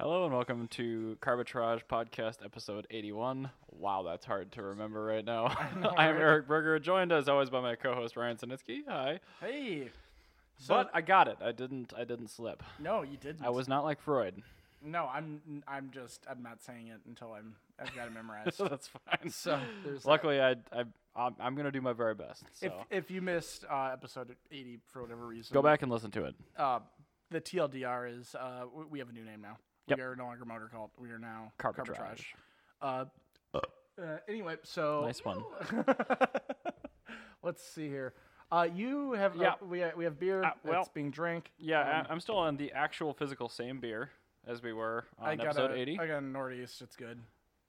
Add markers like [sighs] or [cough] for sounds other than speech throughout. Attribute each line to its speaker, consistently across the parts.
Speaker 1: and welcome to Carbitrage Podcast, episode 81. Wow, that's hard to remember right
Speaker 2: [laughs]
Speaker 1: now. [laughs] I am
Speaker 2: right?
Speaker 1: Eric Berger, joined as always by my co-host Ryan Sinitsky. Hi.
Speaker 2: Hey. So,
Speaker 1: But I got it. I didn't. I didn't slip.
Speaker 2: no, you didn't.
Speaker 1: I was not like Freud. [laughs]
Speaker 2: no. I'm I'm just I'm not saying it until I'm I've got
Speaker 1: [laughs]
Speaker 2: it memorized.
Speaker 1: that's fine.
Speaker 2: so there's that.
Speaker 1: Luckily, I, I I'm, I'm gonna do my very best. So
Speaker 2: if if you missed uh, episode 80 for whatever reason,
Speaker 1: go back and listen to it.
Speaker 2: Uh, the TLDR is uh, w- we have a new name now.
Speaker 1: Yep.
Speaker 2: We are no longer Motor Cult. We are now
Speaker 1: Carbitrage.
Speaker 2: Carbitrage. Uh, uh, anyway, so
Speaker 1: Nice one.
Speaker 2: [laughs] Let's see here. Uh, you have
Speaker 1: Yeah.
Speaker 2: uh, we ha- we have beer
Speaker 1: Uh, well,
Speaker 2: that's being drank.
Speaker 1: Yeah,
Speaker 2: Um,
Speaker 1: I, I'm still on the actual physical same beer as we were on
Speaker 2: I got
Speaker 1: episode
Speaker 2: a,
Speaker 1: 80.
Speaker 2: I got a northeast. It's good.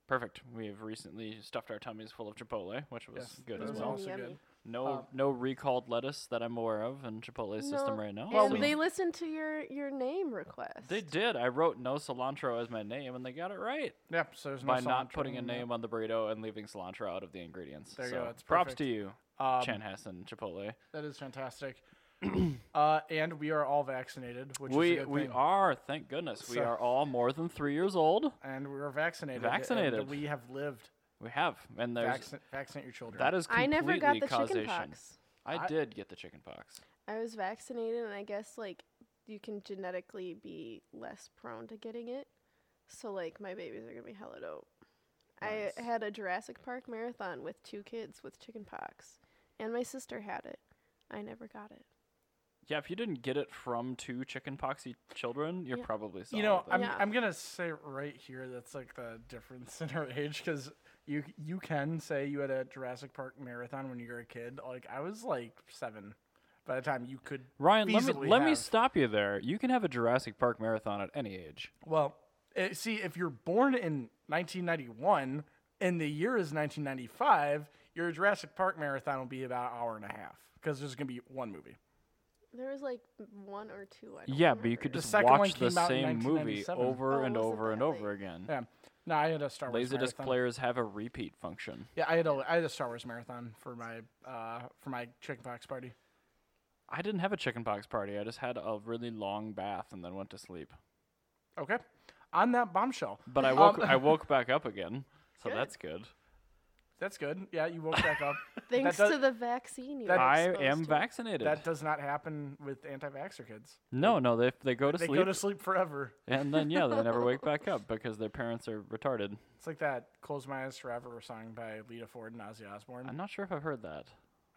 Speaker 1: Perfect. We have recently stuffed our tummies full of Chipotle, which was
Speaker 2: Yes,
Speaker 1: good
Speaker 2: that
Speaker 1: as
Speaker 2: was
Speaker 1: well.
Speaker 2: also
Speaker 3: Yummy,
Speaker 2: good.
Speaker 3: yummy.
Speaker 1: No, no recalled lettuce that I'm aware of in Chipotle's system right now.
Speaker 3: Well,
Speaker 1: so-
Speaker 3: they listened to your your name request.
Speaker 1: Oh, They did. I wrote no cilantro as my name, and they got it right
Speaker 2: Yep. So there's no
Speaker 1: by not
Speaker 2: cilantro
Speaker 1: putting a
Speaker 2: in that.
Speaker 1: name on the burrito and leaving cilantro out of the ingredients.
Speaker 2: There you
Speaker 1: so
Speaker 2: go, that's
Speaker 1: props
Speaker 2: perfect.
Speaker 1: to you,
Speaker 2: Um,
Speaker 1: Chan Hassan Chipotle.
Speaker 2: That
Speaker 1: [clears throat]
Speaker 2: is fantastic. uh, and we are all vaccinated, which is
Speaker 1: We
Speaker 2: a good
Speaker 1: we
Speaker 2: thing.
Speaker 1: are, thank goodness, we
Speaker 2: So-
Speaker 1: are all more than three years old.
Speaker 2: and we are vaccinated. and
Speaker 1: Vaccinated.
Speaker 2: we have lived.
Speaker 1: We have, and there's
Speaker 2: Vaccin- vaccinate your children.
Speaker 1: that is
Speaker 3: I
Speaker 1: completely
Speaker 3: never got the
Speaker 1: causation.
Speaker 3: chicken pox.
Speaker 1: I,
Speaker 2: I-
Speaker 1: did get the chicken pox.
Speaker 3: I was vaccinated, and I guess like you can genetically be less prone to getting it. So like my babies are gonna be hella dope. I
Speaker 2: Nice.
Speaker 3: had a Jurassic Park marathon with two kids with chicken pox, and my sister had it. I never got it.
Speaker 1: Yeah, if you didn't get it from two chicken poxy children, you're
Speaker 3: Yeah.
Speaker 1: probably solid.
Speaker 2: you know,
Speaker 1: then.
Speaker 2: I'm,
Speaker 3: Yeah.
Speaker 2: I'm gonna say right here that's like the difference [laughs] in our age because you you can say you had a Jurassic Park marathon when you were a kid. Like I was like seven by the time you could.
Speaker 1: Ryan, let me
Speaker 2: feasibly
Speaker 1: let me
Speaker 2: have-
Speaker 1: stop you there. You can have a Jurassic Park marathon at any age.
Speaker 2: Well, eh, see, if you're born in 1991 and the year is 1995, your Jurassic Park marathon will be about an hour and a half because there's gonna be one movie.
Speaker 3: There was like one or two. I don't
Speaker 1: Yeah, but you could
Speaker 3: remember.
Speaker 2: The
Speaker 1: just
Speaker 2: second one
Speaker 1: watch the
Speaker 2: came out in
Speaker 1: same movie
Speaker 2: 1997.
Speaker 1: over
Speaker 3: Oh,
Speaker 1: and
Speaker 3: wasn't
Speaker 1: over and
Speaker 3: that
Speaker 1: over
Speaker 3: late?
Speaker 1: again.
Speaker 2: Yeah. No, I had a Star Wars
Speaker 1: Laserdisc
Speaker 2: marathon.
Speaker 1: players have a repeat function.
Speaker 2: Yeah, I had a I had a Star Wars marathon for my uh for my chickenpox party.
Speaker 1: I didn't have a chickenpox party. I just had a really long bath and then went to sleep.
Speaker 2: Okay. On that bombshell.
Speaker 1: But I
Speaker 2: Um, [laughs]
Speaker 1: woke I woke back up again, so
Speaker 3: Good.
Speaker 1: that's good.
Speaker 2: That's good. Yeah, you woke back up.
Speaker 3: [laughs] thanks
Speaker 2: does-
Speaker 3: to the vaccine. You
Speaker 2: that-
Speaker 3: were
Speaker 1: I
Speaker 3: exposed
Speaker 1: am
Speaker 3: to.
Speaker 1: vaccinated.
Speaker 2: That does not happen with anti-vaxxer kids.
Speaker 1: no, no, they they go to
Speaker 2: They
Speaker 1: sleep
Speaker 2: go to sleep forever.
Speaker 1: and
Speaker 2: [laughs]
Speaker 1: then yeah, they never wake back up because their parents are retarded.
Speaker 2: It's like that "Close My Eyes Forever" song by Lita Ford and Ozzy Osbourne.
Speaker 1: I'm not sure if I've heard that.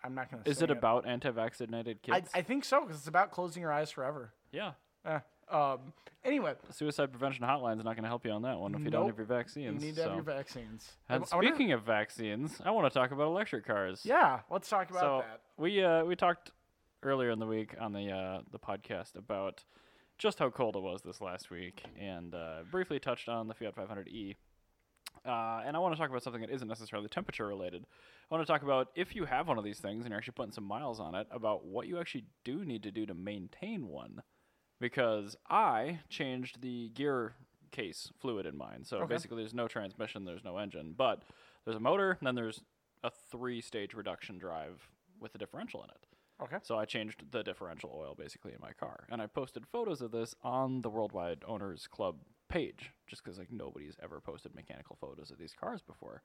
Speaker 2: I'm not gonna.
Speaker 1: Is
Speaker 2: sing
Speaker 1: it about anti-vaccinated
Speaker 2: I,
Speaker 1: kids?
Speaker 2: I think so because it's about closing your eyes forever.
Speaker 1: yeah.
Speaker 2: Eh, um. Anyway,
Speaker 1: Suicide prevention hotline's not going to help you on that one if you don't have
Speaker 2: Nope.
Speaker 1: your
Speaker 2: you
Speaker 1: vaccines.
Speaker 2: need to
Speaker 1: so.
Speaker 2: have your vaccines. I
Speaker 1: And
Speaker 2: w- I wonder-
Speaker 1: speaking of vaccines, I want to talk about electric cars.
Speaker 2: yeah, let's talk about
Speaker 1: so
Speaker 2: that.
Speaker 1: we uh, we talked earlier in the week on the uh, the podcast about just how cold it was this last week, and uh, briefly touched on the Fiat E. 500e. Uh, and I want to talk about something that isn't necessarily temperature related. I want to talk about if you have one of these things and you're actually putting some miles on it, about what you actually do need to do to maintain one. Because I changed the gear case fluid in mine. So
Speaker 2: Okay.
Speaker 1: basically, there's no transmission, there's no engine, but there's a motor, and then there's a three stage reduction drive with a differential in it.
Speaker 2: Okay.
Speaker 1: So I changed the differential oil basically in my car, and I posted photos of this on the Worldwide Owners Club page, just because like nobody's ever posted mechanical photos of these cars before.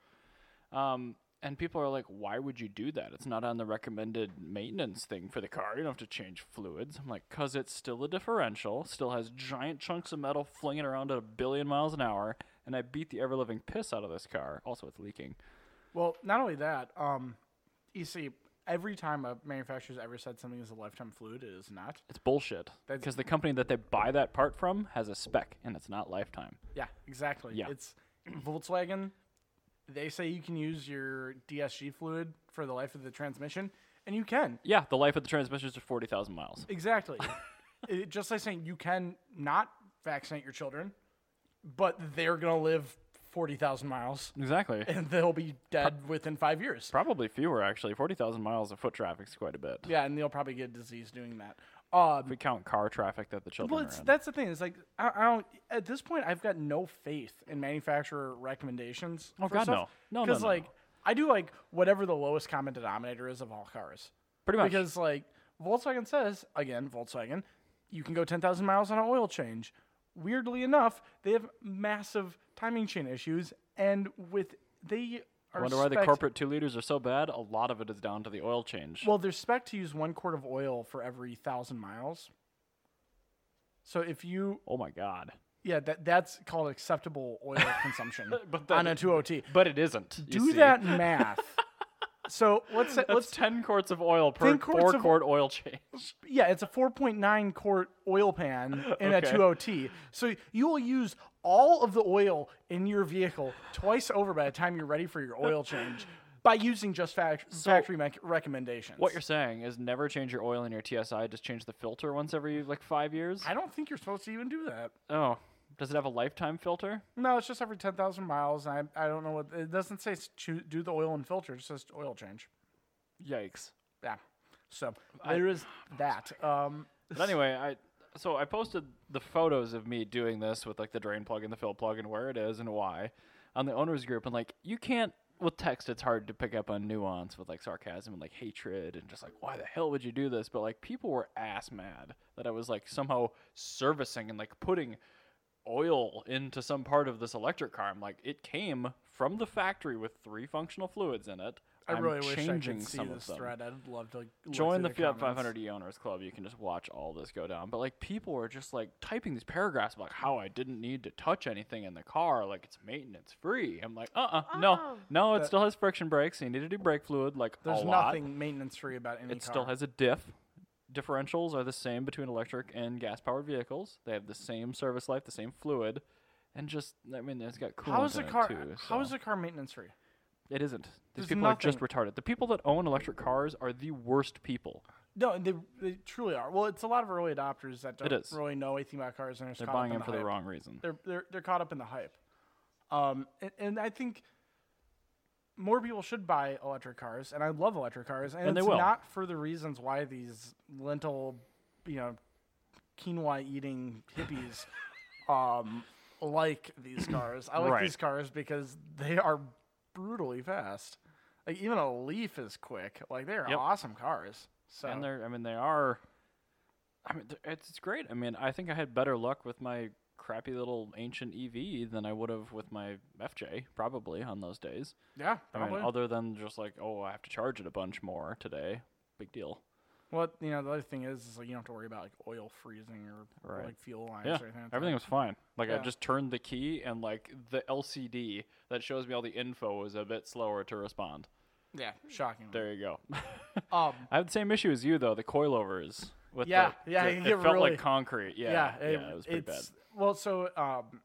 Speaker 1: Um, and people are like, "Why would you do that? It's not on the recommended maintenance thing for the car. You don't have to change fluids." I'm like, "Cause it's still a differential, still has giant chunks of metal flinging around at a billion miles an hour, and I beat the ever living piss out of this car. Also, it's leaking."
Speaker 2: Well, not only that, um, you see, every time a manufacturer's ever said something is a lifetime fluid, it is not.
Speaker 1: It's bullshit.
Speaker 2: That's-
Speaker 1: Because the company that they buy that part from has a spec, and it's not lifetime.
Speaker 2: Yeah, exactly.
Speaker 1: Yeah.
Speaker 2: It's Volkswagen. They say you can use your DSG fluid for the life of the transmission, and you can.
Speaker 1: Yeah, the life of the transmission is forty thousand miles.
Speaker 2: Exactly. it, just like saying you can not vaccinate your children, but they're going to live 40,000 miles
Speaker 1: Exactly.
Speaker 2: and they'll be dead within five years.
Speaker 1: Probably fewer actually. Forty thousand miles of foot traffic is quite a bit.
Speaker 2: yeah, and they'll probably get disease doing that. Um,
Speaker 1: If we count car traffic that the children
Speaker 2: Well,
Speaker 1: are
Speaker 2: it's,
Speaker 1: in.
Speaker 2: that's the thing. It's like I, I don't. At this point, I've got no faith in manufacturer recommendations.
Speaker 1: Oh,
Speaker 2: for
Speaker 1: God,
Speaker 2: stuff,
Speaker 1: no. No, no,
Speaker 2: Because
Speaker 1: no,
Speaker 2: like
Speaker 1: no.
Speaker 2: I do like whatever the lowest common denominator is of all cars.
Speaker 1: Pretty much.
Speaker 2: Because like Volkswagen says again, Volkswagen, you can go ten thousand miles on an oil change. weirdly enough, they have massive timing chain issues, and with they are.
Speaker 1: Wonder why the
Speaker 2: spec-
Speaker 1: corporate two liters are so bad. A lot of it is down to the oil change.
Speaker 2: Well, they're spec to use one quart of oil for every thousand miles. So if you,
Speaker 1: oh my god.
Speaker 2: yeah, that that's called acceptable
Speaker 1: [laughs]
Speaker 2: oil consumption
Speaker 1: But
Speaker 2: on a
Speaker 1: that-
Speaker 2: two OT.
Speaker 1: But it isn't. you
Speaker 2: Do
Speaker 1: see. [laughs]
Speaker 2: that math. so let's say,
Speaker 1: That's
Speaker 2: let's
Speaker 1: ten quarts of oil per
Speaker 2: Think quarts
Speaker 1: four
Speaker 2: of-
Speaker 1: quart oil
Speaker 2: [laughs]
Speaker 1: change.
Speaker 2: Yeah, it's a 4.9 quart oil pan in
Speaker 1: Okay.
Speaker 2: a 2OT. So you will use all of the oil in your vehicle twice over by the time you're ready for your oil change by using just fac- factory mech recommendations.
Speaker 1: What you're saying is never change your oil in your TSI. Just change the filter once every like five years.
Speaker 2: I don't think you're supposed to even do that.
Speaker 1: Oh, does it have a lifetime filter?
Speaker 2: No, it's just every 10,000 miles. And I, I don't know what it doesn't say s- choo- do the oil and filter, it's just oil change.
Speaker 1: Yikes.
Speaker 2: Yeah. So there is that. Um,
Speaker 1: But anyway, I so I posted the photos of me doing this with like the drain plug and the fill plug and where it is and why on the owners group and like you can't with text it's hard to pick up on nuance with like sarcasm and like hatred and just like why the hell would you do this but like people were ass mad that I was like somehow servicing and like putting oil into some part of this electric car. I'm like it came from the factory with three functional fluids in it.
Speaker 2: I
Speaker 1: I'm
Speaker 2: really wish I
Speaker 1: changing
Speaker 2: could see
Speaker 1: some of
Speaker 2: this
Speaker 1: them
Speaker 2: thread. I'd love to like, look
Speaker 1: join the,
Speaker 2: through
Speaker 1: Fiat
Speaker 2: comments.
Speaker 1: 500 E Owners Club. You can just watch all this go down. But like people are just like typing these paragraphs about how I didn't need to touch anything in the car, like it's maintenance free. I'm like, uh, uh no,
Speaker 3: Oh.
Speaker 1: no, it
Speaker 2: That-
Speaker 1: still has friction brakes. So you need to do brake fluid, like
Speaker 2: There's
Speaker 1: a lot.
Speaker 2: nothing maintenance free about any
Speaker 1: It
Speaker 2: car.
Speaker 1: still has a diff. Differentials are the same between electric and gas powered vehicles. They have the same service life, the same fluid, and just I mean, it's got coolant
Speaker 2: How is
Speaker 1: in
Speaker 2: the car?
Speaker 1: it too.
Speaker 2: How
Speaker 1: so-
Speaker 2: is the car maintenance free?
Speaker 1: It isn't. These
Speaker 2: There's
Speaker 1: people are just
Speaker 2: nothing-
Speaker 1: retarded. The people that own electric cars are the worst people.
Speaker 2: No, they, they truly are. Well, it's a lot of early adopters that don't
Speaker 1: is.
Speaker 2: really know anything about cars and are just
Speaker 1: They're
Speaker 2: caught
Speaker 1: buying
Speaker 2: up in
Speaker 1: them for the
Speaker 2: hype.
Speaker 1: wrong reason.
Speaker 2: They're they're they're caught up in the hype. Um, and, and I think more people should buy electric cars, and I love electric cars, and,
Speaker 1: And they
Speaker 2: it's
Speaker 1: will.
Speaker 2: not for the reasons why these lentil, you know, quinoa eating
Speaker 1: [laughs]
Speaker 2: hippies, um, like these cars. I like
Speaker 1: Right.
Speaker 2: these cars because they are brutally fast. Like even a Leaf is quick. Like they are
Speaker 1: Yep.
Speaker 2: awesome cars. So
Speaker 1: And they're, I mean, they are. I mean, th- it's, it's great. I mean, I think I had better luck with my crappy little ancient EV than I would have with my FJ, probably on those days.
Speaker 2: yeah,
Speaker 1: I
Speaker 2: probably.
Speaker 1: mean, other than just like, oh, I have to charge it a bunch more today. Big deal.
Speaker 2: What you know, the other thing is, is like you don't have to worry about like oil freezing or
Speaker 1: Right.
Speaker 2: like fuel lines
Speaker 1: Yeah,
Speaker 2: or anything. Like
Speaker 1: everything was fine. Like I
Speaker 2: Yeah.
Speaker 1: just turned the key, and like the LCD that shows me all the info was a bit slower to respond.
Speaker 2: That. Yeah, shocking.
Speaker 1: There you go. [laughs]
Speaker 2: Um,
Speaker 1: I had the same issue as you though. The coilovers with
Speaker 2: Yeah,
Speaker 1: the,
Speaker 2: yeah,
Speaker 1: the-
Speaker 2: you
Speaker 1: it
Speaker 2: get
Speaker 1: felt
Speaker 2: really-
Speaker 1: like concrete. Yeah,
Speaker 2: yeah,
Speaker 1: yeah, it, was pretty bad.
Speaker 2: it's- Well, so um,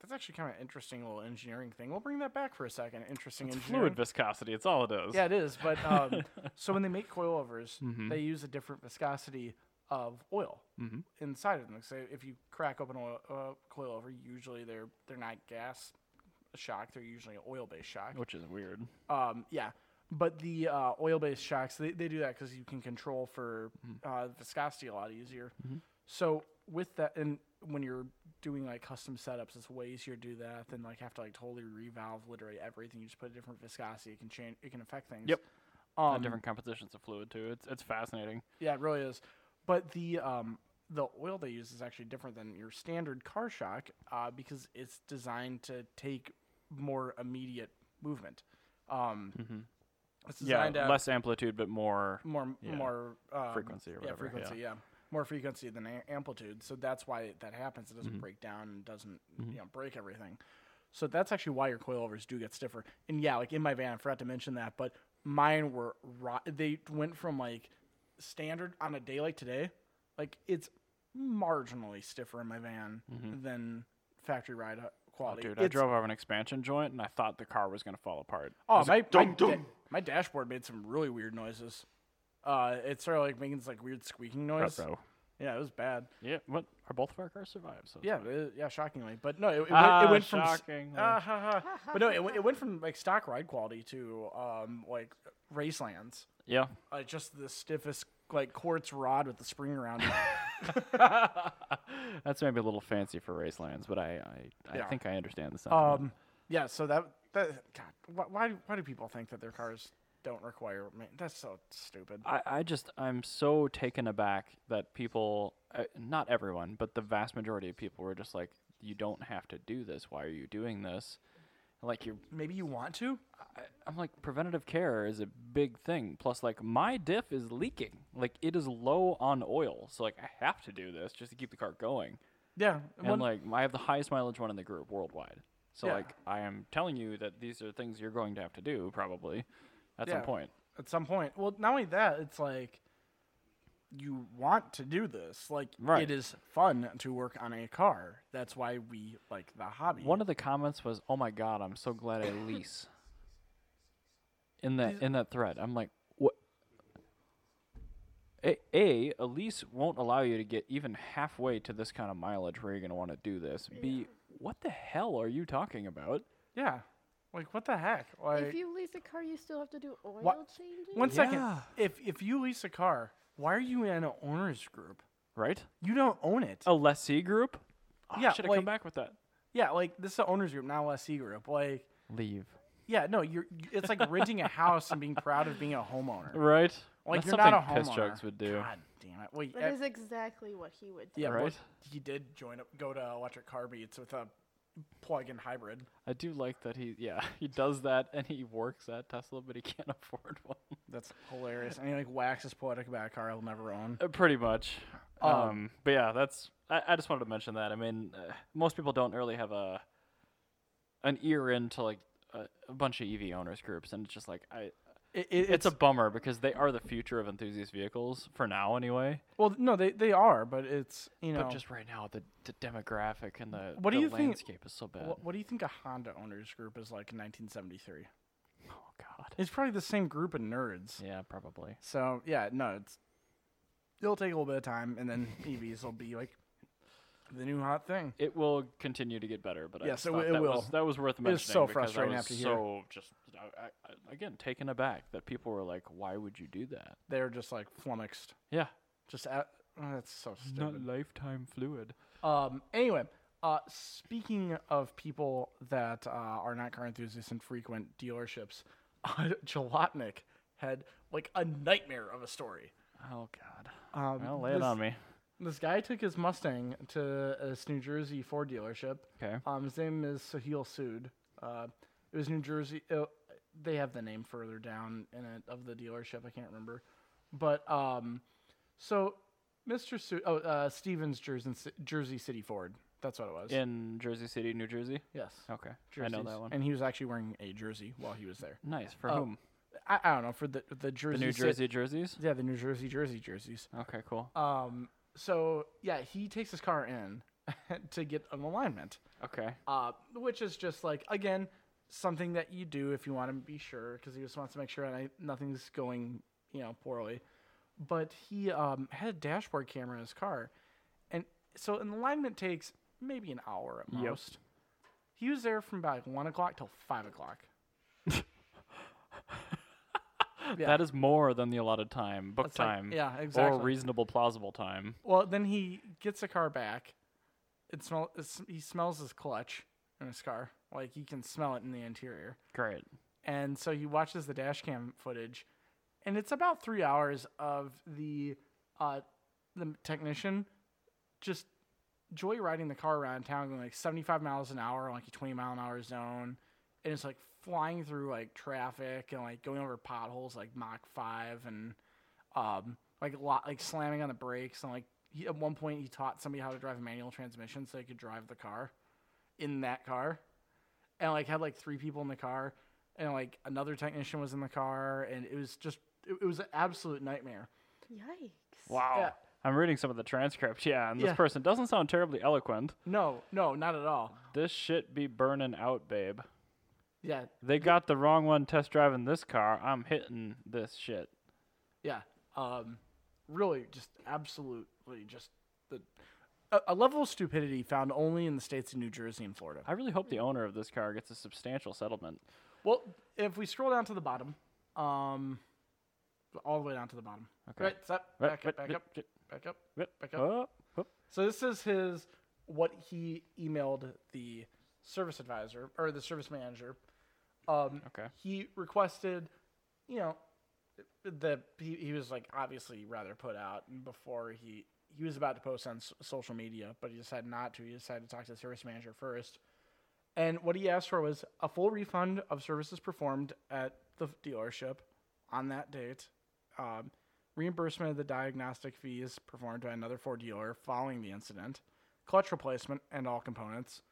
Speaker 2: that's actually kind of an interesting little engineering thing. We'll bring that back for a second. Interesting
Speaker 1: It's
Speaker 2: engineering.
Speaker 1: fluid viscosity. It's all it is.
Speaker 2: Yeah, it is.
Speaker 1: [laughs]
Speaker 2: But um, so when they make coilovers,
Speaker 1: Mm-hmm.
Speaker 2: they use a different viscosity of oil inside of them. So if you crack open a uh, coilover, usually they're they're not gas shock; they're usually oil based shock.
Speaker 1: which is weird.
Speaker 2: Um, yeah, but the uh, oil-based shocks they, they do that because you can control for
Speaker 1: Mm-hmm.
Speaker 2: uh, viscosity a lot easier. So with that, and when you're doing like custom setups, it's way easier to do that than like have to like totally revalve literally everything. You just put a different viscosity; it can change, it can affect things.
Speaker 1: Yep.
Speaker 2: Um,
Speaker 1: The different compositions of fluid too. It's it's fascinating.
Speaker 2: yeah, it really is. But the um, the oil they use is actually different than your standard car shock uh, because it's designed to take more immediate movement. Um, It's
Speaker 1: Yeah,
Speaker 2: designed to
Speaker 1: less amplitude but more.
Speaker 2: more more um,
Speaker 1: Frequency or whatever,
Speaker 2: Yeah,
Speaker 1: yeah.
Speaker 2: frequency. Yeah. more frequency than a- amplitude. So that's why that happens. It doesn't
Speaker 1: Mm-hmm.
Speaker 2: break down and doesn't you know break everything. So that's actually why your coilovers do get stiffer. And yeah, like in my van, I forgot to mention that, but mine were ro- they went from like standard on a day like today, like it's marginally stiffer in my van than factory ride uh, quality.
Speaker 1: Mm-hmm. oh, Dude, I
Speaker 2: It's-
Speaker 1: drove over an expansion joint and I thought the car was gonna fall apart.
Speaker 2: Oh, my, my, da- my dashboard made some really weird noises. Uh, it started like making this like weird squeaking noise.
Speaker 1: So
Speaker 2: Yeah, it was bad.
Speaker 1: yeah, what are both of our cars survived? So it's
Speaker 2: Yeah, it- yeah, shockingly. But no, it, it, went,
Speaker 1: Ah,
Speaker 2: it went from s-
Speaker 1: shockingly.
Speaker 2: Ah, ha, ha. but no, it, went- it went from like stock ride quality to um like racelands. [laughs]
Speaker 1: yeah.
Speaker 2: Uh, just the stiffest like quartz rod with the spring
Speaker 1: [laughs]
Speaker 2: around it.
Speaker 1: That's maybe a little fancy for race lands, but I I, I
Speaker 2: Yeah. Uh,
Speaker 1: think I understand the sentiment.
Speaker 2: um, yeah. So that that God, wh- why why do people think that their cars don't require. ma- That's so stupid.
Speaker 1: I, I just I'm so taken aback that people, uh, not everyone, but the vast majority of people were just like, "You don't have to do this. Why are you doing this?" Like you're,
Speaker 2: Maybe you want to.
Speaker 1: I, I'm like, preventative care is a big thing. Plus, like my diff is leaking. Like it is low on oil, so like I have to do this just to keep the car going.
Speaker 2: Yeah.
Speaker 1: And
Speaker 2: one-
Speaker 1: like I have the highest mileage one in the group worldwide. So
Speaker 2: Yeah.
Speaker 1: like I am telling you that these are things you're going to have to do probably at some
Speaker 2: Yeah.
Speaker 1: point.
Speaker 2: at some point. Well, not only that, it's like you want to do this. Like
Speaker 1: Right.
Speaker 2: it is fun to work on a car. That's why we like the hobby.
Speaker 1: One of the comments was, "Oh my god, I'm so glad I lease." in that in that thread, I'm like, "What?" A, a a lease won't allow you to get even halfway to this kind of mileage where you're going to want to do this. B, what the hell are you talking about?
Speaker 2: yeah. Like what the heck? Like
Speaker 3: if you lease a car, you still have to do oil changes.
Speaker 2: one second.
Speaker 1: Yeah.
Speaker 2: If if you lease a car, why are you in an owners group?
Speaker 1: Right?
Speaker 2: You don't own it.
Speaker 1: A lessee group? Oh,
Speaker 2: Yeah,
Speaker 1: should have
Speaker 2: like-
Speaker 1: come back with that.
Speaker 2: Yeah, like this is an owners group, not a lessee group. Like
Speaker 1: Leave.
Speaker 2: yeah, no, you're. you- It's like renting a house and being proud of being a
Speaker 1: [laughs]
Speaker 2: homeowner.
Speaker 1: Right?
Speaker 2: Like
Speaker 1: That's
Speaker 2: you're
Speaker 1: something
Speaker 2: not a homeowner.
Speaker 1: piss jokes would do.
Speaker 2: God damn it! Well,
Speaker 3: That
Speaker 2: I-
Speaker 3: is exactly what he would do.
Speaker 2: Yeah,
Speaker 1: Right?
Speaker 2: right. He did join up, go to electric car beats with a plug-in hybrid.
Speaker 1: I do like that he yeah, [laughs] he does that and he works at Tesla but he can't [laughs] afford one.
Speaker 2: That's hilarious. And he like waxes poetic about a car he'll never own.
Speaker 1: Uh, Pretty much. Um,
Speaker 2: Um,
Speaker 1: but yeah, that's. I, I just wanted to mention that. I mean, uh, most people don't really have a an ear into like a, a bunch of EV owners groups, and it's just like I.
Speaker 2: It,
Speaker 1: It's a bummer because they are the future of enthusiast vehicles for now, anyway.
Speaker 2: well, no, they they are, but it's you know.
Speaker 1: But just right now, the, the demographic and the,
Speaker 2: What do
Speaker 1: the
Speaker 2: you think-
Speaker 1: landscape is so bad.
Speaker 2: what, what do you think a Honda owners group is like in 1973?
Speaker 1: oh God.
Speaker 2: It's probably the same group of nerds.
Speaker 1: Yeah, probably.
Speaker 2: So yeah, no, it's it'll take a little bit of time, and then [laughs] EVs will be like the new hot thing.
Speaker 1: It will continue to get better, but I
Speaker 2: Yes,
Speaker 1: just
Speaker 2: it
Speaker 1: thought
Speaker 2: wi- it
Speaker 1: that
Speaker 2: will.
Speaker 1: Was, that was worth mentioning.
Speaker 2: was so
Speaker 1: because
Speaker 2: frustrating
Speaker 1: I was
Speaker 2: after here.
Speaker 1: so just I, I, again taken aback that people were like, "Why would you do that?"
Speaker 2: They're just like flummoxed.
Speaker 1: Yeah,
Speaker 2: Just at, oh, that's so stupid.
Speaker 1: lifetime fluid.
Speaker 2: Um, anyway, uh, speaking of people that uh, are not car enthusiasts and frequent dealerships, [laughs] uh, Jalotnik had like a nightmare of a story.
Speaker 1: Oh God.
Speaker 2: Um,
Speaker 1: Well, lay it
Speaker 2: this-
Speaker 1: on me.
Speaker 2: This guy took his Mustang to this New Jersey Ford dealership.
Speaker 1: Okay.
Speaker 2: Um, his name is Sahil Sood. Uh, it was New Jersey. Uh, they have the name further down in it of the dealership. I can't remember, but um, so Mr. Sood, oh, uh, Stevens Jersey Jersey City Ford. That's what it was.
Speaker 1: In Jersey City, New Jersey.
Speaker 2: Yes.
Speaker 1: Okay, I know
Speaker 2: Jerseys.
Speaker 1: that one.
Speaker 2: And he was actually wearing a jersey while he was there.
Speaker 1: nice for
Speaker 2: Uh,
Speaker 1: whom?
Speaker 2: I, I don't know for the the
Speaker 1: The
Speaker 2: Jersey.
Speaker 1: New
Speaker 2: Ci-
Speaker 1: Jersey Uh, jerseys.
Speaker 2: yeah, the New Jersey Jersey jerseys.
Speaker 1: Okay, cool.
Speaker 2: Um. So yeah, he takes his car in [laughs] to get an alignment.
Speaker 1: Okay.
Speaker 2: Uh, which is just like again something that you do if you want to be sure because he just wants to make sure that I, nothing's going you know poorly. But he um, had a dashboard camera in his car, and so an alignment takes maybe an hour at
Speaker 1: Yep.
Speaker 2: most. He was there from about one o'clock till five o'clock. yeah.
Speaker 1: That is more than the allotted time, book
Speaker 2: It's like-
Speaker 1: time,
Speaker 2: yeah,
Speaker 1: or
Speaker 2: exactly.
Speaker 1: reasonable plausible time.
Speaker 2: Well, then he gets the car back. It smell. it's- He smells his clutch in his car. Like he can smell it in the interior.
Speaker 1: Great.
Speaker 2: And so he watches the dash cam footage, and it's about three hours of the uh, the technician just joyriding the car around town, going like 75 miles an hour, like a 20 mile an hour zone, and it's like flying through like traffic and like going over potholes like Mach five and um, like a lot like slamming on the brakes and like he, at one point he taught somebody how to drive a manual transmission so they could drive the car in that car and like had like three people in the car and like another technician was in the car and it was just it, it was an absolute nightmare
Speaker 3: Yikes.
Speaker 1: Wow.
Speaker 2: Yeah.
Speaker 1: I'm reading some of the transcript. Yeah, and this
Speaker 2: Yeah.
Speaker 1: person doesn't sound terribly eloquent.
Speaker 2: no no not at all
Speaker 1: This shit be burning out, babe.
Speaker 2: yeah
Speaker 1: They got the wrong one test driving this car. I'm hitting this shit.
Speaker 2: yeah um really just absolutely just the a, a level of stupidity found only in the states of new jersey and florida
Speaker 1: I really hope the owner of this car gets a substantial settlement.
Speaker 2: well if we scroll down to the bottom um all the way down to the bottom
Speaker 1: Okay.
Speaker 2: right stop
Speaker 1: Right,
Speaker 2: back
Speaker 1: right,
Speaker 2: up back
Speaker 1: right,
Speaker 2: up
Speaker 1: right,
Speaker 2: back up
Speaker 1: right,
Speaker 2: back up
Speaker 1: up, up.
Speaker 2: So this is his what he emailed the service advisor or the service manager. Um,
Speaker 1: Okay.
Speaker 2: He requested you know, the he, he was like obviously rather put out and before he he was about to post on s- social media, but he decided not to. He decided to talk to the service manager first. And what he asked for was a full refund of services performed at the f- dealership on that date, um, reimbursement of the diagnostic fees performed by another Ford dealer following the incident, clutch replacement and all components,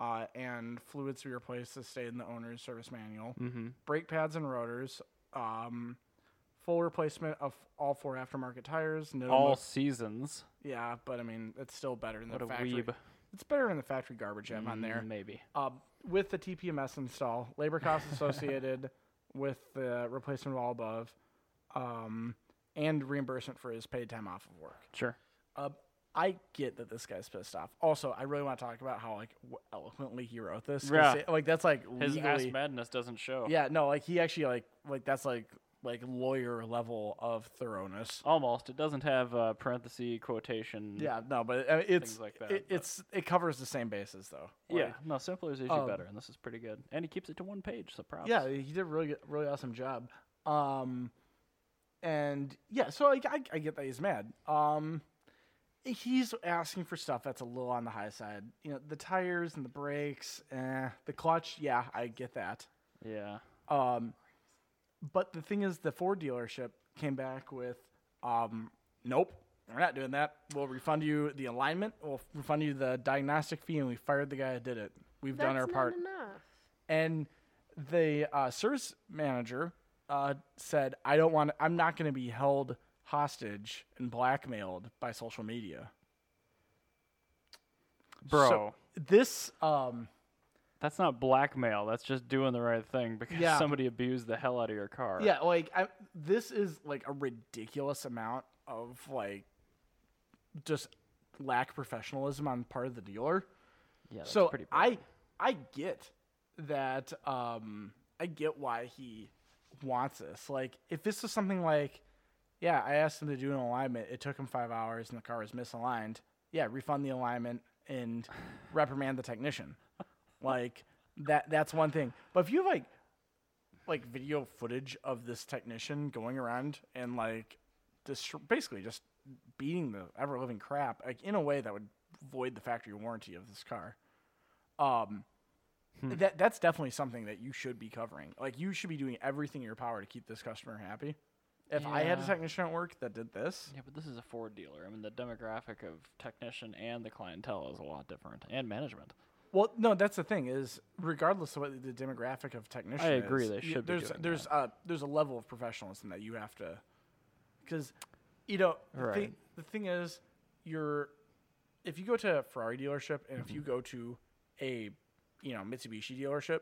Speaker 2: uh, and fluids to be replaced to stay in the owner's service manual,
Speaker 1: Mm-hmm.
Speaker 2: brake pads and rotors, um, full replacement of all four aftermarket tires, no
Speaker 1: All
Speaker 2: mo-
Speaker 1: seasons.
Speaker 2: yeah, but I mean, it's still better than
Speaker 1: What
Speaker 2: the
Speaker 1: a
Speaker 2: factory.
Speaker 1: weeb. Mm-hmm. Mm,
Speaker 2: It's better than the factory garbage I'm on there.
Speaker 1: Maybe.
Speaker 2: Uh, with the TPMS install, labor
Speaker 1: [laughs]
Speaker 2: costs associated with the replacement of all above, um, and reimbursement for his paid time off of work.
Speaker 1: Sure.
Speaker 2: Uh, I get that this guy's pissed off. Also, I really want to talk about how like w- eloquently he wrote this. 'cause
Speaker 1: Yeah.
Speaker 2: it- like that's like
Speaker 1: His ass
Speaker 2: legally.
Speaker 1: madness doesn't show.
Speaker 2: yeah, no, like he actually like like that's like like lawyer level of thoroughness.
Speaker 1: Almost. It doesn't have uh, parenthesis quotation.
Speaker 2: Yeah, no, but uh, it's
Speaker 1: like that,
Speaker 2: it,
Speaker 1: but-
Speaker 2: it's it covers the same bases though.
Speaker 1: Yeah.
Speaker 2: Like,
Speaker 1: No, simpler is usually
Speaker 2: um,
Speaker 1: better, and this is pretty good. And he keeps it to one page, so props.
Speaker 2: yeah, he did a really good- really awesome job. Um, and yeah, so like I, I get that he's mad. Um, he's asking for stuff that's a little on the high side. You know, the tires and the brakes, eh, the clutch. Yeah, I get that.
Speaker 1: Yeah.
Speaker 2: Um, but the thing is, the Ford dealership came back with, um, nope, we're not doing that. We'll refund you the alignment. We'll refund you the diagnostic fee, and we fired the guy that did it. We've
Speaker 3: That's
Speaker 2: done our
Speaker 3: not
Speaker 2: part.
Speaker 3: enough.
Speaker 2: And the uh, service manager uh, said, "I don't want. I'm not going to be held hostage and blackmailed by social media,
Speaker 1: Bro.
Speaker 2: So, this um,
Speaker 1: That's not blackmail. That's just doing the right thing because
Speaker 2: Yeah.
Speaker 1: somebody abused the hell out of your car.
Speaker 2: Yeah, like I, this is like a ridiculous amount of like just lack of professionalism on the part of the dealer.
Speaker 1: Yeah. That's
Speaker 2: so
Speaker 1: pretty bad.
Speaker 2: I I get that um I get why he wants this. Like if this was something like yeah, I asked him to do an alignment. It took him 5 hours and the car was misaligned. Yeah, refund the alignment and [laughs] reprimand the technician. Like that that's one thing. But if you have like like video footage of this technician going around and like just basically just beating the ever living crap like in a way that would void the factory warranty of this car. Um, that that's definitely something that you should be covering. Like you should be doing everything in your power to keep this customer happy. If I had a
Speaker 1: Yeah.
Speaker 2: technician at work that did this,
Speaker 1: Yeah, but this is a Ford dealer. I mean, the demographic of technician and the clientele is a lot different, and management.
Speaker 2: well, no, that's the thing is, regardless of what the demographic of technician,
Speaker 1: agree,
Speaker 2: is,
Speaker 1: they
Speaker 2: you-
Speaker 1: should be
Speaker 2: there's
Speaker 1: doing
Speaker 2: there's uh there's a level of professionalism that you have to, because, you know, the,
Speaker 1: Right.
Speaker 2: thing, the thing is, you're, if you go to a Ferrari dealership and if you
Speaker 1: Mm-hmm.
Speaker 2: go to a, you know, Mitsubishi dealership,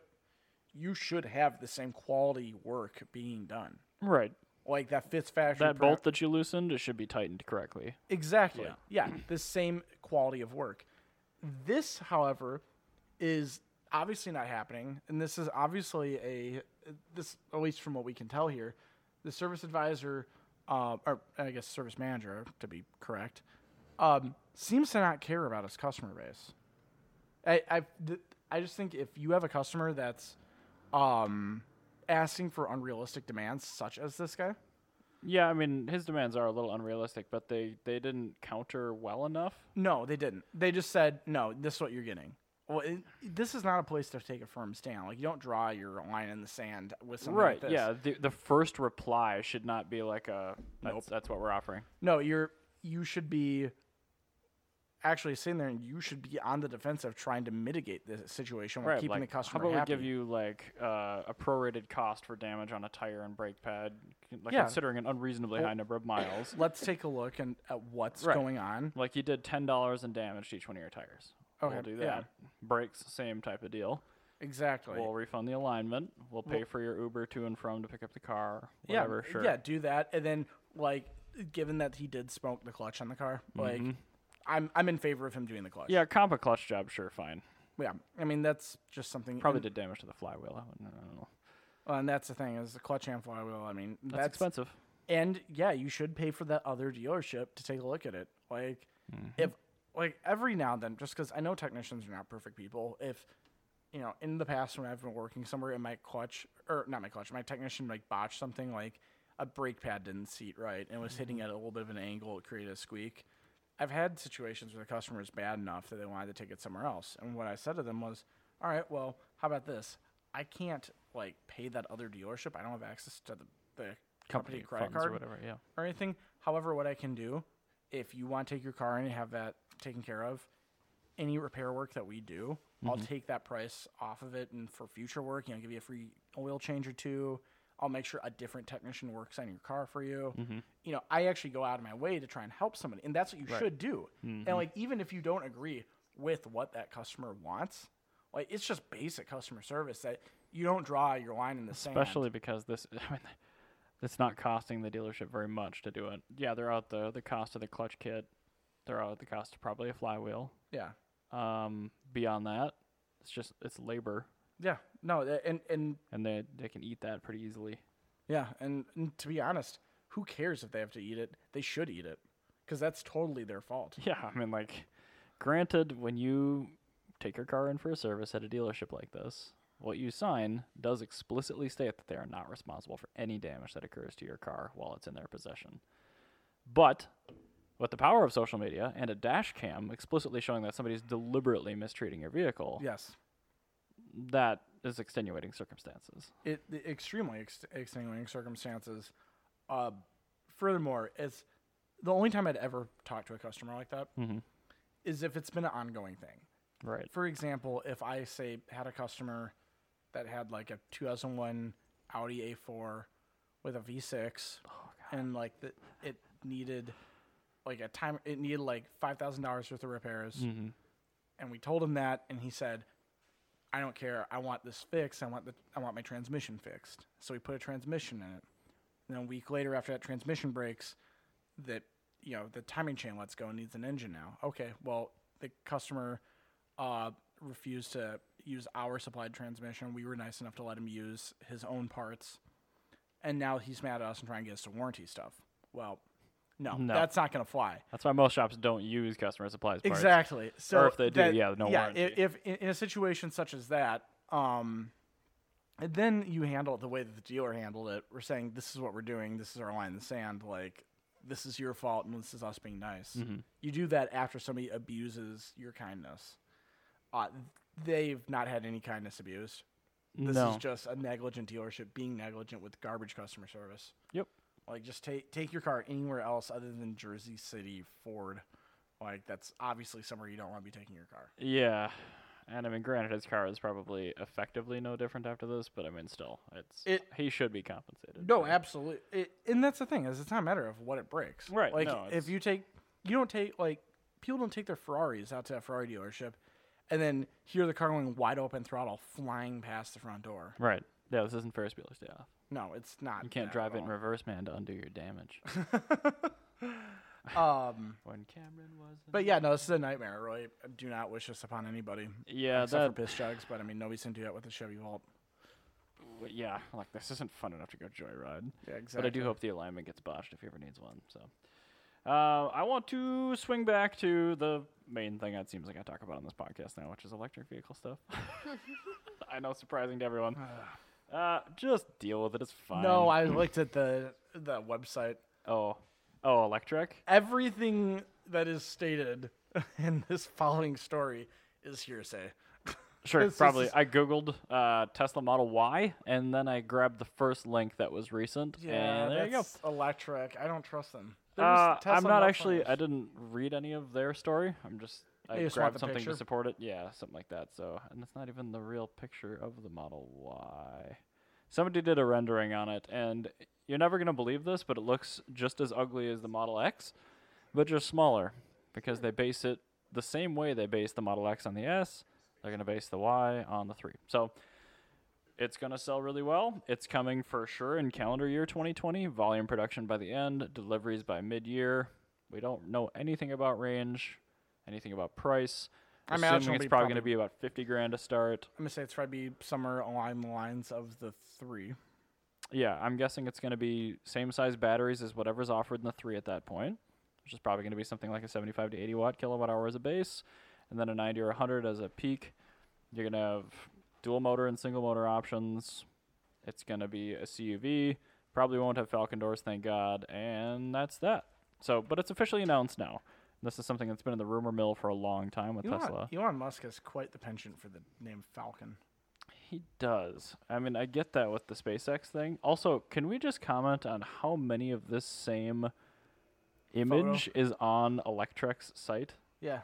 Speaker 2: you should have the same quality work being done.
Speaker 1: Right.
Speaker 2: like that fits factory
Speaker 1: That
Speaker 2: pro-
Speaker 1: bolt that you loosened, it should be tightened correctly.
Speaker 2: exactly yeah. the same quality of work this however is obviously not happening and this is obviously a this at least from what we can tell here the service advisor uh, or i guess service manager to be correct um, seems to not care about his customer base I, I, th- I just think if you have a customer that's um, asking for unrealistic demands such as this guy
Speaker 1: Yeah, I mean, his demands are a little unrealistic, but they, they didn't counter well enough.
Speaker 2: No, they didn't. They just said, "No, this is what you're getting." Well, it, this is not a place to take a firm stand. Like you don't draw your line in the sand with something like this.
Speaker 1: yeah, the, the first reply should not be like a, that's,
Speaker 2: Nope.
Speaker 1: that's what we're offering.
Speaker 2: No, you're you should be actually sitting there, and you should be on the defensive trying to mitigate the situation while
Speaker 1: Right,
Speaker 2: keeping
Speaker 1: like,
Speaker 2: the customer
Speaker 1: How about
Speaker 2: happy.
Speaker 1: we give you like uh, a prorated cost for damage on a tire and brake pad, c- like
Speaker 2: Yeah.
Speaker 1: considering an unreasonably high number of miles?
Speaker 2: Let's take a look and at what's
Speaker 1: Right.
Speaker 2: going on.
Speaker 1: like you did ten dollars in damage to each one of your tires.
Speaker 2: Okay,
Speaker 1: we'll do
Speaker 2: yeah.
Speaker 1: that. Brakes, same type of deal.
Speaker 2: Exactly.
Speaker 1: We'll refund the alignment. We'll pay for your Uber to and from to pick up the car.
Speaker 2: yeah,
Speaker 1: Whatever, sure.
Speaker 2: yeah, do that, and then like, given that he did smoke the clutch on the car, like, I'm I'm in favor of him doing the clutch.
Speaker 1: Mm-hmm. Yeah, comp a clutch job, sure, fine.
Speaker 2: yeah. I mean, that's just something.
Speaker 1: Probably
Speaker 2: and-
Speaker 1: did damage to the flywheel. I wouldn't- I don't know.
Speaker 2: Well, and that's the thing is the clutch and flywheel. I mean,
Speaker 1: That's,
Speaker 2: that's,
Speaker 1: expensive.
Speaker 2: and yeah, you should pay for that other dealership to take a look at it. Like, if like every now and then, just because I know technicians are not perfect people, if you know, in the past when I've been working somewhere and my clutch or not my clutch, my technician like botched something like a brake pad didn't seat right and was
Speaker 1: Mm-hmm.
Speaker 2: hitting at a little bit of an angle, it created a squeak. I've had situations where the customer is bad enough that they wanted to take it somewhere else. And what I said to them was, All right, well, how about this? I can't like pay that other dealership. I don't have access to the, the company, credit
Speaker 1: funds
Speaker 2: card
Speaker 1: or whatever. Yeah.
Speaker 2: or anything. However, what I can do, if you want to take your car in and have that taken care of, any repair work that we do, I'll take that price off of it, and for future work, you know, give you a free oil change or two. I'll make sure a different technician works on your car for you. You know, I actually go out of my way to try and help somebody, and that's what you should do. And like, even if you don't agree with what that customer wants, like it's just basic customer service that you don't draw your line in the sand.
Speaker 1: Especially because this, [laughs] I mean, it's not costing the dealership very much to do it. Yeah, they're out the the cost of the clutch kit. They're out the cost of probably a flywheel.
Speaker 2: yeah.
Speaker 1: Um, beyond that, it's just it's labor,
Speaker 2: Yeah, no, th- and and
Speaker 1: and they they can eat that pretty easily.
Speaker 2: yeah, and, and to be honest, who cares if they have to eat it? They should eat it, because that's totally their fault.
Speaker 1: [laughs] Yeah, I mean, like, granted, when you take your car in for a service at a dealership like this, what you sign does explicitly state that they are not responsible for any damage that occurs to your car while it's in their possession. But with the power of social media and a dash cam explicitly showing that somebody's deliberately mistreating your vehicle,
Speaker 2: Yes,
Speaker 1: that is extenuating circumstances.
Speaker 2: it the extremely ex- extenuating circumstances. Uh, furthermore, it's the only time I'd ever talk to a customer like that is if it's been an ongoing thing.
Speaker 1: Right.
Speaker 2: For example, if I say had a customer that had like a 2001 Audi A4 with a V6, and like the, it needed like a time, it needed like five thousand dollars worth of repairs, and we told him that, and he said, "I don't care. I want this fixed. I want the I want my transmission fixed." So we put a transmission in it. And then a week later, after that transmission breaks, that you know the timing chain lets go and needs an engine now. Okay, well the customer uh, refused to use our supplied transmission. We were nice enough to let him use his own parts, and now he's mad at us and trying to get us to warranty stuff. Well, no,
Speaker 1: No.
Speaker 2: that's not going to fly.
Speaker 1: That's why most shops don't use customer supplies parts.
Speaker 2: Exactly. So
Speaker 1: if they do,
Speaker 2: that-
Speaker 1: yeah, no
Speaker 2: yeah, i-
Speaker 1: warranty.
Speaker 2: If, in, in a situation such as that, um, and then you handle it the way that the dealer handled it. We're saying this is what we're doing. This is our line in the sand. Like this is your fault, and this is us being nice.
Speaker 1: Mm-hmm.
Speaker 2: You do that after somebody abuses your kindness. Uh, they've not had any kindness abused. This
Speaker 1: no.
Speaker 2: is just a negligent dealership being negligent with garbage customer service.
Speaker 1: yep.
Speaker 2: Like just take take your car anywhere else other than Jersey City Ford. Like that's obviously somewhere you don't want to be taking your car.
Speaker 1: Yeah. And I mean, granted, his car is probably effectively no different after this, but I mean, still, it's
Speaker 2: It-
Speaker 1: he should be compensated.
Speaker 2: No, absolutely. It, and that's the thing is it's not a matter of what it breaks.
Speaker 1: Right,
Speaker 2: Like
Speaker 1: no,
Speaker 2: if
Speaker 1: it's-
Speaker 2: you take you don't take like people don't take their Ferraris out to a Ferrari dealership and then hear the car going wide open throttle flying past the front door.
Speaker 1: Right. Yeah, this isn't Ferris Bueller's Day Off.
Speaker 2: No, it's not.
Speaker 1: You can't
Speaker 2: that
Speaker 1: drive
Speaker 2: at
Speaker 1: it in
Speaker 2: all.
Speaker 1: reverse, man, to undo your
Speaker 2: [laughs]
Speaker 1: damage.
Speaker 2: Um
Speaker 1: when Cameron was. in-
Speaker 2: but yeah, no, this is a nightmare, really. I do not wish this upon anybody.
Speaker 1: yeah,
Speaker 2: Except
Speaker 1: that.
Speaker 2: for piss jugs, but I mean nobody's gonna do that with a Chevy Volt.
Speaker 1: w- Yeah, like this isn't fun enough to go joyride.
Speaker 2: Yeah,
Speaker 1: But I do hope the alignment gets botched if he ever needs one. So, uh, I want to swing back to the main thing that seems like I talk about on this podcast now, which is electric vehicle
Speaker 2: [laughs]
Speaker 1: stuff. I know, surprising to everyone. Uh, just deal with it. It's fine.
Speaker 2: No, I looked at the the website.
Speaker 1: Oh, oh, electric.
Speaker 2: Everything that is stated [laughs] in this following story is [laughs] hearsay.
Speaker 1: Sure,
Speaker 2: It's just-
Speaker 1: probably. I googled uh, Tesla Model Y, and then I grabbed the first link that was recent. and there you go.
Speaker 2: that's electric. I don't trust them. They're just
Speaker 1: Uh,
Speaker 2: Tesla
Speaker 1: I'm not
Speaker 2: Model
Speaker 1: actually. I
Speaker 2: Ys.
Speaker 1: didn't read any of their story. I'm just. I
Speaker 2: You just want
Speaker 1: grabbed
Speaker 2: the
Speaker 1: something
Speaker 2: picture?
Speaker 1: to support it. Yeah, something like that. So, and it's not even the real picture of the Model Y. Somebody did a rendering on it, and you're never gonna believe this, but it looks just as ugly as the Model X, but just smaller, because they base it the same way they base the Model X on the S. They're gonna base the Y on the three. So, it's going to sell really well. It's coming for sure in calendar year 2020. Volume production by the end, deliveries by mid year. We don't know anything about range, anything about price.
Speaker 2: I
Speaker 1: I'm
Speaker 2: imagine
Speaker 1: assuming
Speaker 2: it'll
Speaker 1: it's
Speaker 2: be
Speaker 1: probably going to
Speaker 2: probably-
Speaker 1: be about 50 grand to start.
Speaker 2: I'm gonna say it's probably somewhere along the lines of the three.
Speaker 1: Yeah, I'm guessing it's going to be same size batteries as whatever's offered in the 3 at that point, which is probably going to be something like a 75 to 80 watt kilowatt hour as a base, and then a 90 or 100 as a peak. You're going to have dual motor and single motor options. It's gonna be a CUV. Probably won't have Falcon doors, thank God. And that's that. So, but it's officially announced now. This is something that's been in the rumor mill for a long time with
Speaker 2: Elon,
Speaker 1: Tesla.
Speaker 2: Elon Musk has quite the penchant for the name Falcon.
Speaker 1: He does. I mean, I get that with the SpaceX thing. Also, can we just comment on how many of this same image is on Electrek's site?
Speaker 2: Yeah,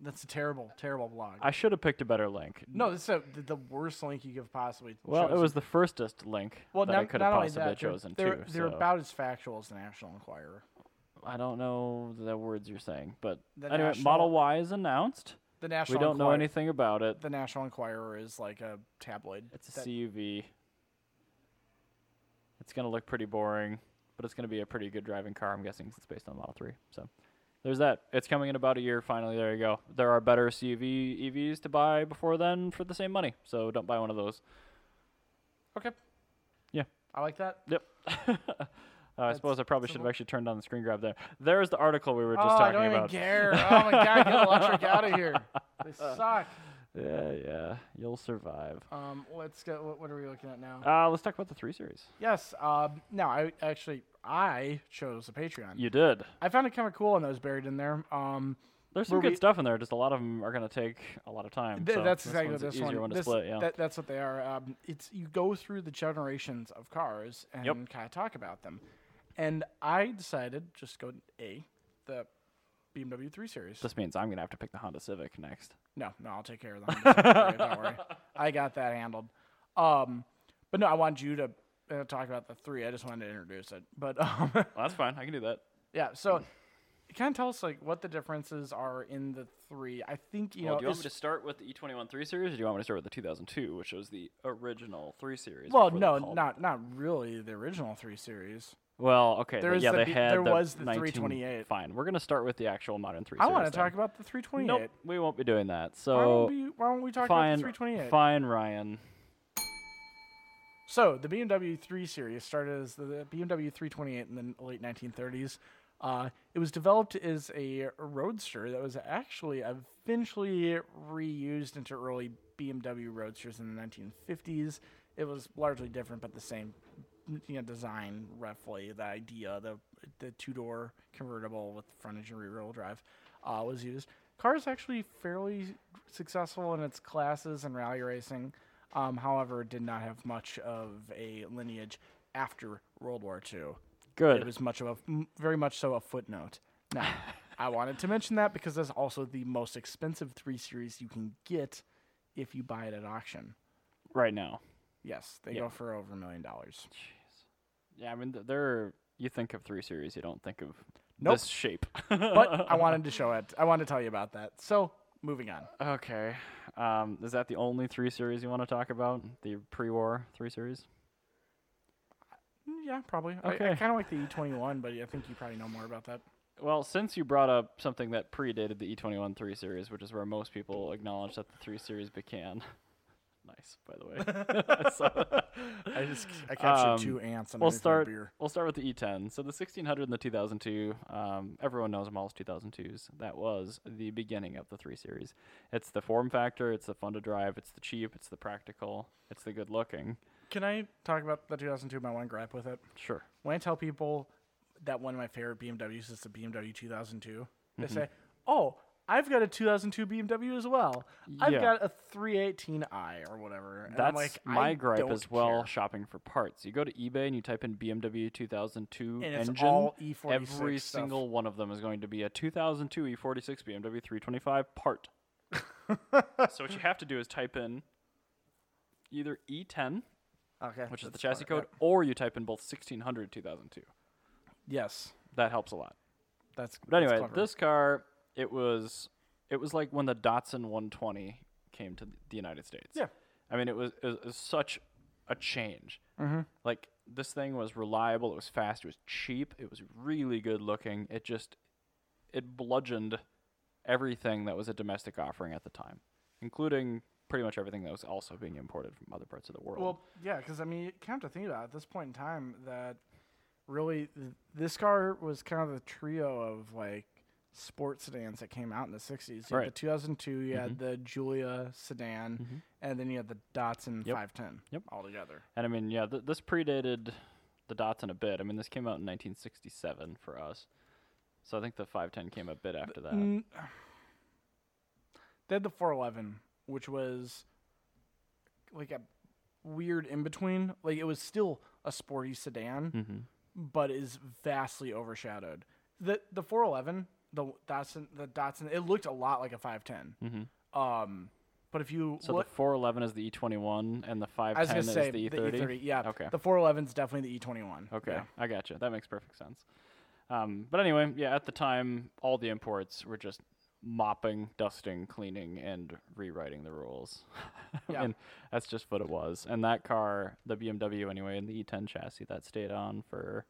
Speaker 2: that's a terrible, terrible blog.
Speaker 1: I should have picked a better link.
Speaker 2: no, this is a, the- the worst link you could have possibly.
Speaker 1: Well, it
Speaker 2: chosen.
Speaker 1: was the firstest link
Speaker 2: Well,
Speaker 1: that
Speaker 2: not,
Speaker 1: I could
Speaker 2: not
Speaker 1: have
Speaker 2: only
Speaker 1: possibly
Speaker 2: that, they're-
Speaker 1: chosen
Speaker 2: they're,
Speaker 1: too.
Speaker 2: They're
Speaker 1: so
Speaker 2: about as factual as the National Enquirer.
Speaker 1: I don't know the words you're saying, but
Speaker 2: The
Speaker 1: anyway,
Speaker 2: national-
Speaker 1: Model Y is announced.
Speaker 2: The National
Speaker 1: we don't know
Speaker 2: Enquirer-
Speaker 1: anything about it.
Speaker 2: The National Enquirer is like a tabloid.
Speaker 1: It's a
Speaker 2: that-
Speaker 1: CUV. It's gonna look pretty boring, but it's gonna be a pretty good driving car. I'm guessing 'cause it's based on Model Three. So there's that. It's coming in about a year. Finally, there you go. There are better CUV EVs E to buy before then for the same money. So don't buy one of those.
Speaker 2: Okay.
Speaker 1: Yeah.
Speaker 2: I like that.
Speaker 1: Yep. [laughs] Uh, I
Speaker 2: That's
Speaker 1: suppose I probably should have
Speaker 2: simple.
Speaker 1: actually turned on the screen grab there. There's the article we were just
Speaker 2: oh,
Speaker 1: talking
Speaker 2: I don't
Speaker 1: about.
Speaker 2: even
Speaker 1: [laughs]
Speaker 2: care. Oh my god, get electric out of here. They suck.
Speaker 1: Yeah, yeah. You'll survive.
Speaker 2: Um, let's go. What, what are we looking at now?
Speaker 1: Uh, let's talk about the three series.
Speaker 2: yes. Um, no, I actually I chose a Patreon.
Speaker 1: You did.
Speaker 2: I found it kind of cool, and I was buried in there. Um,
Speaker 1: There's some
Speaker 2: Were
Speaker 1: good
Speaker 2: we-
Speaker 1: stuff in there. Just a lot of them are going to take a lot of time.
Speaker 2: Th-
Speaker 1: so
Speaker 2: that's
Speaker 1: this
Speaker 2: exactly
Speaker 1: one's
Speaker 2: what
Speaker 1: an
Speaker 2: this
Speaker 1: easier
Speaker 2: one.
Speaker 1: one to
Speaker 2: this-
Speaker 1: split. Yeah.
Speaker 2: that- that's what they are. Um, it's you go through the generations of cars and
Speaker 1: Yep.
Speaker 2: kind of talk about them. And I decided just go A, the BMW 3 Series.
Speaker 1: This means I'm gonna have to pick the Honda Civic next.
Speaker 2: no, no, I'll take care of the Honda Civic.
Speaker 1: [laughs]
Speaker 2: Don't worry, I got that handled. Um, but no, I wanted you to uh, talk about the three. I just wanted to introduce it. But um, [laughs]
Speaker 1: Well, that's fine. I can do that.
Speaker 2: yeah, so. Kind of tell us like what the differences are in the three. I think you
Speaker 1: Well,
Speaker 2: know.
Speaker 1: do you want
Speaker 2: it's-
Speaker 1: me to start with the E21 3 Series, or do you want me to start with the 2002, which was the original 3 Series?
Speaker 2: well,
Speaker 1: before they
Speaker 2: no,
Speaker 1: called-
Speaker 2: not not really the original three series.
Speaker 1: Well, okay.
Speaker 2: There
Speaker 1: th-
Speaker 2: is
Speaker 1: yeah,
Speaker 2: the
Speaker 1: they
Speaker 2: B-
Speaker 1: had
Speaker 2: there
Speaker 1: the
Speaker 2: was the
Speaker 1: 19
Speaker 2: 328.
Speaker 1: Fine. We're gonna start with the actual modern 3
Speaker 2: I
Speaker 1: Series.
Speaker 2: want to
Speaker 1: then.
Speaker 2: talk about the 328.
Speaker 1: Nope, we won't be doing that.
Speaker 2: Why,
Speaker 1: So
Speaker 2: don't we, why don't we talk
Speaker 1: fine,
Speaker 2: about the 328?
Speaker 1: fine, Ryan.
Speaker 2: So the BMW 3 Series started as the BMW 328 in the late 1930s. Uh, it was developed as a roadster that was actually eventually reused into early BMW roadsters in the 1950s. It was largely different, but the same you know, design, roughly the idea, the the two door convertible with frontage and rear wheel drive uh, was used. Car is actually fairly successful in its classes and rally racing. Um, however, it did not have much of a lineage after World War II. It
Speaker 1: Good.
Speaker 2: was much of a m- very much so a footnote.
Speaker 1: [laughs]
Speaker 2: Now, I wanted to mention that because that's also the most expensive three series you can get if you buy it at auction.
Speaker 1: right now.
Speaker 2: Yes, they
Speaker 1: Yeah.
Speaker 2: go for over a million dollars.
Speaker 1: Yeah, I mean, th- they're. You think of 3 Series, you don't think of
Speaker 2: Nope.
Speaker 1: this shape. [laughs]
Speaker 2: But [laughs] I wanted to show it. I wanted to tell you about that. So moving on.
Speaker 1: Okay. Um, is that the only three series you want to talk about? The pre-war three series?
Speaker 2: Mm, Yeah, probably. I, I
Speaker 1: Okay.
Speaker 2: kind of like the E21, but I think you probably know more about that.
Speaker 1: Well, since you brought up something that predated the E21 3 series, which is where most people acknowledge that the 3 series began. [laughs] nice, by the way. [laughs] So-
Speaker 2: I just I captured
Speaker 1: Um,
Speaker 2: two ants.
Speaker 1: we'll
Speaker 2: underneath my
Speaker 1: start.
Speaker 2: Beer.
Speaker 1: We'll start with the E10. So the 1600 and the 2002. Um, everyone knows them all as 2002s. That was the beginning of the three series. It's the form factor. It's the fun to drive. It's the cheap. It's the practical. It's the good looking.
Speaker 2: Can I talk about the 2002? My one gripe with it.
Speaker 1: Sure.
Speaker 2: when I tell people that one of my favorite BMWs is the BMW 2002, they say, "Oh, I've got a 2002 BMW as well. I've
Speaker 1: Yeah.
Speaker 2: got a 318i or whatever." And
Speaker 1: That's
Speaker 2: I'm like,
Speaker 1: my
Speaker 2: "I
Speaker 1: gripe
Speaker 2: don't
Speaker 1: as well.
Speaker 2: care."
Speaker 1: Shopping for parts, you go to eBay and you type in BMW 2002
Speaker 2: And it's
Speaker 1: engine.
Speaker 2: all E46
Speaker 1: every
Speaker 2: stuff.
Speaker 1: single one of them is going to be a 2002 E46 BMW 325
Speaker 2: [laughs]
Speaker 1: part. so what you have to do is type in either E E10,
Speaker 2: Okay,
Speaker 1: which is the
Speaker 2: that's
Speaker 1: chassis
Speaker 2: fine.
Speaker 1: code, or you type in both 1600 2002.
Speaker 2: Yes,
Speaker 1: That helps a lot.
Speaker 2: that's.
Speaker 1: But anyway,
Speaker 2: that's clever.
Speaker 1: this car, it was it was like when the Datsun 120 came to the United States.
Speaker 2: Yeah.
Speaker 1: I mean, it was, it was, it was such a change. Mm-hmm. Like this thing was reliable. It was fast. It was cheap. It was really good looking. It just it bludgeoned everything that was a domestic offering at the time, including pretty much everything that was also being imported from other parts of the world.
Speaker 2: Well, yeah, because I mean, you kind of have to think about it, at this point in time that really th- this car was kind of the trio of like sports sedans that came out in the 60s. You had
Speaker 1: Right. Mm-hmm.
Speaker 2: the 2002, you had the Julia sedan, and then you had the Datsun
Speaker 1: Yep.
Speaker 2: 510
Speaker 1: Yep.
Speaker 2: all together.
Speaker 1: And I mean, yeah, th- this predated the Datsun a bit. I mean, this came out in 1967 for us. So I think the 510 came a bit after that.
Speaker 2: Mm. [sighs] They had the 411, which was like a weird in between. Like it was still a sporty sedan,
Speaker 1: Mm-hmm.
Speaker 2: but is vastly overshadowed. The the 411, the Datsun, the Datsun, it looked a lot like a 510. Um, but if you
Speaker 1: Mm-hmm. So
Speaker 2: look,
Speaker 1: the 411 is the E21 and the
Speaker 2: I
Speaker 1: 510
Speaker 2: was gonna
Speaker 1: is
Speaker 2: say
Speaker 1: the
Speaker 2: the
Speaker 1: E30.
Speaker 2: E30. yeah.
Speaker 1: Okay.
Speaker 2: The 411 is definitely the E21.
Speaker 1: Okay,
Speaker 2: yeah.
Speaker 1: I gotcha. That makes perfect sense. Um, but anyway, yeah, at the time, all the imports were just mopping, dusting, cleaning, and rewriting the rules. [laughs]
Speaker 2: Yeah.
Speaker 1: and that's just what it was. And that car, the BMW anyway, and the E10 chassis, that stayed on for,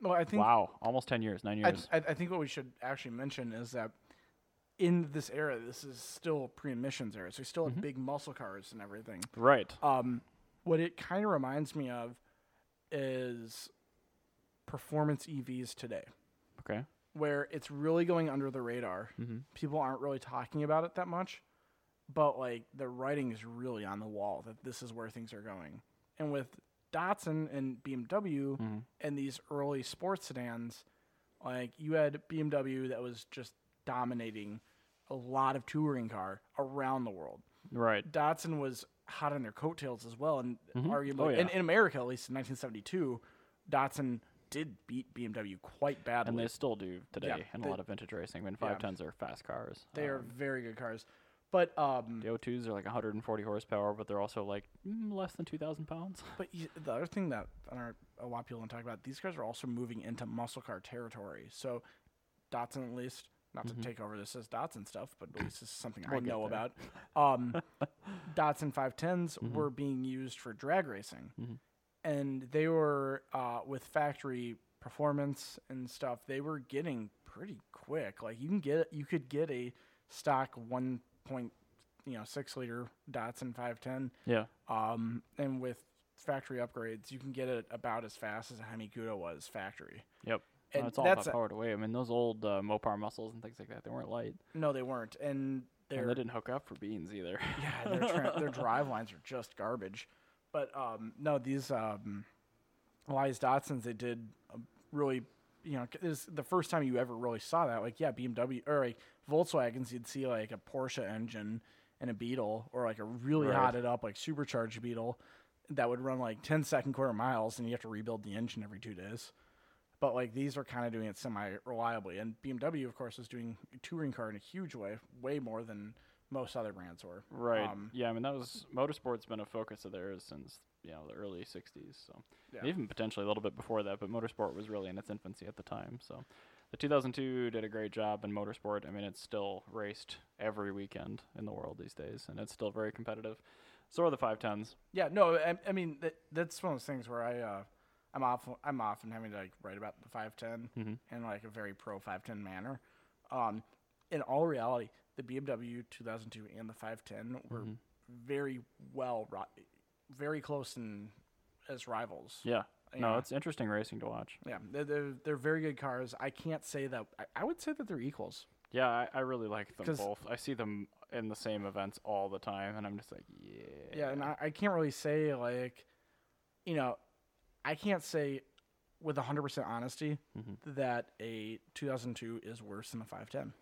Speaker 2: Well, I think
Speaker 1: wow, almost 10 years, nine
Speaker 2: I,
Speaker 1: years.
Speaker 2: I, I think what we should actually mention is that in this era, this is still pre-emissions era, so we still have big muscle cars and everything.
Speaker 1: right.
Speaker 2: Um, what it kind of reminds me of is performance EVs today,
Speaker 1: Okay.
Speaker 2: where it's really going under the radar.
Speaker 1: Mm-hmm.
Speaker 2: People aren't really talking about it that much, but like the writing is really on the wall that this is where things are going. And with Datsun and BMW
Speaker 1: Mm-hmm.
Speaker 2: and these early sports sedans, like you had BMW that was just dominating a lot of touring car around the world.
Speaker 1: Right.
Speaker 2: Datsun was hot on their coattails as well, and arguably,
Speaker 1: Oh, yeah.
Speaker 2: in, in America at least in 1972, Datsun did beat BMW quite badly.
Speaker 1: And they still do today in
Speaker 2: they-
Speaker 1: a lot of vintage racing. I mean, 510s are fast cars.
Speaker 2: they
Speaker 1: Um,
Speaker 2: are very good cars, but um,
Speaker 1: The O2s are like 140 horsepower, but they're also like mm, less than 2,000 pounds. [laughs]
Speaker 2: but you, the other thing that I don't know, a lot of people don't talk about, these cars are also moving into muscle car territory. So Datsun, at least, not to take over this as Datsun stuff, but at least this is something I
Speaker 1: Mm-hmm. get
Speaker 2: know
Speaker 1: there. Mm-hmm.
Speaker 2: about. Um,
Speaker 1: [laughs]
Speaker 2: Datsun 510s were being used for drag racing, and they were uh, with factory performance and stuff. They were getting pretty quick. Like you can get, you could get a stock one point, you know, six liter Datsun 510
Speaker 1: Yeah.
Speaker 2: um, and with factory upgrades, you can get it about as fast as a Hemiguda was factory.
Speaker 1: Yep. And
Speaker 2: And
Speaker 1: it's all
Speaker 2: that's
Speaker 1: about
Speaker 2: a-
Speaker 1: power to weight. I mean, those old uh, Mopar muscles and things like that, they weren't light.
Speaker 2: No, they weren't, and they're
Speaker 1: And they didn't hook up for beans either. [laughs]
Speaker 2: yeah, their tra- their drive lines are just garbage. But um, no, these um, Elias Dotsons, they did a really, you know, c- this the first time you ever really saw that. Like, yeah, BMW or like Volkswagens, you'd see like a Porsche engine and a Beetle, or like a really
Speaker 1: Right.
Speaker 2: hotted up like supercharged Beetle that would run like 10 second quarter miles, and you have to rebuild the engine every two days. But like these are kind of doing it semi reliably, and BMW, of course, is doing touring car in a huge way, way more than most other brands were.
Speaker 1: right.
Speaker 2: Um,
Speaker 1: yeah. I mean, that was motorsport's been a focus of theirs since you know the early '60s. So
Speaker 2: Yeah.
Speaker 1: And even potentially a little bit before that, but motorsport was really in its infancy at the time. So the 2002 did a great job in motorsport. I mean, it's still raced every weekend in the world these days, and it's still very competitive. So are the 510s.
Speaker 2: yeah. No. I, I mean, that, that's one of those things where I, uh, I'm off. I'm often having to like write about the 510 in like a very pro 510 manner. Um, in all reality, the BMW 2002 and the 510 were very well, ri- very close in as rivals.
Speaker 1: Yeah. No,
Speaker 2: Yeah.
Speaker 1: it's interesting racing to watch.
Speaker 2: Yeah, they're, they're they're very good cars. I can't say that. I, I would say that they're equals.
Speaker 1: Yeah, I, I really like them
Speaker 2: 'Cause-
Speaker 1: both. I see them in the same events all the time, and I'm just like, yeah.
Speaker 2: Yeah, and I, I can't really say like, you know, I can't say with 100% honesty
Speaker 1: Mm-hmm.
Speaker 2: that a 2002 is worse than a 510.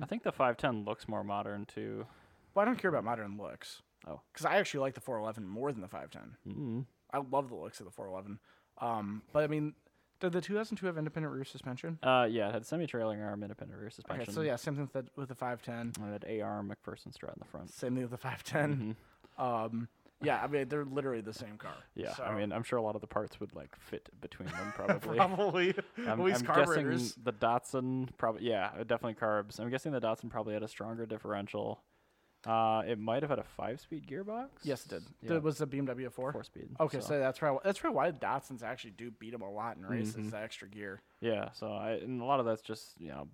Speaker 1: I think the 510 looks more modern too.
Speaker 2: Well, I don't care about modern looks.
Speaker 1: Oh.
Speaker 2: Because I actually like the 411 more than the 510.
Speaker 1: Mm.
Speaker 2: I love the looks of the 411. Um, but I mean, did the 2002 have independent rear suspension?
Speaker 1: Uh, yeah, it had semi-trailing arm, independent rear suspension.
Speaker 2: Okay, so yeah, same thing with the, with the 510.
Speaker 1: And it had AR McPherson strut in the front.
Speaker 2: Same thing with the 510. Um, yeah, I mean, they're literally the same car.
Speaker 1: Mm-hmm. Yeah,
Speaker 2: so-
Speaker 1: I mean, I'm sure a lot of the parts would like fit between them probably.
Speaker 2: [laughs] probably
Speaker 1: I'm,
Speaker 2: at least
Speaker 1: I'm
Speaker 2: carburetors.
Speaker 1: guessing the Datsun probably yeah, uh, definitely carbs. I'm guessing the Datsun probably had a stronger differential. Uh, it might have had a five-speed gearbox.
Speaker 2: Yes, it did.
Speaker 1: Yeah,
Speaker 2: That was the BMW 4.
Speaker 1: four-speed.
Speaker 2: Okay, so, that's probably that's probably why Datsuns actually do beat them a lot in races.
Speaker 1: Mm-hmm.
Speaker 2: The extra gear.
Speaker 1: Yeah, so I and a lot of that's just you know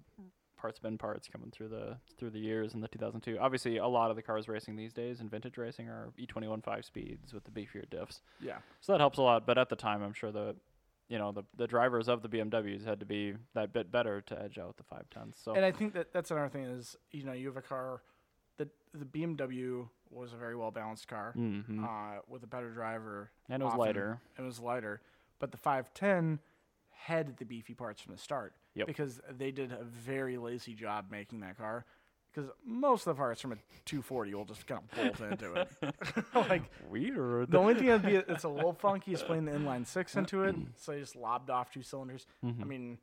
Speaker 1: parts been parts coming through the through the years in the 2002. Obviously, a lot of the cars racing these days in vintage racing are E21 five speeds with the beefier diffs,
Speaker 2: Yeah,
Speaker 1: so that helps a lot. But at the time, I'm sure the you know the the drivers of the BMWs had to be that bit better to edge out the five tens. So
Speaker 2: And I think that that's another thing is you know you have a car that the BMW was a very well balanced car
Speaker 1: Mhm.
Speaker 2: uh, with a better driver
Speaker 1: And it was
Speaker 2: often.
Speaker 1: lighter.
Speaker 2: It was lighter, but the 510 had the beefy parts from the start
Speaker 1: Yep.
Speaker 2: because they did a very lazy job making that car. Because most of the parts from a 240 will just kind of bolt into it.
Speaker 1: [laughs]
Speaker 2: [laughs] like
Speaker 1: weird.
Speaker 2: the only thing that'd be it's a little funky is playing the inline six into it. So they just lobbed off two cylinders. I mean,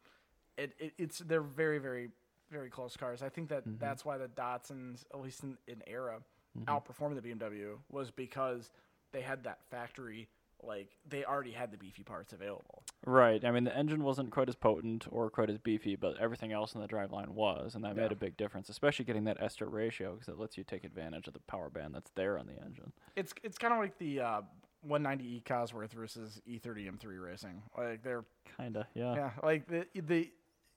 Speaker 2: it, it it's they're very very very close cars. I think that that's why the Datsuns, at least in in era, outperformed the BMW was because they had that factory like they already had the beefy parts available.
Speaker 1: Right. I mean, the engine wasn't quite as potent or quite as beefy, but everything else in the driveline was, and that made a big difference, especially getting that ester ratio because it lets you take advantage of the power band that's there on the engine.
Speaker 2: It's it's kind of like the uh, 190e Cosworth versus E E30 M3 racing. Like they're
Speaker 1: Kind of, yeah.
Speaker 2: Yeah, like the the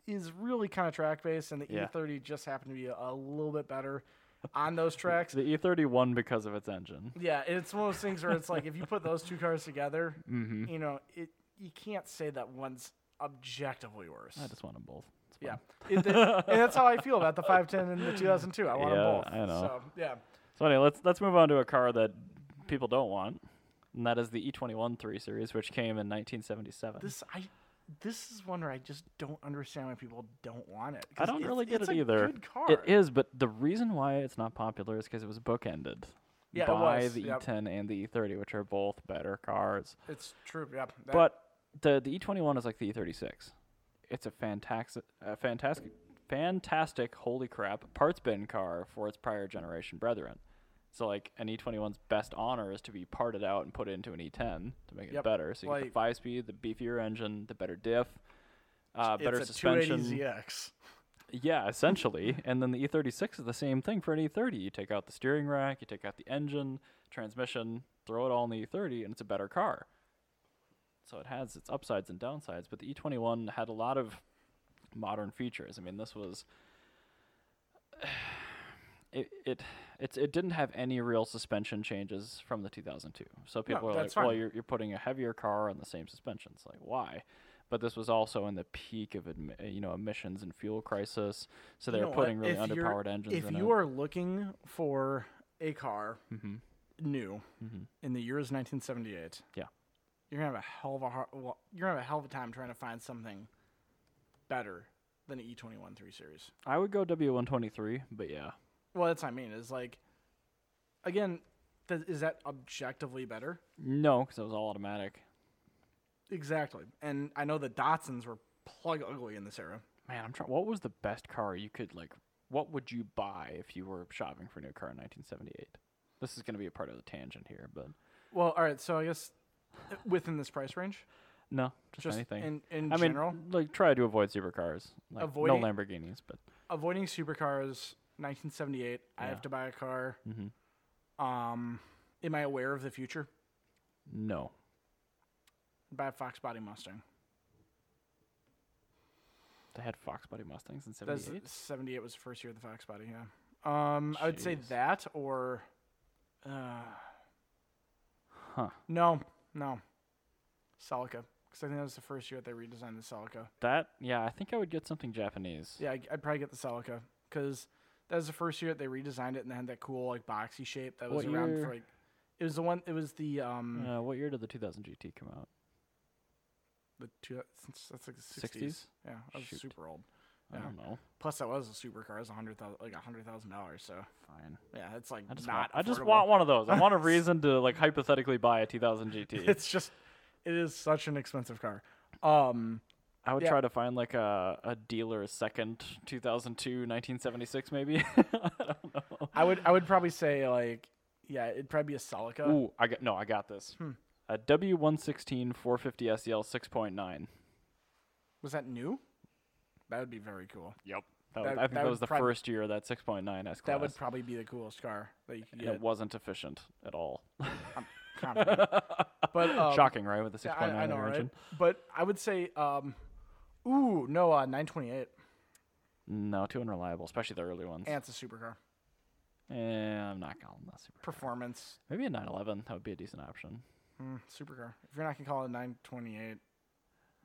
Speaker 2: is really kind of track based, and the
Speaker 1: Yeah.
Speaker 2: E30 just happened to be a, a little bit better on those tracks.
Speaker 1: The E30 won because of its engine.
Speaker 2: Yeah, it's one of those things where it's like if you put those two cars together,
Speaker 1: Mhm.
Speaker 2: you know, it you can't say that one's objectively worse.
Speaker 1: I just want them both. It's fine.
Speaker 2: yeah, It- that- and that's how I feel about the 510 and the 2002. I want
Speaker 1: Yeah,
Speaker 2: them both.
Speaker 1: I know.
Speaker 2: So yeah,
Speaker 1: So anyway, let's let's move on to a car that people don't want, and that is the E E21 3 Series, which came in 1977.
Speaker 2: this I. This is one where I just don't understand why people don't want it.
Speaker 1: I
Speaker 2: 'cause
Speaker 1: don't
Speaker 2: it's-
Speaker 1: really get
Speaker 2: it's
Speaker 1: it
Speaker 2: a
Speaker 1: either.
Speaker 2: Good car.
Speaker 1: It is, but the reason why it's not popular is because it was bookended
Speaker 2: Yeah, it
Speaker 1: by
Speaker 2: was,
Speaker 1: the
Speaker 2: yep.
Speaker 1: E10 and the E30, which are both better cars.
Speaker 2: It's true. Yeah. that-
Speaker 1: But the the E21 is like the E36. It's a fantastic, a fantastic, fantastic, holy crap parts bin car for its prior generation brethren. So like an E21's best honor is to be parted out and put into an E10 to make it
Speaker 2: Yep,
Speaker 1: better. So you get
Speaker 2: like-
Speaker 1: the five speed, the beefier engine, the better diff, uh, better
Speaker 2: it's a
Speaker 1: suspension.
Speaker 2: 280 ZX.
Speaker 1: Yeah, essentially. and then the E36 is the same thing for an E30. You take out the steering rack, you take out the engine, transmission, throw it all in the E30, and it's a better car. So it has its upsides and downsides, but the E21 had a lot of modern features. I mean, this was [sighs] it it it's, it didn't have any real suspension changes from the 2002. So people are like,
Speaker 2: that's
Speaker 1: "Well,
Speaker 2: fine.
Speaker 1: you're you're putting a heavier car on the same suspensions. Like, why?" But this was also in the peak of admi- uh, you know emissions and fuel crisis, so they
Speaker 2: You
Speaker 1: were
Speaker 2: know what?
Speaker 1: putting really
Speaker 2: If you're-
Speaker 1: underpowered engines
Speaker 2: If
Speaker 1: in
Speaker 2: you
Speaker 1: it. Mm-hmm.
Speaker 2: are looking for a car new in the year is 1978,
Speaker 1: Yeah.
Speaker 2: you're gonna have a hell of a hard, well, you're gonna have a hell of a time trying to find something better than an E21 3 Series.
Speaker 1: I would go W123, but yeah,
Speaker 2: Well, that's what I mean. Is like, again, th- is that objectively better?
Speaker 1: no, because it was all automatic.
Speaker 2: Exactly. And I know the Datsuns were plug ugly in this era.
Speaker 1: Man, I'm trying. What was the best car you could like? What would you buy if you were shopping for a new car in 1978? This is going to be a part of the tangent here, but
Speaker 2: Well, all right. So I guess uh, within this price range,
Speaker 1: no, just,
Speaker 2: just
Speaker 1: anything.
Speaker 2: in in
Speaker 1: I mean,
Speaker 2: general.
Speaker 1: like try to avoid supercars, like
Speaker 2: Avoiding-
Speaker 1: no Lamborghinis, but
Speaker 2: avoiding supercars 1978 i have to buy a car
Speaker 1: mm-hmm,
Speaker 2: um am i aware of the future
Speaker 1: no.
Speaker 2: buy a fox body mustang
Speaker 1: They had Fox Body Mustangs in
Speaker 2: that's
Speaker 1: '78.
Speaker 2: 78 was the first year of the fox body yeah um i would say that or uh
Speaker 1: Huh.
Speaker 2: no no celica because i think that was the first year that they redesigned the celica
Speaker 1: That yeah, I think I would get something Japanese.
Speaker 2: yeah I- i'd probably get the celica because that was the first year that they redesigned it and they had that cool like boxy shape that was
Speaker 1: What
Speaker 2: around
Speaker 1: year?
Speaker 2: for like it was the one it was the um
Speaker 1: Uh, what year did the 2000 GT come out?
Speaker 2: the two since that's like the 60s.
Speaker 1: 60s?
Speaker 2: Yeah, that was
Speaker 1: Shoot.
Speaker 2: super old.
Speaker 1: I
Speaker 2: Yeah.
Speaker 1: don't know.
Speaker 2: Plus, that was a supercar. It was a hundred thousand, like a hundred thousand dollars. So
Speaker 1: Fine.
Speaker 2: yeah, it's like
Speaker 1: I just
Speaker 2: not.
Speaker 1: want, I just
Speaker 2: affordable.
Speaker 1: want one of those. I
Speaker 2: [laughs]
Speaker 1: want a reason to like hypothetically buy a 2000 GT.
Speaker 2: It's just, it is such an expensive car. Um,
Speaker 1: I would
Speaker 2: yeah.
Speaker 1: try to find like a a dealer's second 2002 1976 maybe. [laughs] I don't know.
Speaker 2: I would, I would probably say like, yeah, it'd probably be a Celica.
Speaker 1: Ooh, I got no, I got this.
Speaker 2: Hmm.
Speaker 1: A W116 450 SEL 6.9.
Speaker 2: Was that new? That would be very cool.
Speaker 1: Yep. That,
Speaker 2: That-
Speaker 1: was, I think
Speaker 2: that
Speaker 1: that,
Speaker 2: would
Speaker 1: was the
Speaker 2: prob-
Speaker 1: first year of that 6.9 S class.
Speaker 2: That would probably be the coolest car that you could
Speaker 1: and it
Speaker 2: get.
Speaker 1: wasn't efficient at all. [laughs]
Speaker 2: I'm confident. but um,
Speaker 1: Shocking, right? With the 6.9
Speaker 2: yeah, I, I know,
Speaker 1: liter
Speaker 2: right?
Speaker 1: engine.
Speaker 2: But I would say, um, ooh, no, uh, nine twenty eight,
Speaker 1: No, too unreliable, especially the early ones.
Speaker 2: and it's a supercar.
Speaker 1: Eh, I'm not calling that super.
Speaker 2: Performance,
Speaker 1: Maybe a 911. That would be a decent option.
Speaker 2: Mm, supercar. If you're not gonna call it a 928,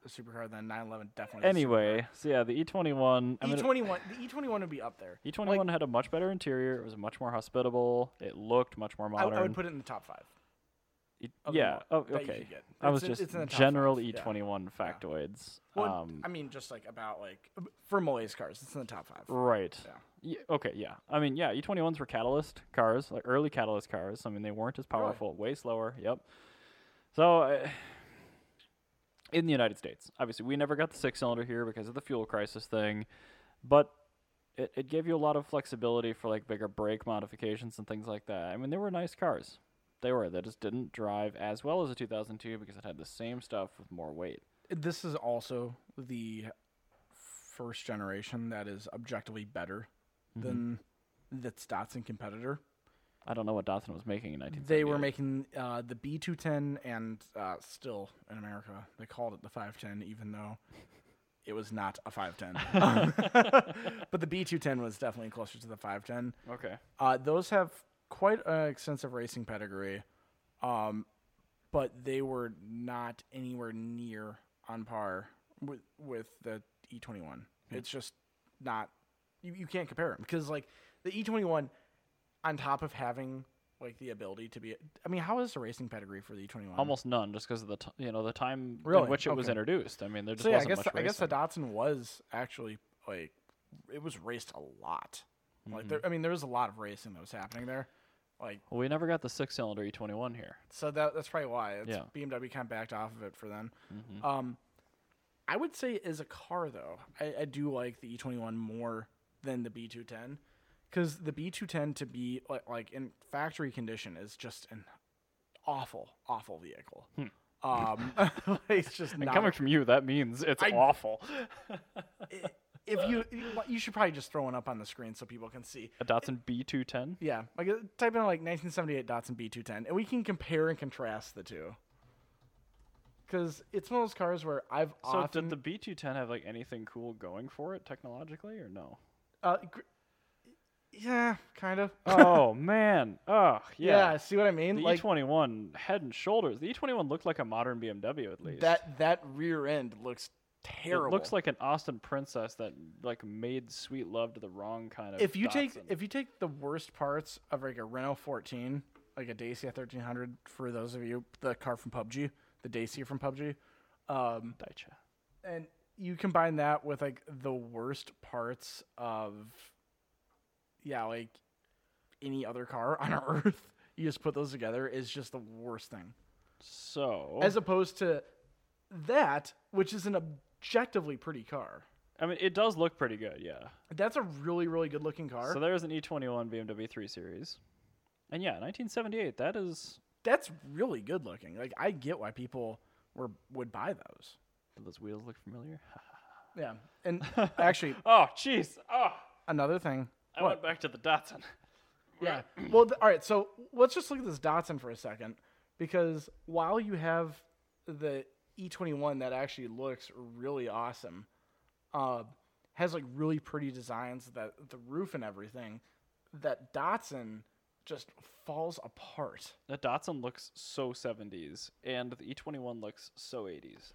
Speaker 2: a supercar, then 911 definitely. is a
Speaker 1: Anyway, so yeah, the E21. I mean,
Speaker 2: supercar.
Speaker 1: it-
Speaker 2: E21, the E21 would be up there.
Speaker 1: E21 E had a much better interior. It was much more hospitable. It looked much more
Speaker 2: I,
Speaker 1: modern.
Speaker 2: I would put it in the top five.
Speaker 1: It-
Speaker 2: of the
Speaker 1: yeah.
Speaker 2: mo-
Speaker 1: Oh,
Speaker 2: that you
Speaker 1: okay.
Speaker 2: could get.
Speaker 1: I
Speaker 2: It's
Speaker 1: was
Speaker 2: in-
Speaker 1: just
Speaker 2: it's in the top
Speaker 1: general
Speaker 2: five, yeah.
Speaker 1: E21 factoids.
Speaker 2: Well,
Speaker 1: um,
Speaker 2: I mean, just like about like for Malaise cars, it's in the top five.
Speaker 1: right.
Speaker 2: Yeah.
Speaker 1: Ye- okay. Yeah. I mean, yeah. E21s were catalyst cars, like early catalyst cars. I mean, they weren't as powerful, way slower. Yep. So, uh, in the United States, obviously, we never got the six cylinder here because of the fuel crisis thing, but it, it gave you a lot of flexibility for like bigger brake modifications and things like that. I mean, they were nice cars. They were. They just didn't drive as well as a 2002 because it had the same stuff with more weight.
Speaker 2: This is also the first generation that is objectively better
Speaker 1: Mm-hmm.
Speaker 2: than that's Datsun competitor.
Speaker 1: I don't know what Datsun was making in 1978.
Speaker 2: They were making uh, the B210 and uh, still in America, they called it the 510, even though it was not a 510. [laughs] but the B210 was definitely closer to the 510.
Speaker 1: Okay.
Speaker 2: Uh, those have quite an extensive racing pedigree, um, but they were not anywhere near on par with with the E21. It's just not you, you can't compare them because like the E21, on top of having like the ability to be, I mean, how is the racing pedigree for the E E21?
Speaker 1: Almost none, just because of the t- you know the time
Speaker 2: Really?
Speaker 1: in which it was
Speaker 2: Okay.
Speaker 1: introduced. I mean, there just
Speaker 2: So yeah, I
Speaker 1: wasn't
Speaker 2: guess
Speaker 1: much
Speaker 2: the, I guess the
Speaker 1: racing.
Speaker 2: Datsun was actually like it was raced a lot. Like
Speaker 1: Mm-hmm.
Speaker 2: there, I mean, there was a lot of racing that was happening there. Like
Speaker 1: Well, we never got the six cylinder E21 here.
Speaker 2: So that that's probably why it's
Speaker 1: Yeah.
Speaker 2: BMW kind of backed off of it for them. Um, I would say as a car though, I, I do like the E21 more than the B210 because the B210 to be like, like in factory condition is just an awful, awful vehicle. Um, [laughs] it's just
Speaker 1: And
Speaker 2: not.
Speaker 1: coming from you, that means it's
Speaker 2: I-
Speaker 1: awful. [laughs]
Speaker 2: if you you should probably just throw one up on the screen so people can see.
Speaker 1: A Datsun B210.
Speaker 2: Yeah, like uh, type in like 1978 Datsun B210, and we can compare and contrast the two. Because it's one of those cars where I've
Speaker 1: So
Speaker 2: often
Speaker 1: did the B210 have like anything cool going for it technologically, or
Speaker 2: [laughs]
Speaker 1: no?
Speaker 2: uh, gr- yeah, kind of.
Speaker 1: oh man, [laughs] oh
Speaker 2: yeah.
Speaker 1: yeah.
Speaker 2: see what I mean?
Speaker 1: The E
Speaker 2: like
Speaker 1: E21 head and shoulders. The E21 looked like a modern BMW at least.
Speaker 2: that that rear end looks
Speaker 1: it
Speaker 2: terrible.
Speaker 1: looks like an Austin princess that like made sweet love to the wrong kind of.
Speaker 2: if you take
Speaker 1: Datsun.
Speaker 2: if you take the worst parts of like a Renault 14, like a Dacia 1300 for those of you the car from PUBG, the Dacia from PUBG, um,
Speaker 1: Daicha.
Speaker 2: and you combine that with like the worst parts of yeah like any other car [laughs] on earth you just put those together is just the worst thing
Speaker 1: So
Speaker 2: as opposed to that which is an objectively pretty car
Speaker 1: I mean, it does look pretty good, yeah.
Speaker 2: that's a really really good looking car
Speaker 1: So there's an E E21 BMW 3 Series, and yeah, 1978. That is
Speaker 2: that's really good looking like i get why people were would buy those
Speaker 1: do those wheels look familiar? [laughs]
Speaker 2: yeah and actually
Speaker 1: oh, jeez. Oh,
Speaker 2: another thing
Speaker 1: I went back to the Datsun. [laughs]
Speaker 2: Yeah. Well, th- all right. [clears throat] So let's just look at this Datsun for a second, because while you have the E21 that actually looks really awesome, uh, has like really pretty designs that the roof and everything, that Datsun just falls apart.
Speaker 1: The Datsun looks so 70s, and the E21 looks so 80s.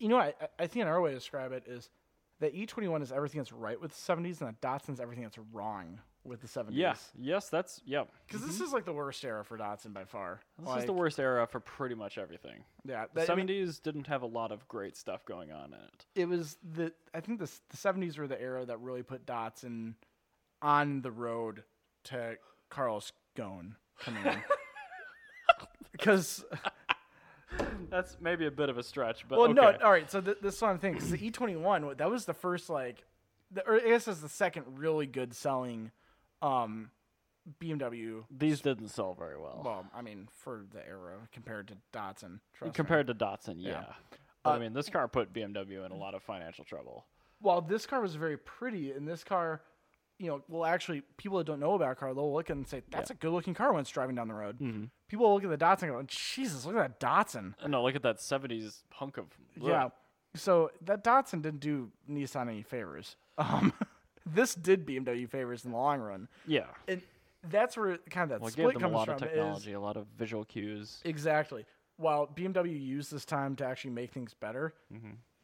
Speaker 2: You know, I, I- I think another way to describe it is the E21 is everything that's right with the 70s, and the Datsun's everything that's wrong with the 70s.
Speaker 1: Yeah. Yes, that's yeah.
Speaker 2: Because this is like the worst era for Datsun by far.
Speaker 1: This is the worst era for pretty much everything.
Speaker 2: Yeah.
Speaker 1: The
Speaker 2: that- I mean,
Speaker 1: 70s didn't have a lot of great stuff going on in it.
Speaker 2: it was the I think the s- the seventies were the era that really put Dotson on the road to Carlos Ghosn coming in. Because
Speaker 1: That's maybe a bit of a stretch, but
Speaker 2: well, no,
Speaker 1: okay.
Speaker 2: all right. So th- this is what I'm thinking. 'cause the E21 that was the first like, the, or I guess is the second really good selling, um, BMW.
Speaker 1: these didn't sell very well,
Speaker 2: Well, I mean for the era compared to Datsun. trust me.
Speaker 1: compared to Datsun. Yeah.
Speaker 2: Uh,
Speaker 1: But, I mean, this car put BMW in a lot of financial trouble.
Speaker 2: while this car was very pretty, and this car, you know, well, actually, people that don't know about a car, they'll look and say, that's a good looking car when it's driving down the road.
Speaker 1: Mm-hmm.
Speaker 2: People will look at the Datsun and go, Jesus, look at that Datsun.
Speaker 1: No, look at that '70s hunk of
Speaker 2: Yeah. So that Datsun didn't do Nissan any favors. [laughs] Um, this did BMW favors in the long run.
Speaker 1: yeah.
Speaker 2: And that's where kind of that
Speaker 1: Well, it gave
Speaker 2: split
Speaker 1: them a
Speaker 2: comes
Speaker 1: lot
Speaker 2: from.
Speaker 1: of
Speaker 2: is-
Speaker 1: technology, a lot of visual cues.
Speaker 2: exactly. while BMW used this time to actually make things better,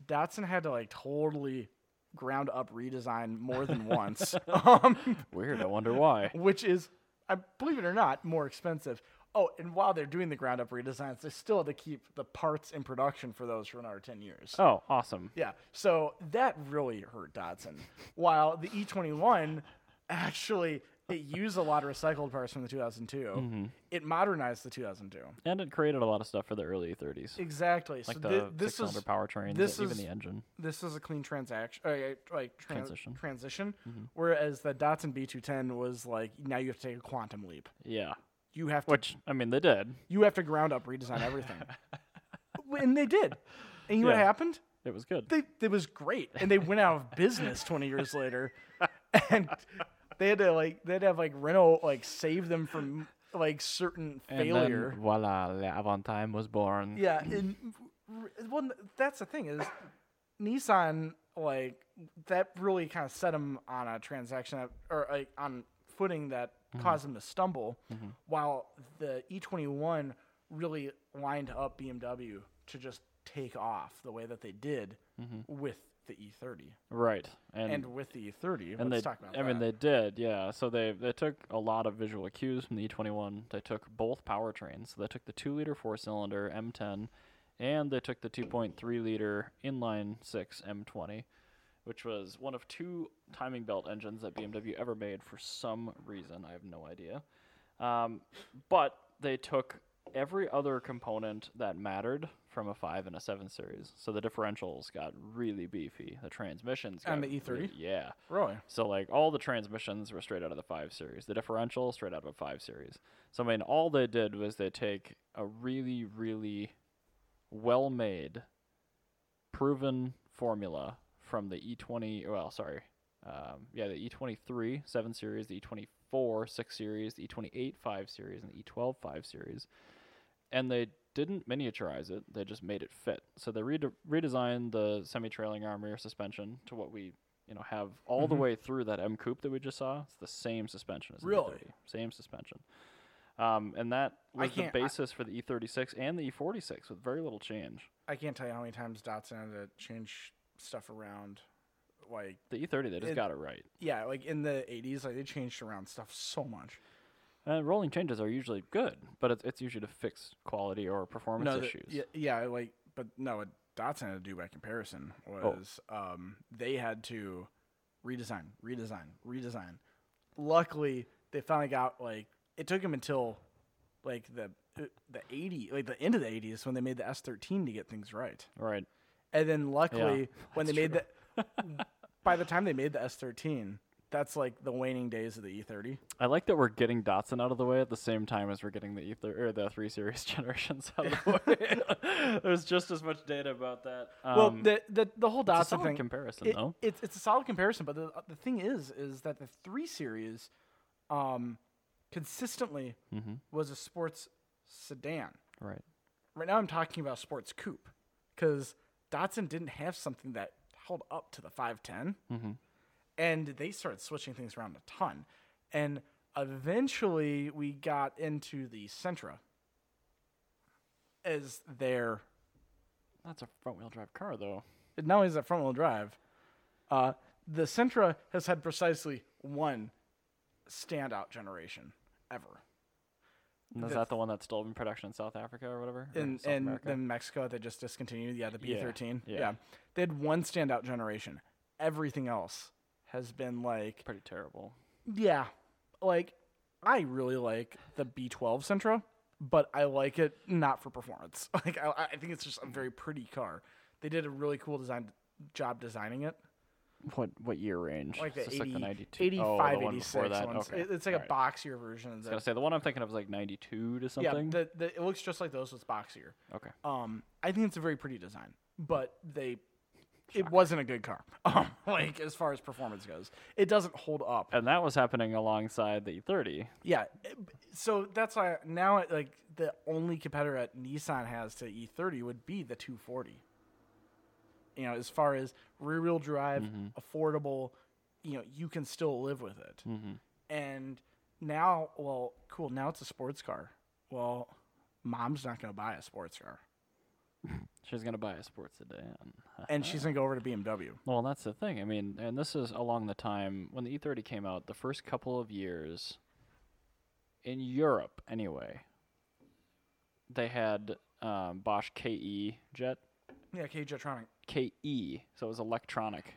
Speaker 2: Datsun had to like totally ground up redesign more than once, um,
Speaker 1: Weird. I wonder
Speaker 2: [laughs]
Speaker 1: why.
Speaker 2: which is, I believe it or not, more expensive. Oh, and while they're doing the ground up redesigns, they still have to keep the parts in production for those for another ten years.
Speaker 1: Oh, awesome.
Speaker 2: Yeah. So that really hurt Dodson. While the E21 actually it used a lot of recycled parts from the 2002. It modernized the 2002.
Speaker 1: And it created a lot of stuff for the early 30s.
Speaker 2: Exactly.
Speaker 1: Like
Speaker 2: so
Speaker 1: the
Speaker 2: thi- this
Speaker 1: six-cylinder
Speaker 2: is
Speaker 1: powertrain,
Speaker 2: this
Speaker 1: even
Speaker 2: is-
Speaker 1: the engine.
Speaker 2: this is a clean transaction, uh, yeah, like tran-
Speaker 1: Transition. Mm-hmm.
Speaker 2: Transition. Whereas the Datsun B210 was like now you have to take a quantum leap.
Speaker 1: Yeah.
Speaker 2: You have to
Speaker 1: Which I mean, they did.
Speaker 2: you have to ground up,
Speaker 1: [laughs]
Speaker 2: redesign everything. and they did. And you know
Speaker 1: Yeah.
Speaker 2: what happened?
Speaker 1: It was good.
Speaker 2: they it was great, and they went out of business twenty years later, and they had to like they had to have like Renault like save them from like certain failure.
Speaker 1: And then, voila, La Avantime was born.
Speaker 2: yeah, and r- well, n- that's the thing is Nissan like that really kind of set them on a transaction that, or like on footing that
Speaker 1: Mm-hmm.
Speaker 2: caused them to stumble, while the E21 really lined up BMW to just take off the way that they did with the E30
Speaker 1: Right. Mm-hmm. And
Speaker 2: and with the E30,
Speaker 1: and
Speaker 2: let's
Speaker 1: they,
Speaker 2: talk about
Speaker 1: I mean,
Speaker 2: that.
Speaker 1: they did, yeah. So they they took a lot of visual cues from the E21. They took both powertrains. So they took the two liter four cylinder M10, and they took the 2.3 liter inline six M20, which was one of two timing belt engines that BMW ever made for some reason. I have no idea. Um, but they took every other component that mattered from a five and a seven series. So the differentials got really beefy. The transmissions got
Speaker 2: On the E E30?
Speaker 1: really- yeah.
Speaker 2: really
Speaker 1: So like all the transmissions were straight out of the five series. The differential straight out of a five series. So I mean, all they did was they take a really, really well made, proven formula from the E twenty. Well, sorry, um, yeah, the E twenty three seven series, the E twenty four six series, the E twenty eight five series, and the E 12 5 series and they didn't miniaturize it. They just made it fit. So they rede- redesigned the semi-trailing arm rear suspension to what we, you know, have all
Speaker 2: Mm-hmm.
Speaker 1: the way through that M coupe that we just saw. It's the same suspension as the
Speaker 2: Really?
Speaker 1: E30, same suspension. Um, and that
Speaker 2: I
Speaker 1: was the
Speaker 2: can't- I-
Speaker 1: basis for the E36 and the E46 with very little change.
Speaker 2: I can't tell you how many times Datsun had to change stuff around, like
Speaker 1: The E30 they just
Speaker 2: It-
Speaker 1: got it right.
Speaker 2: yeah, like in the 80s, like they changed around stuff so much.
Speaker 1: And Uh, rolling changes are usually good, but it's, it's usually to fix quality or performance
Speaker 2: no, the-
Speaker 1: issues.
Speaker 2: yeah, yeah, like, but no, what Datsun had to do by comparison
Speaker 1: Oh.
Speaker 2: was um, they had to redesign, redesign, redesign. Luckily, they finally got like it took them until like the the 80 like the end of the 80s when they made the S13 to get things right.
Speaker 1: Right.
Speaker 2: And then luckily, when they
Speaker 1: that's
Speaker 2: made
Speaker 1: true.
Speaker 2: the, by the time they made the S13, that's like the waning days of the E E30.
Speaker 1: I like that we're getting Datsun out of the way at the same time as we're getting the Ether or the three series [laughs] generations out of the way. [laughs] There's just as much data about that. Um,
Speaker 2: well, the, the the whole Datsun
Speaker 1: it's a solid
Speaker 2: thing.
Speaker 1: comparison,
Speaker 2: it-
Speaker 1: though.
Speaker 2: it's it's a solid comparison, but the the thing is, is that the three series, um, consistently was a sports sedan.
Speaker 1: Right.
Speaker 2: Right now, I'm talking about sports coupe because Datsun didn't have something that held up to the 510,
Speaker 1: Mm-hmm.
Speaker 2: and they started switching things around a ton, and eventually we got into the Sentra as their
Speaker 1: That's a front wheel drive car, though.
Speaker 2: it not only is it front wheel drive, uh, the Sentra has had precisely one standout generation ever.
Speaker 1: And is that the one that's still in production in South Africa or whatever? Or
Speaker 2: In,
Speaker 1: South
Speaker 2: in,
Speaker 1: America?
Speaker 2: in Mexico, they just discontinued. Yeah, the
Speaker 1: Yeah,
Speaker 2: B13.
Speaker 1: yeah.
Speaker 2: They had one standout generation. Everything else has been like,
Speaker 1: pretty terrible.
Speaker 2: yeah, like I really like the B12 Sentra, but I like it not for performance. [laughs] Like, I, I think it's just a very pretty car. They did a really cool design job designing it.
Speaker 1: What what year range?
Speaker 2: like the
Speaker 1: Is
Speaker 2: 80,
Speaker 1: this 92 oh, the
Speaker 2: 85,
Speaker 1: one before
Speaker 2: 86
Speaker 1: that?
Speaker 2: ones.
Speaker 1: Okay.
Speaker 2: It- it's like
Speaker 1: Alright.
Speaker 2: a boxier version. Of
Speaker 1: I was
Speaker 2: the,
Speaker 1: gonna say the one I'm thinking of is like 92 to
Speaker 2: yeah,
Speaker 1: something.
Speaker 2: the, the, it looks just like those. It's boxier.
Speaker 1: okay.
Speaker 2: Um, I think it's a very pretty design, but they, it wasn't a good car. [laughs] Um, like as far as performance goes, it doesn't hold up.
Speaker 1: And that was happening alongside the E E30.
Speaker 2: Yeah, it- so that's why now it, like the only competitor that Nissan has to E30 would be the 240. You know, as far as rear-wheel drive,
Speaker 1: Mm-hmm.
Speaker 2: affordable, you know, you can still live with it.
Speaker 1: Mm-hmm.
Speaker 2: And now, well, cool. Now it's a sports car. Well, mom's not going to buy a sports car.
Speaker 1: She's gonna buy a sports sedan.
Speaker 2: And she's going to go over to BMW.
Speaker 1: Well, that's the thing. I mean, and this is along the time when the E30 came out, the first couple of years in Europe, anyway, they had um, Bosch KE jet.
Speaker 2: Yeah, K Jetronic.
Speaker 1: KE, so it was electronic,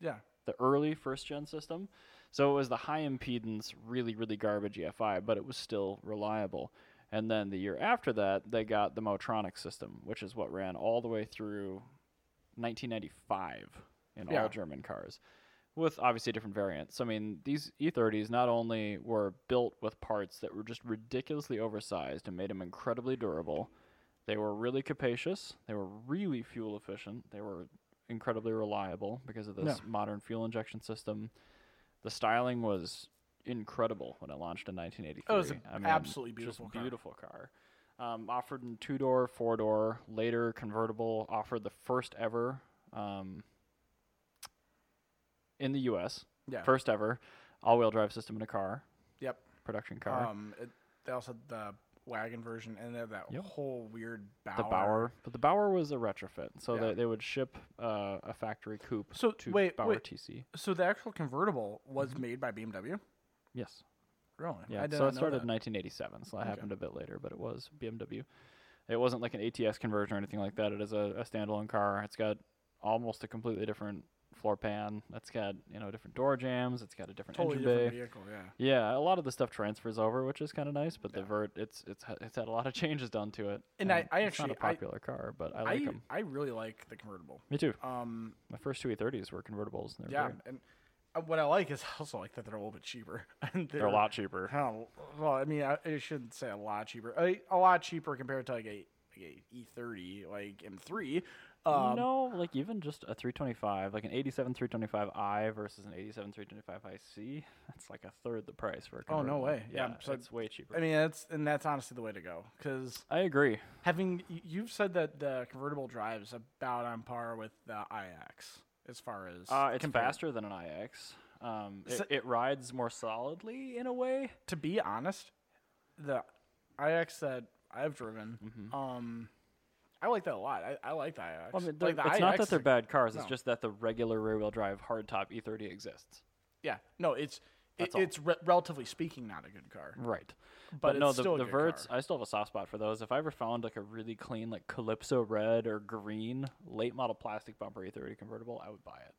Speaker 2: Yeah.
Speaker 1: the early first gen system. So it was the high impedance, really, really garbage EFI, but it was still reliable. And then the year after that, they got the Motronic system, which is what ran all the way through 1995 in
Speaker 2: Yeah.
Speaker 1: all German cars, with obviously different variants. So, I mean, these E30s not only were built with parts that were just ridiculously oversized and made them incredibly durable, they were really capacious, they were really fuel efficient, they were incredibly reliable because of this modern fuel injection system. The styling was incredible when it launched in 1983.
Speaker 2: It was an absolutely beautiful
Speaker 1: just
Speaker 2: car.
Speaker 1: beautiful car. Um, offered in two door, four door, later convertible. Offered the first ever um, in the U.S.
Speaker 2: Yeah.
Speaker 1: First ever all wheel drive system in a car,
Speaker 2: Yep.
Speaker 1: production car.
Speaker 2: Um, it, they also had the wagon version, and they had that
Speaker 1: Yep.
Speaker 2: whole weird Bauer.
Speaker 1: the Bauer, but the Bauer was a retrofit, so
Speaker 2: Yeah.
Speaker 1: they, they would ship uh, a factory coupe
Speaker 2: So,
Speaker 1: to
Speaker 2: wait,
Speaker 1: Bauer
Speaker 2: wait.
Speaker 1: TC.
Speaker 2: So the actual convertible was made by BMW.
Speaker 1: Yes.
Speaker 2: Really?
Speaker 1: Mm-hmm. Yeah,
Speaker 2: I did
Speaker 1: so
Speaker 2: not
Speaker 1: it
Speaker 2: know
Speaker 1: started
Speaker 2: that.
Speaker 1: in 1987, so that happened a bit later, but it was BMW. It wasn't like an ATS conversion or anything like that. It is a, a standalone car. It's got almost a completely different floor pan. It's got you know different door jams. It's got a different
Speaker 2: totally
Speaker 1: engine
Speaker 2: different
Speaker 1: bay.
Speaker 2: vehicle. Yeah.
Speaker 1: Yeah, a lot of the stuff transfers over, which is kind of nice. But the vert, it's it's ha- it's had a lot of [laughs] changes done to it.
Speaker 2: And I- I
Speaker 1: it's not
Speaker 2: actually-
Speaker 1: a
Speaker 2: I-
Speaker 1: popular car, but I
Speaker 2: I
Speaker 1: like them.
Speaker 2: I really like the convertible.
Speaker 1: Me too.
Speaker 2: Um,
Speaker 1: My first two E30s were convertibles, and they're
Speaker 2: yeah,
Speaker 1: great.
Speaker 2: and uh, what I like is I also like that they're a little bit cheaper. [laughs] and
Speaker 1: they're a lot cheaper.
Speaker 2: How, well, I mean, I, I shouldn't say a lot cheaper. A, a lot cheaper compared to like a like a E30, like M3. Um,
Speaker 1: no, like even just a 325, like an 87 325i versus an 87 325ic, [laughs] that's like a third the price for a
Speaker 2: Oh, no
Speaker 1: convertible.
Speaker 2: way. Yeah,
Speaker 1: Yeah,
Speaker 2: so-
Speaker 1: it's way cheaper.
Speaker 2: I mean, that's and that's honestly the way to go because
Speaker 1: I agree.
Speaker 2: having y- you've said that the convertible drives about on par with the IX as far as
Speaker 1: Uh, it's
Speaker 2: compar-
Speaker 1: faster than an iX. Um, it,
Speaker 2: So-
Speaker 1: it rides more solidly in a way.
Speaker 2: To be honest, the IX that I've driven,
Speaker 1: Mm-hmm.
Speaker 2: um, I like that a lot. I, I like the IX.
Speaker 1: Well, I mean,
Speaker 2: like
Speaker 1: they're-
Speaker 2: the
Speaker 1: it's not
Speaker 2: IX
Speaker 1: that they're bad cars.
Speaker 2: no.
Speaker 1: It's just that the regular rear-wheel drive hardtop E30 exists.
Speaker 2: Yeah, no, it's it,
Speaker 1: That's all.
Speaker 2: it's re- relatively speaking not a good car.
Speaker 1: Right. But,
Speaker 2: But
Speaker 1: no,
Speaker 2: it's
Speaker 1: the,
Speaker 2: still a
Speaker 1: the
Speaker 2: good
Speaker 1: verts,
Speaker 2: car.
Speaker 1: I still have a soft spot for those. If I ever found like a really clean, like Calypso red or green late model plastic bumper E30 convertible, I would buy it.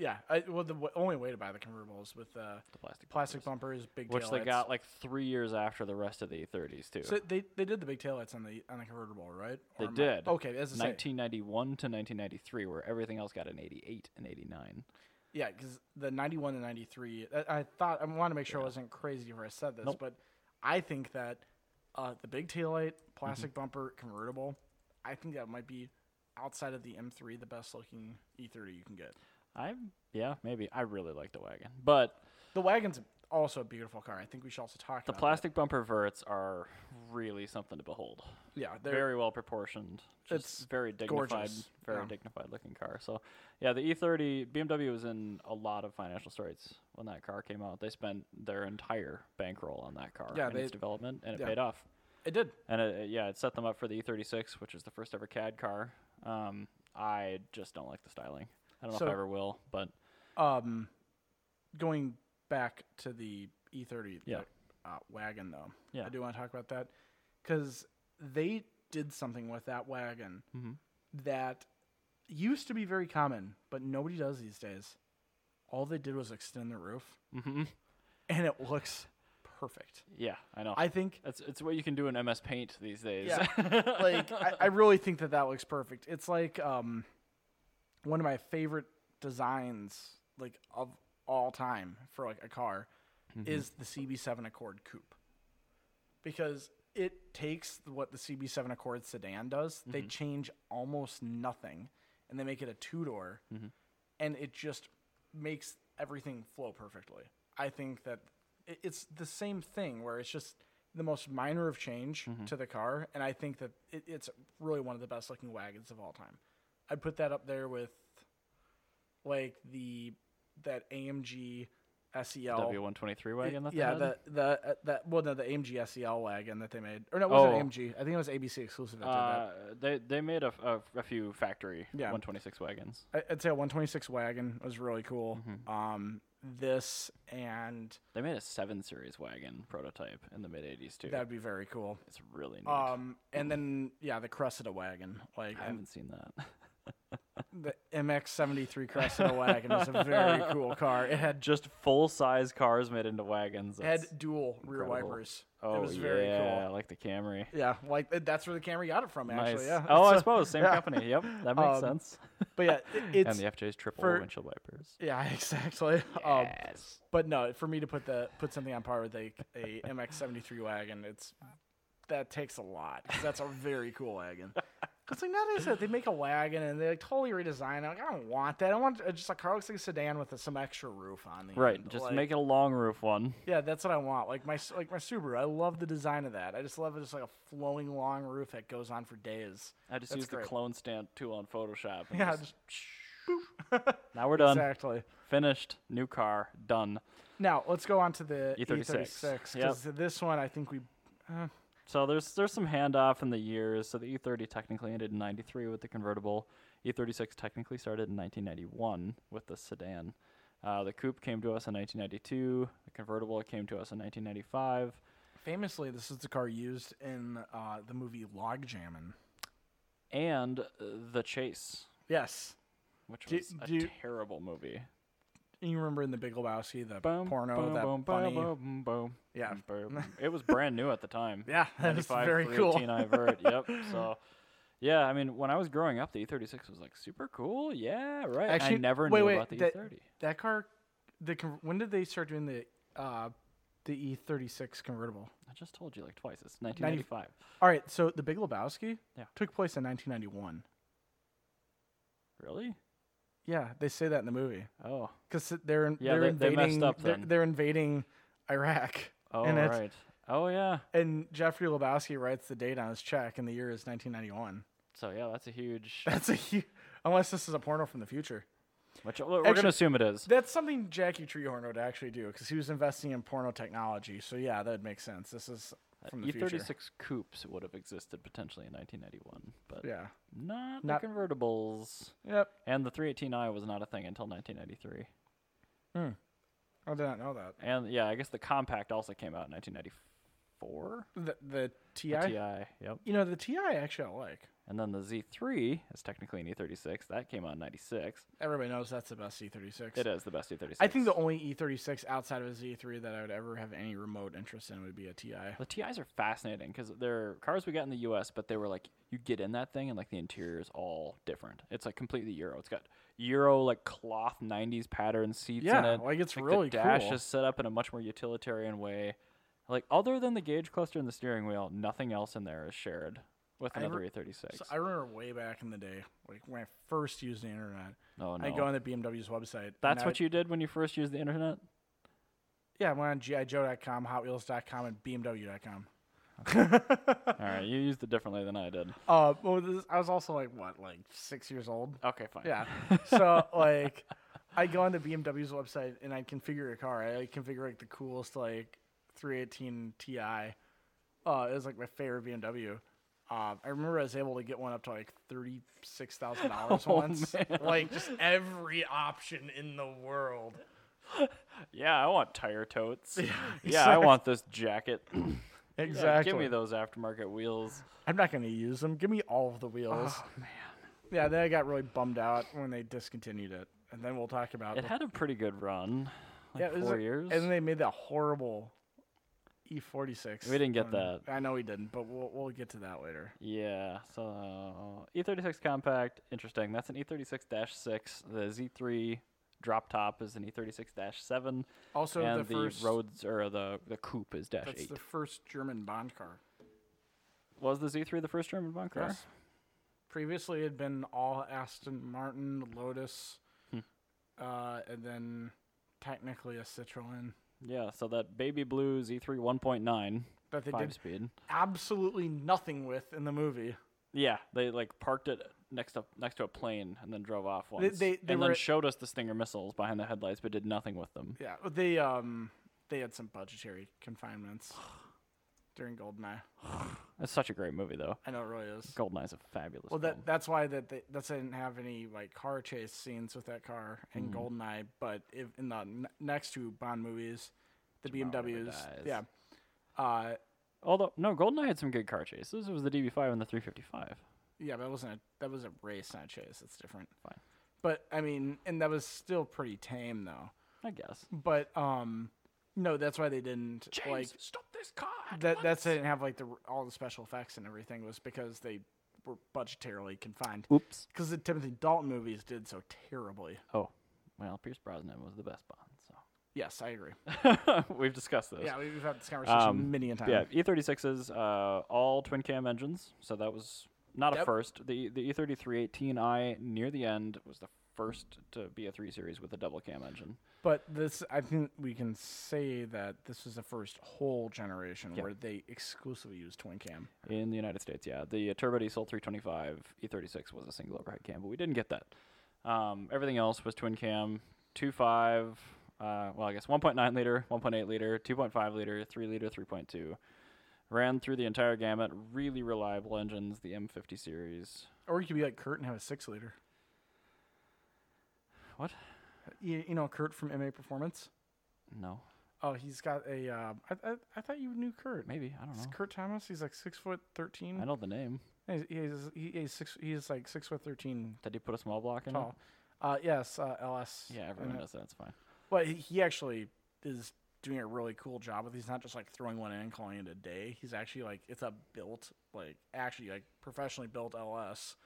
Speaker 2: Yeah, I, well, the w- only way to buy the convertible is with uh,
Speaker 1: The plastic
Speaker 2: plastic bumpers, big
Speaker 1: which they
Speaker 2: taillights.
Speaker 1: got like three years after the rest of the E30s too.
Speaker 2: So they, they did the big taillights on the on the convertible, right?
Speaker 1: they
Speaker 2: Or am I-
Speaker 1: did.
Speaker 2: Okay, as I say,
Speaker 1: 1991 to 1993, where everything else got an 88 and 89.
Speaker 2: Yeah, because the 91 to 93, I, I thought, I want to make sure I wasn't crazy where I said this, but I think that uh, the big taillight, plastic
Speaker 1: Mm-hmm.
Speaker 2: bumper, convertible, I think that might be outside of the M3 the best looking E30 you can get.
Speaker 1: I yeah maybe I really like the wagon, but
Speaker 2: The wagon's also a beautiful car. I think we should also talk
Speaker 1: the
Speaker 2: about
Speaker 1: plastic bumper verts are really something to behold.
Speaker 2: That. Yeah, they're,
Speaker 1: Very well proportioned. Just
Speaker 2: It's
Speaker 1: very dignified,
Speaker 2: gorgeous,
Speaker 1: very
Speaker 2: yeah.
Speaker 1: dignified looking car. So yeah, the E E30 BMW was in a lot of financial straits when that car came out. They spent their entire bankroll on that car
Speaker 2: Yeah,
Speaker 1: and its
Speaker 2: they-
Speaker 1: development, and it
Speaker 2: yeah.
Speaker 1: paid off.
Speaker 2: it did.
Speaker 1: and it, it- yeah, it set them up for the E36, which is the first ever CAD car. Um, I just don't like the styling. I don't know
Speaker 2: So-
Speaker 1: if I ever will, but
Speaker 2: Um, going back to the E30
Speaker 1: Yeah.
Speaker 2: uh, wagon, though,
Speaker 1: Yeah.
Speaker 2: I do want to talk about that because they did something with that wagon
Speaker 1: Mm-hmm.
Speaker 2: that used to be very common, but nobody does these days. All they did was extend the roof, and it looks perfect.
Speaker 1: mm-hmm. yeah, I know.
Speaker 2: I think,
Speaker 1: it's it's what you can do in MS Paint these days.
Speaker 2: yeah,
Speaker 1: [laughs]
Speaker 2: [laughs] like I, I really think that that looks perfect. It's like um, one of my favorite designs, like of all time for like a car, is the CB7 Accord Coupe, because it takes what the CB7 Accord sedan does. They change almost nothing, and they make it a two door, and it just makes everything flow perfectly. I think that it- it's the same thing where it's just the most minor of change to the car, and I think that it, it's really one of the best looking wagons of all time. I'd put that up there with like the that AMG SEL.
Speaker 1: W123 wagon that they
Speaker 2: yeah,
Speaker 1: had?
Speaker 2: the the uh, that well no the AMG SEL E wagon that they made or no it wasn't
Speaker 1: Oh.
Speaker 2: AMG I think it was ABC exclusive that did that.
Speaker 1: Uh, they they made a, f- a f- a few factory
Speaker 2: Yeah.
Speaker 1: 126 wagons.
Speaker 2: I- I'd say a 126 wagon was really cool.
Speaker 1: Mm-hmm.
Speaker 2: Um, this and
Speaker 1: They made a seven series wagon prototype in the mid 80s too.
Speaker 2: that'd be very cool.
Speaker 1: it's really neat.
Speaker 2: Um, and then yeah, the Cressida wagon, like
Speaker 1: I
Speaker 2: and
Speaker 1: haven't seen that. [laughs]
Speaker 2: the MX73 Cressida wagon was
Speaker 1: [laughs]
Speaker 2: a very cool car. It had
Speaker 1: Just full size cars made into wagons.
Speaker 2: had
Speaker 1: that's-
Speaker 2: dual rear
Speaker 1: incredible.
Speaker 2: wipers.
Speaker 1: oh
Speaker 2: it was very
Speaker 1: yeah,
Speaker 2: cool.
Speaker 1: like the Camry.
Speaker 2: Yeah, like th- that's where the camera got it from.
Speaker 1: Nice.
Speaker 2: Actually, yeah.
Speaker 1: Oh, I
Speaker 2: So-
Speaker 1: suppose same
Speaker 2: [laughs] yeah.
Speaker 1: company. Yep, that makes
Speaker 2: Um,
Speaker 1: sense.
Speaker 2: But yeah, i-
Speaker 1: [laughs] and
Speaker 2: it's
Speaker 1: the FJ's triple
Speaker 2: for-
Speaker 1: windshield wipers.
Speaker 2: yeah, [laughs] exactly. Um, but no, for me to put the put something on par with a,
Speaker 1: [laughs]
Speaker 2: a MX73 wagon, it's that takes a lot. 'cause that's a very cool
Speaker 1: [laughs]
Speaker 2: wagon. It's like nowadays that they make a wagon and they like totally redesign it. Like, I don't want that. I want uh, just a car looks like a sedan with uh, some extra roof on the
Speaker 1: Right,
Speaker 2: end.
Speaker 1: just
Speaker 2: Like,
Speaker 1: make it a long roof one.
Speaker 2: Yeah, that's what I want. Like my s- like my Subaru, I love the design of that. I just love it. Just like a flowing long roof that goes on for days.
Speaker 1: I just
Speaker 2: That's
Speaker 1: use the
Speaker 2: great.
Speaker 1: clone stamp tool on Photoshop.
Speaker 2: [laughs]
Speaker 1: And
Speaker 2: Yeah,
Speaker 1: just- now we're done.
Speaker 2: exactly.
Speaker 1: Finished. New car. Done.
Speaker 2: Now let's go on to the
Speaker 1: E36.
Speaker 2: E36
Speaker 1: E Yep.
Speaker 2: because this one I think we
Speaker 1: So there's there's some handoff in the years. So the E30 technically ended in '93 with the convertible. E36 technically started in 1991 with the sedan. Uh, the coupe came to us in 1992. The convertible came to us in 1995.
Speaker 2: Famously, this is the car used in uh, the movie Log Jammin'.
Speaker 1: And uh, the Chase,
Speaker 2: Yes.
Speaker 1: which
Speaker 2: Do-
Speaker 1: was a
Speaker 2: do you-
Speaker 1: terrible movie.
Speaker 2: You remember in the Big Lebowski, the
Speaker 1: Boom,
Speaker 2: porno,
Speaker 1: boom,
Speaker 2: that
Speaker 1: boom,
Speaker 2: bunny.
Speaker 1: boom, boom, boom,
Speaker 2: Yeah.
Speaker 1: boom. It was brand new at the time.
Speaker 2: Yeah, [laughs] that was
Speaker 1: 95,
Speaker 2: very cool.
Speaker 1: 318 I've heard. Yep. So, yeah, I mean, when I was growing up, the E36 was like super cool. Yeah, right.
Speaker 2: Actually,
Speaker 1: I never
Speaker 2: wait,
Speaker 1: knew
Speaker 2: wait,
Speaker 1: about the E
Speaker 2: that-
Speaker 1: E30.
Speaker 2: That car, the con- when did they start doing the uh, the E36 convertible?
Speaker 1: I just told you like twice. It's 1995.
Speaker 2: All right, so the Big Lebowski
Speaker 1: Yeah.
Speaker 2: took place in 1991.
Speaker 1: Really?
Speaker 2: Yeah, they say that in the movie
Speaker 1: Oh.
Speaker 2: because they're in-
Speaker 1: Yeah,
Speaker 2: they're
Speaker 1: they- they
Speaker 2: invading
Speaker 1: messed up
Speaker 2: they're,
Speaker 1: then.
Speaker 2: they're invading Iraq.
Speaker 1: Oh,
Speaker 2: and it's-
Speaker 1: right. Oh, yeah.
Speaker 2: And Jeffrey Lebowski writes the date on his check, and the year is 1991.
Speaker 1: So, yeah, that's a
Speaker 2: [laughs]
Speaker 1: huge.
Speaker 2: That's a huge, unless this is a porno from the future.
Speaker 1: Which, we're going to
Speaker 2: Actually-
Speaker 1: assume it is.
Speaker 2: That's something Jackie Treehorn would actually do because he was investing in porno technology. So yeah, that would make sense. This is from the
Speaker 1: E36
Speaker 2: future.
Speaker 1: E coupes would have existed potentially in 1991, but
Speaker 2: Yeah.
Speaker 1: not,
Speaker 2: Not-
Speaker 1: the convertibles.
Speaker 2: Yep.
Speaker 1: And the 318i was not a thing until 1993.
Speaker 2: I did not know that.
Speaker 1: And yeah, I guess the compact also came out in 1994.
Speaker 2: The the TI.
Speaker 1: The Ti, yep.
Speaker 2: You know the TI actually I like.
Speaker 1: And then the Z3 is technically an E36. That came out in 96.
Speaker 2: Everybody knows that's the best E36.
Speaker 1: It is the best E E36.
Speaker 2: I think the only E36 outside of a Z3 that I would ever have any remote interest in would be a TI.
Speaker 1: The TIs are fascinating because they're cars we got in the U.S., but they were like you get in that thing and like the interior is all different. It's like completely Euro. It's got Euro like cloth '90s pattern seats in
Speaker 2: Yeah,
Speaker 1: it.
Speaker 2: like, it's really
Speaker 1: the dash
Speaker 2: cool.
Speaker 1: is set up in a much more utilitarian way. Like other than the gauge cluster and the steering wheel, nothing else in there is shared with
Speaker 2: I
Speaker 1: another E
Speaker 2: re-
Speaker 1: E36.
Speaker 2: So I remember way back in the day, like when I first used the internet,
Speaker 1: oh no,
Speaker 2: I go on the BMW's website.
Speaker 1: that's
Speaker 2: and
Speaker 1: what
Speaker 2: I,
Speaker 1: you did when you first used the internet.
Speaker 2: Yeah, I went on GIJoe.com, HotWheels.com, and BMW.com.
Speaker 1: All right, you used it differently than I did.
Speaker 2: [laughs] Uh, well, this, I was also like what, like six years old.
Speaker 1: Okay, fine. [laughs]
Speaker 2: Yeah. So like, I go on the BMW's website and I configure a car. I like, configure like the coolest like 318 Ti. Uh, it was like my favorite BMW. Uh, I remember I was able to get one up to like thirty six thousand dollars once. Like just every option in the world.
Speaker 1: Yeah, I want tire totes. [laughs] Yeah, I
Speaker 2: exact-
Speaker 1: want this
Speaker 2: [laughs]
Speaker 1: jacket.
Speaker 2: Exactly.
Speaker 1: Yeah, give me those aftermarket wheels.
Speaker 2: I'm not gonna use them. Give me all of the wheels.
Speaker 1: Oh, man.
Speaker 2: Yeah. Then I got really bummed out when they discontinued it. And then we'll talk about
Speaker 1: It had a pretty good run. Like
Speaker 2: it was
Speaker 1: four
Speaker 2: a-
Speaker 1: years.
Speaker 2: And then they made that horrible E46.
Speaker 1: We didn't get
Speaker 2: one.
Speaker 1: that.
Speaker 2: I know we didn't, but we'll we'll get to that later.
Speaker 1: yeah. So E36 compact, interesting. That's an E E36-6. The Z3 drop top is an E E36-7,
Speaker 2: Also,
Speaker 1: and
Speaker 2: the
Speaker 1: the,
Speaker 2: first
Speaker 1: roads or the the coupe is dash
Speaker 2: that's
Speaker 1: eight.
Speaker 2: the first German Bond car.
Speaker 1: Was the Z3 the first German bond car?
Speaker 2: Yes. Previously, it had been all Aston Martin, Lotus,
Speaker 1: Hmm.
Speaker 2: uh, and then technically a Citroen.
Speaker 1: Yeah. So that baby blue Z3 1.9
Speaker 2: That they
Speaker 1: five
Speaker 2: did
Speaker 1: speed.
Speaker 2: absolutely nothing with in the movie.
Speaker 1: Yeah, they like parked it next up next to a plane and then drove off
Speaker 2: They-
Speaker 1: once.
Speaker 2: they- they
Speaker 1: and
Speaker 2: were-
Speaker 1: then showed us the Stinger missiles behind the headlights, but did nothing with them.
Speaker 2: Yeah, but they um they had some budgetary confinements [sighs] during Goldeneye.
Speaker 1: It's such a great movie, though.
Speaker 2: I know it really is.
Speaker 1: Goldeneye's a fabulous.
Speaker 2: Well, that
Speaker 1: film.
Speaker 2: that's why that they, that's they didn't have any like car chase scenes with that car
Speaker 1: Mm-hmm.
Speaker 2: in Goldeneye, but if, in the n- next two Bond movies, the
Speaker 1: Tomorrow Never
Speaker 2: BMWs,
Speaker 1: Dies.
Speaker 2: yeah, uh,
Speaker 1: Although no, Goldeneye had some good car chases. It was the DB5 and the 355.
Speaker 2: yeah, but that wasn't a that was a race, not a chase. That's different.
Speaker 1: Fine.
Speaker 2: But I mean, and that was still pretty tame though.
Speaker 1: I guess.
Speaker 2: But um, no, that's why they didn't like
Speaker 1: stop this car!
Speaker 2: that. That's they didn't have like the r- all the special effects and everything was because they were budgetarily confined.
Speaker 1: Oops.
Speaker 2: Because the Timothy Dalton movies did so terribly.
Speaker 1: Oh, well, Pierce Brosnan was the best Bond,
Speaker 2: Yes, I agree.
Speaker 1: so [laughs] we've discussed this.
Speaker 2: Yeah, we- we've had this conversation
Speaker 1: Um,
Speaker 2: many a time.
Speaker 1: Yeah, E36s, uh, all twin cam engines, so that was not a
Speaker 2: Yep.
Speaker 1: first. The E the E3318i near the end was the first to be a three series with a double cam engine.
Speaker 2: But this, I think we can say that this was the first whole generation
Speaker 1: Yeah.
Speaker 2: where they exclusively used twin cam.
Speaker 1: In the United States, yeah. The uh, turbo diesel 325 E36 was a single overhead cam, but we didn't get that. Um, everything else was twin cam, 2.5, uh, well, I guess 1.9 liter, 1.8 liter, 2.5 liter, 3 liter, 3.2. Ran through the entire gamut. Really reliable engines, the M50 series.
Speaker 2: Or you could be like Kurt and have a six liter.
Speaker 1: What?
Speaker 2: You, you know Kurt from MA Performance.
Speaker 1: No,
Speaker 2: Oh, he's got a. Uh, I, I I thought you knew Kurt.
Speaker 1: maybe. I don't
Speaker 2: It's
Speaker 1: know.
Speaker 2: Kurt Thomas. He's like six foot thirteen.
Speaker 1: I know the name.
Speaker 2: He's, he's, he- he's six. He's like six foot thirteen
Speaker 1: Did he put a small block in
Speaker 2: tall. Uh, yes, uh, LS.
Speaker 1: it? Yeah,
Speaker 2: in
Speaker 1: everyone
Speaker 2: it.
Speaker 1: does that. It's fine.
Speaker 2: Well, he- he actually is doing a really cool job with. He's not just like throwing one in and calling it a day. He's actually like it's a built like actually like professionally built LS,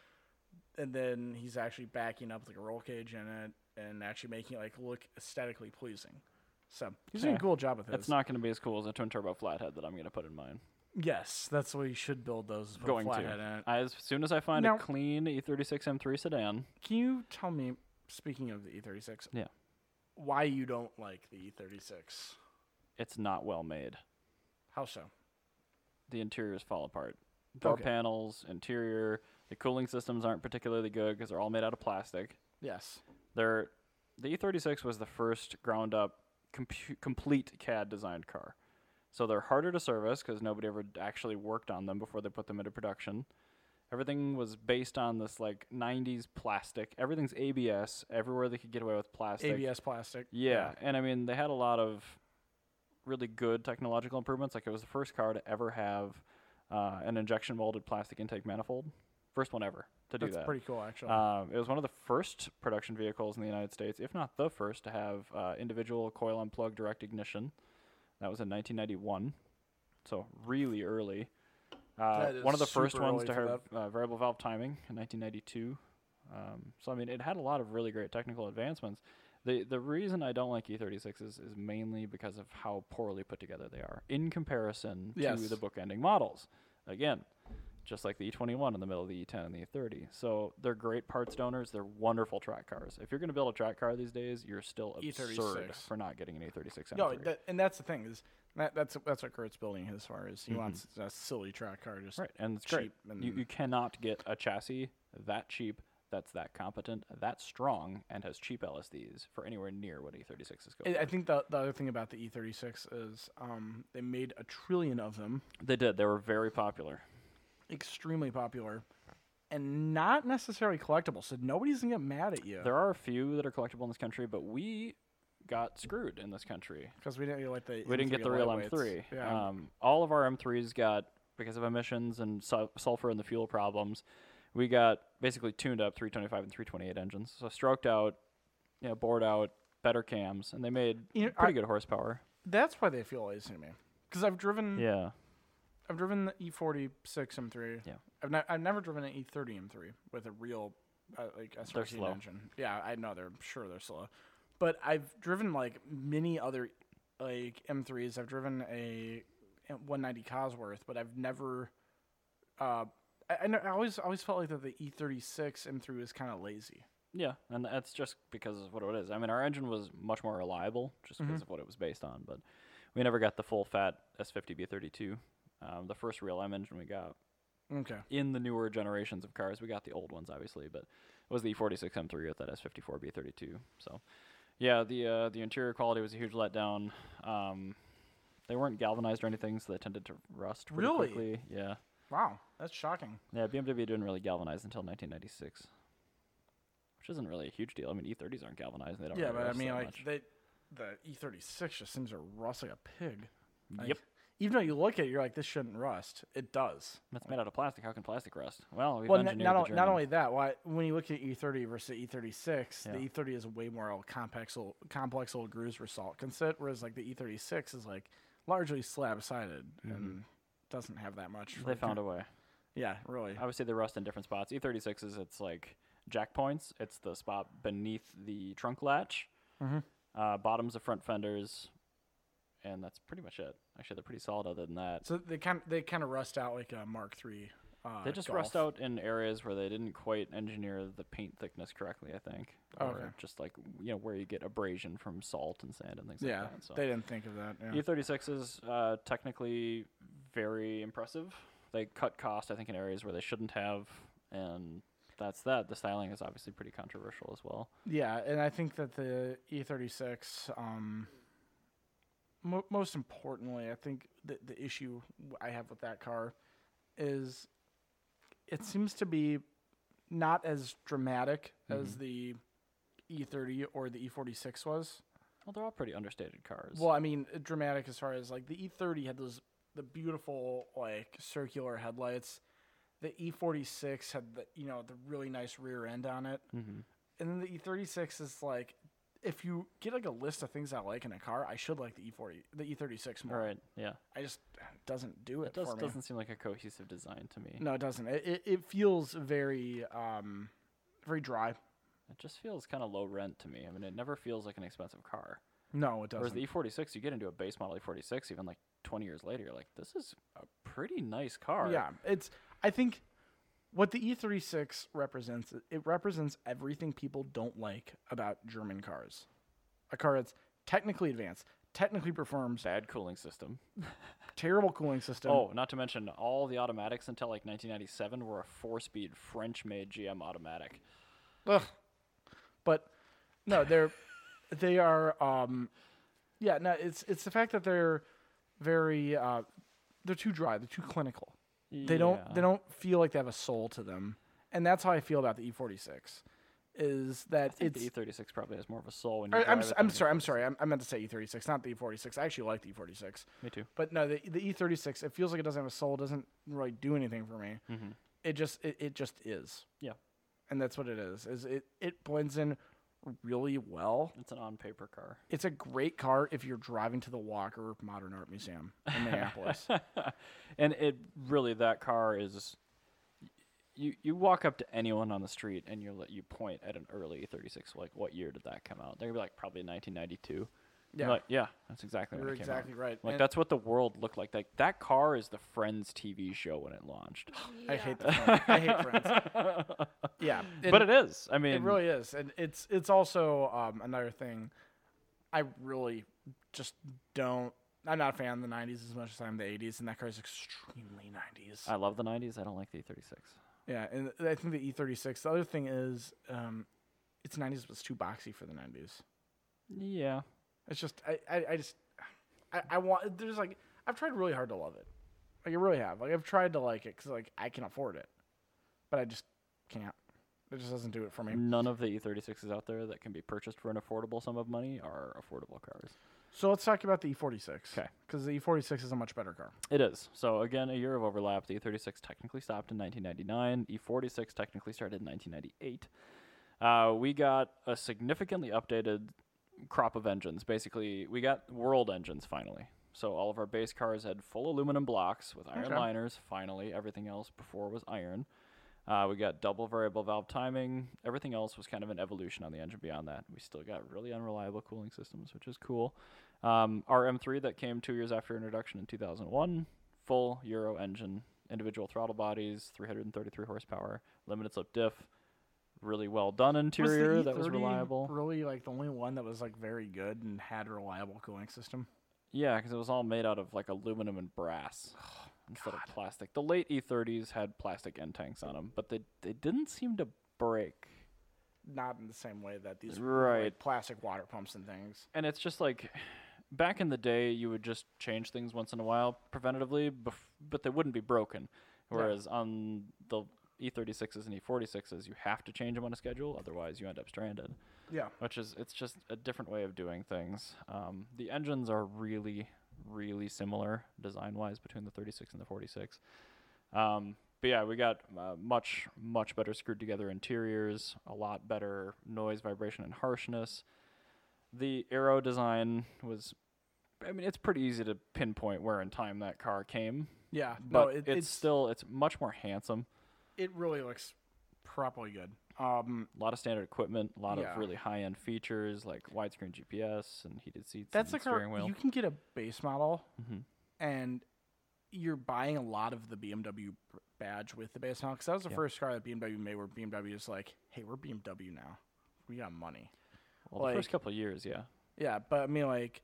Speaker 2: and then he's actually backing up like a roll cage in it and actually making it like look aesthetically pleasing. So he's doing a
Speaker 1: Yeah.
Speaker 2: cool job with this.
Speaker 1: It's not going to be as cool as a twin turbo flathead that I'm going to put in mine.
Speaker 2: Yes, that's what you should build those. is Put
Speaker 1: Going
Speaker 2: a
Speaker 1: to.
Speaker 2: flathead in it.
Speaker 1: I- As soon as I find
Speaker 2: Now-
Speaker 1: a clean E E36 M3 sedan,
Speaker 2: Can you tell me, speaking of the E36,
Speaker 1: Yeah.
Speaker 2: why you don't like the E E36?
Speaker 1: it's not well made.
Speaker 2: How so?
Speaker 1: The interiors fall apart. Door
Speaker 2: Okay.
Speaker 1: panels, interior, the cooling systems aren't particularly good because they're all made out of plastic.
Speaker 2: Yes.
Speaker 1: They're, the E36 was the first ground up compu- complete CAD designed car. So they're harder to service because nobody ever d- actually worked on them before they put them into production. Everything was based on this like 90s plastic. Everything's ABS. Everywhere they could get away with plastic.
Speaker 2: ABS plastic.
Speaker 1: Yeah, and I mean they had a lot of really good technological improvements. Like it was the first car to ever have uh, an injection molded plastic intake manifold, first one ever to do
Speaker 2: That's
Speaker 1: that.
Speaker 2: pretty cool, actually.
Speaker 1: um, it was one of the first production vehicles in the United States, if not the first, to have uh, individual coil and plug direct ignition. That was in 1991, so really early. Uh,
Speaker 2: That
Speaker 1: one
Speaker 2: is
Speaker 1: of the first
Speaker 2: super
Speaker 1: ones
Speaker 2: early
Speaker 1: to
Speaker 2: for
Speaker 1: have uh, variable valve timing in 1992. Um, so I mean, it had a lot of really great technical advancements. The the reason I don't like E36s is, is mainly because of how poorly put together they are in comparison to
Speaker 2: Yes.
Speaker 1: the bookending models. Again, just like the E21 in the middle of the E10 and the E30. So they're great parts donors. They're wonderful track cars. If you're going to build a track car these days, you're still absurd
Speaker 2: E36.
Speaker 1: for not getting an E E36 M3.
Speaker 2: E no, that, and that's the thing is that, that's that's what Kurt's building as far as he wants a silly track car. Just
Speaker 1: Mm-hmm. right, and it's great.
Speaker 2: cheap and-
Speaker 1: You, you cannot get a chassis that cheap, that's that competent, that strong, and has cheap LSDs for anywhere near what E36 is going.
Speaker 2: I I think the the other thing about the E36 is um, they made a trillion of them,
Speaker 1: they did. They were very popular.
Speaker 2: extremely popular, and not necessarily collectible. So nobody's gonna get mad at you
Speaker 1: There are a few that are collectible in this country, but we got screwed in this country.
Speaker 2: because we didn't get like the
Speaker 1: we didn't get
Speaker 2: M3
Speaker 1: the real
Speaker 2: lightweights.
Speaker 1: M3.
Speaker 2: Yeah,
Speaker 1: Um, all of our M3s got because of emissions and sul- sulfur and the fuel problems. We got basically tuned up 325 and 328 engines, so stroked out, you know, bored out, better cams, and they made
Speaker 2: You know,
Speaker 1: pretty
Speaker 2: I-
Speaker 1: good horsepower.
Speaker 2: that's why they feel lazy to me. Because I've driven
Speaker 1: Yeah,
Speaker 2: I've driven the E E46 M3.
Speaker 1: Yeah.
Speaker 2: I've, ne- I've never driven an E E30 M3 with a real uh, like SRT
Speaker 1: slow.
Speaker 2: engine. Yeah, I know they're I'm sure they're slow, but I've driven like many other like M3s. I've driven a 190 Cosworth, but I've never. Uh, I, I, know, I always always felt like that the E E36 M3 was kind of lazy.
Speaker 1: yeah, and that's just because of what it is. I mean, our engine was much more reliable just
Speaker 2: Mm-hmm.
Speaker 1: because of what it was based on, but we never got the full fat S50B32. Um, the first real M engine we got
Speaker 2: Okay.
Speaker 1: in the newer generations of cars. We got the old ones, obviously, but it was the 46 M3 with that S54B32. So, yeah, the uh, the interior quality was a huge letdown. Um, they weren't galvanized or anything, so they tended to rust pretty
Speaker 2: Really?
Speaker 1: quickly. Yeah,
Speaker 2: Wow, that's shocking.
Speaker 1: yeah. BMW didn't really galvanize until 1996, which isn't really a huge deal. I mean, E30s aren't galvanized; they don't.
Speaker 2: yeah,
Speaker 1: really
Speaker 2: but I
Speaker 1: rust
Speaker 2: mean,
Speaker 1: that
Speaker 2: like
Speaker 1: much.
Speaker 2: they, the E36 just seems to rust like a pig. Like,
Speaker 1: Yep.
Speaker 2: Even though you look at it, you're like, this shouldn't rust. It does.
Speaker 1: that's made out of plastic. How can plastic rust? Well, we've
Speaker 2: Well, n-
Speaker 1: engineered
Speaker 2: not,
Speaker 1: the
Speaker 2: o- not
Speaker 1: German-
Speaker 2: only that, why, when you look at E30 versus E36,
Speaker 1: Yeah.
Speaker 2: the E30 is a way more old complex, old, complex old grooves where salt can sit, whereas like the E36 is like largely slab sided and doesn't have that much.
Speaker 1: Mm-hmm. they found a way.
Speaker 2: Yeah, really.
Speaker 1: I would say they rust in different spots. E36 is it's like jack points. It's the spot beneath the trunk latch,
Speaker 2: Mhm.
Speaker 1: uh, bottoms of front fenders, and that's pretty much it. Actually, they're pretty solid other than that.
Speaker 2: So they kind they kind of rust out like a Mark III. Uh,
Speaker 1: they just
Speaker 2: Golf.
Speaker 1: rust out in areas where they didn't quite engineer the paint thickness correctly. I think,
Speaker 2: Oh,
Speaker 1: or
Speaker 2: okay.
Speaker 1: just like you know where you get abrasion from salt and sand and things
Speaker 2: Yeah,
Speaker 1: like that. So.
Speaker 2: they didn't think of that. Yeah.
Speaker 1: E36 is E uh, technically very impressive. They cut cost, I think, in areas where they shouldn't have, and that's that. The styling is obviously pretty controversial as well.
Speaker 2: Yeah, and I think that the E36, um, mo- most importantly, I think the the issue w- I have with that car is it seems to be not as dramatic as the E30 or the E46 was.
Speaker 1: Well, they're all pretty understated cars.
Speaker 2: Well, I mean, uh, dramatic as far as like the E30 had those the beautiful like circular headlights. The E46 had the you know the really nice rear end on it,
Speaker 1: Mhm.
Speaker 2: and then the E36 is like if you get like a list of things I like in a car, I should like the E40, the E36
Speaker 1: all
Speaker 2: more.
Speaker 1: right, yeah,
Speaker 2: I just it doesn't do it,
Speaker 1: it does,
Speaker 2: for me.
Speaker 1: doesn't seem like a cohesive design to me.
Speaker 2: No, it doesn't. It, it, it feels very um very dry.
Speaker 1: It just feels kind of low rent to me. I mean, it never feels like an expensive car.
Speaker 2: No, it
Speaker 1: Whereas
Speaker 2: doesn't.
Speaker 1: the E E46, you get into a base model E46, even like 20 years later, you're like, this is a pretty nice car.
Speaker 2: Yeah, it's. I think what the E36 represents. It represents everything people don't like about German cars. A car that's technically advanced, technically performs,
Speaker 1: Bad cooling system.
Speaker 2: terrible cooling system.
Speaker 1: Oh, not to mention all the automatics until like 1997 were a four-speed French-made GM automatic.
Speaker 2: Ugh. But no, they're [laughs] they are. Um, yeah, no, it's it's the fact that they're very uh, they're too dry. They're too clinical. They don't they don't feel like they have a soul to them, and that's how I feel about the E46. Is that
Speaker 1: It's,
Speaker 2: it's
Speaker 1: the E E36 probably has more of a soul when you.
Speaker 2: Or,
Speaker 1: drive
Speaker 2: I'm,
Speaker 1: it
Speaker 2: s-
Speaker 1: than
Speaker 2: I'm
Speaker 1: the-
Speaker 2: sorry. I'm sorry. I'm, I meant to say E36, not the E46. I actually like the E46,
Speaker 1: Me too.
Speaker 2: but no, the, the E36. It feels like it doesn't have a soul. Doesn't really do anything for me.
Speaker 1: Mm-hmm.
Speaker 2: It just it, it just is,
Speaker 1: Yeah,
Speaker 2: and that's what it is. Is it it blends in really well.
Speaker 1: it's an on-paper car. [laughs]
Speaker 2: It's a great car if you're driving to the Walker Modern Art Museum in Minneapolis.
Speaker 1: and it really that car is. You you walk up to anyone on the street and you you point at an early E36. Like, what year did that come out? They're gonna be like probably 1992. You're
Speaker 2: Yeah.
Speaker 1: like, [laughs] yeah, that's exactly. when
Speaker 2: You're
Speaker 1: it came out."
Speaker 2: exactly right.
Speaker 1: Like
Speaker 2: And-
Speaker 1: that's what the world looked like. Like that car is the Friends TV show when it launched.
Speaker 2: I hate the Friends. I
Speaker 1: [laughs]
Speaker 2: hate Friends. Yeah,
Speaker 1: but
Speaker 2: and-
Speaker 1: it is. I mean,
Speaker 2: It really is, and it's it's also um, another thing. I really just don't. I'm not a fan of the '90s as much as I'm the '80s, and that car is extremely '90s.
Speaker 1: I love the '90s. I don't like the E E36.
Speaker 2: yeah, and I think the E36. The other thing is, um, its '90s was too boxy for the '90s.
Speaker 1: Yeah,
Speaker 2: It's just I I, I just I, I want. There's like I've tried really hard to love it. Like I really have. Like I've tried to like it because like I can afford it, but I just can't. It just doesn't do it for me.
Speaker 1: none of the E36s out there that can be purchased for an affordable sum of money are affordable cars.
Speaker 2: So let's talk about the E46.
Speaker 1: 'Kay.
Speaker 2: Because the E46 is a much better car.
Speaker 1: It is. So again, a year of overlap. The E36 technically stopped in 1999. E46 technically started in 1998. Uh, we got a significantly updated crop of engines. Basically, we got world engines finally. So all of our base cars had full aluminum blocks with iron
Speaker 2: Okay.
Speaker 1: liners. Finally, everything else before was iron. Uh, we got double variable valve timing. Everything else was kind of an evolution on the engine beyond that. We still got really unreliable cooling systems, which is cool. Um, our M3 that came two years after introduction in 2001, full Euro engine, individual throttle bodies, 333 horsepower, limited slip diff, really well done interior that
Speaker 2: E
Speaker 1: was reliable.
Speaker 2: Really, like the only one that was like very good and had a reliable cooling system.
Speaker 1: Yeah, because it was all made out of like aluminum and brass. instead of plastic. The late E30s had plastic end tanks on them, but they they didn't seem to break.
Speaker 2: Not in the same way that these like,
Speaker 1: Right.
Speaker 2: plastic water pumps and things.
Speaker 1: And it's just like back in the day, you would just change things once in a while preventatively, bef- but they wouldn't be broken. Whereas on the E36s and E46s, you have to change them on a schedule, otherwise you end up stranded.
Speaker 2: Yeah.
Speaker 1: Which is it's just a different way of doing things. Um, the engines are really, really similar design wise between the 36 and the 46. Um, but yeah, we got uh, much, much better screwed together interiors, a lot better noise, vibration, and harshness. The aero design was, I mean, it's pretty easy to pinpoint where in time that car came,
Speaker 2: Yeah.
Speaker 1: but
Speaker 2: no, it,
Speaker 1: it's, still it's much more handsome.
Speaker 2: it really looks properly good. Um,
Speaker 1: A lot of standard equipment, a lot
Speaker 2: Yeah.
Speaker 1: of really high end features like widescreen GPS and heated seats.
Speaker 2: that's
Speaker 1: and
Speaker 2: the car
Speaker 1: steering wheel.
Speaker 2: you can get a base model,
Speaker 1: Mhm.
Speaker 2: and you're buying a lot of the BMW b- badge with the base model because that was the
Speaker 1: Yeah.
Speaker 2: first car that BMW made where BMW is like, hey, we're BMW now, we got money.
Speaker 1: well, the first
Speaker 2: like-
Speaker 1: couple of years, yeah.
Speaker 2: Yeah, but I mean, like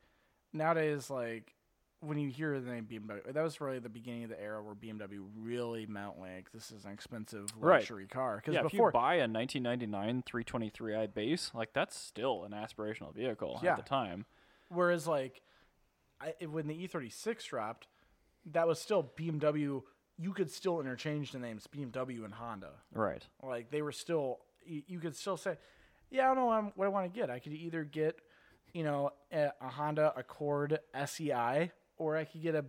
Speaker 2: nowadays, like when you hear the name BMW, that was really the beginning of the era where BMW really meant like this is an expensive
Speaker 1: Right.
Speaker 2: luxury car. Because
Speaker 1: Yeah, if
Speaker 2: before,
Speaker 1: you buy a 1999 323i base, like that's still an aspirational vehicle
Speaker 2: Yeah.
Speaker 1: at the time.
Speaker 2: whereas like I, it- when the E36 dropped, that was still BMW. You could still interchange the names BMW and Honda.
Speaker 1: Right.
Speaker 2: Like they were still, you, you could still say, yeah, I don't know what, I'm- what I want to get. I could either get, you know, a, a Honda Accord SEI, or I could get a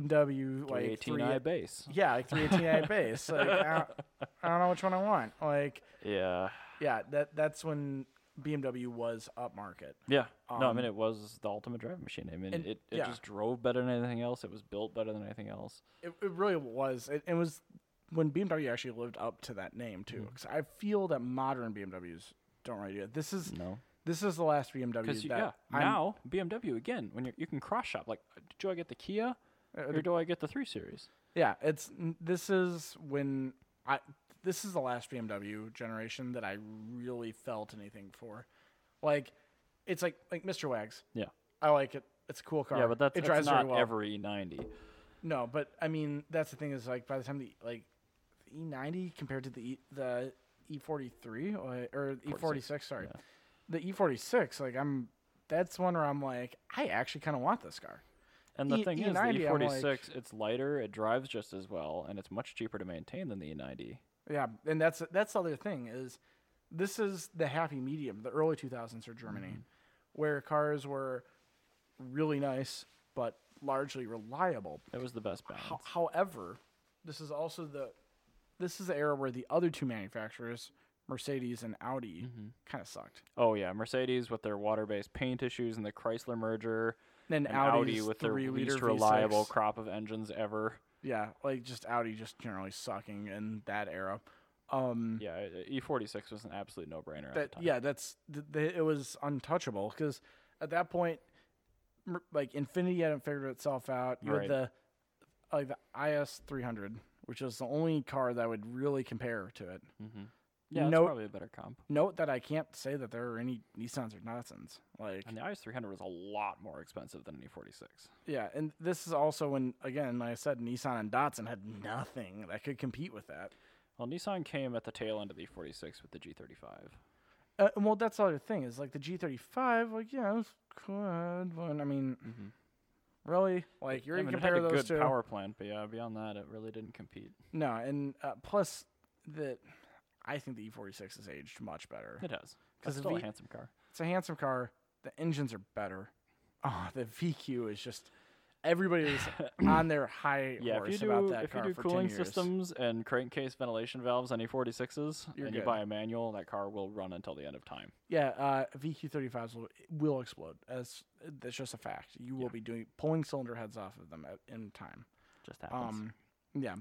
Speaker 2: BMW
Speaker 1: 318i
Speaker 2: like three, [laughs]
Speaker 1: base.
Speaker 2: yeah, like 318i base. Like I don't, I don't know which one I want. Like
Speaker 1: Yeah.
Speaker 2: yeah, that that's when BMW was upmarket.
Speaker 1: Yeah. no, I
Speaker 2: Um,
Speaker 1: mean it was the ultimate driving machine. I mean
Speaker 2: and-
Speaker 1: it, it
Speaker 2: yeah.
Speaker 1: just drove better than anything else. It was built better than anything else.
Speaker 2: It, it really was. It, it was when BMW actually lived up to that name too.
Speaker 1: Mm.
Speaker 2: 'Cause I feel that modern BMWs don't really do it. This is
Speaker 1: No.
Speaker 2: this is the last BMW
Speaker 1: Because
Speaker 2: that
Speaker 1: yeah,
Speaker 2: I'm-
Speaker 1: now BMW again when you you can cross shop like do I get the Kia
Speaker 2: Uh,
Speaker 1: or do I get the 3 series?
Speaker 2: Yeah, it's n- this is when I this is the last BMW generation that I really felt anything for. Like it's like like Mr. Wags.
Speaker 1: Yeah.
Speaker 2: I like it. It's a cool car.
Speaker 1: Yeah, but that's,
Speaker 2: it
Speaker 1: that's
Speaker 2: drives very
Speaker 1: not
Speaker 2: well.
Speaker 1: every E 90.
Speaker 2: No, but I mean that's the thing is like by the time the like the E90 compared to the e, the E43 or, or E46, sorry, the E46. Like I'm that's one where I'm like I actually kind of want this car.
Speaker 1: And the
Speaker 2: E-
Speaker 1: thing is, the
Speaker 2: E90, I'm like-
Speaker 1: E46, it's lighter, it drives just as well, and it's much cheaper to maintain than the E E90.
Speaker 2: Yeah, and that's that's the other thing is this is the happy medium, the early 2000s for Germany, where cars were really nice but largely reliable.
Speaker 1: It was the best balance.
Speaker 2: Ho- however, this is also the this is the era where the other two manufacturers, Mercedes and Audi,
Speaker 1: Hmm.
Speaker 2: kind of sucked.
Speaker 1: Oh yeah, Mercedes with their water-based paint issues and the Chrysler merger,
Speaker 2: Then
Speaker 1: and Audi
Speaker 2: Audi's
Speaker 1: with their
Speaker 2: three-liter
Speaker 1: least
Speaker 2: V6.
Speaker 1: reliable crop of engines ever.
Speaker 2: Yeah, like just Audi just generally sucking in that era. Um,
Speaker 1: Yeah, e- E46 was an absolute no-brainer at
Speaker 2: that
Speaker 1: the time.
Speaker 2: yeah that's th- th- it was untouchable because at that point mer- like infinity hadn't figured itself out you
Speaker 1: Right.
Speaker 2: had the like the is 300 which was the only car that would really compare to it
Speaker 1: Yeah, that's
Speaker 2: no-
Speaker 1: probably a better comp.
Speaker 2: note that i can't say that there are any nissans or datsuns like
Speaker 1: And the IS300 was a lot more expensive than an E E46.
Speaker 2: yeah and this is also when again like i said nissan and datsun had nothing that could compete with that
Speaker 1: Well, Nissan came at the tail end of the E46 with the G35.
Speaker 2: Uh, and well, that's the other thing is like the G35. Like, yeah, it was good, but I mean, really, like you're
Speaker 1: Mm-hmm. I mean,
Speaker 2: gonna
Speaker 1: it had
Speaker 2: compare
Speaker 1: a
Speaker 2: those
Speaker 1: good
Speaker 2: two.
Speaker 1: power plant, but yeah, beyond that, it really didn't compete.
Speaker 2: No, and uh, plus the, I think the E46 has aged much better.
Speaker 1: It has. It's
Speaker 2: 'Cause the
Speaker 1: still a
Speaker 2: V-
Speaker 1: handsome car.
Speaker 2: It's a handsome car. The engines are better. Oh, the VQ is just
Speaker 1: [coughs]
Speaker 2: everybody's on their high
Speaker 1: Yeah,
Speaker 2: horse
Speaker 1: if you
Speaker 2: about
Speaker 1: do
Speaker 2: that
Speaker 1: if you
Speaker 2: car
Speaker 1: do
Speaker 2: for
Speaker 1: cooling
Speaker 2: 10 years.
Speaker 1: systems and crankcase ventilation valves on E46s,
Speaker 2: You're
Speaker 1: and you
Speaker 2: good.
Speaker 1: buy a manual, that car will run until the end of time.
Speaker 2: Yeah, uh, VQ35s will, will explode. As that's just a fact. You will be doing pulling cylinder heads off of them at, in time.
Speaker 1: Just happens.
Speaker 2: Um, yeah.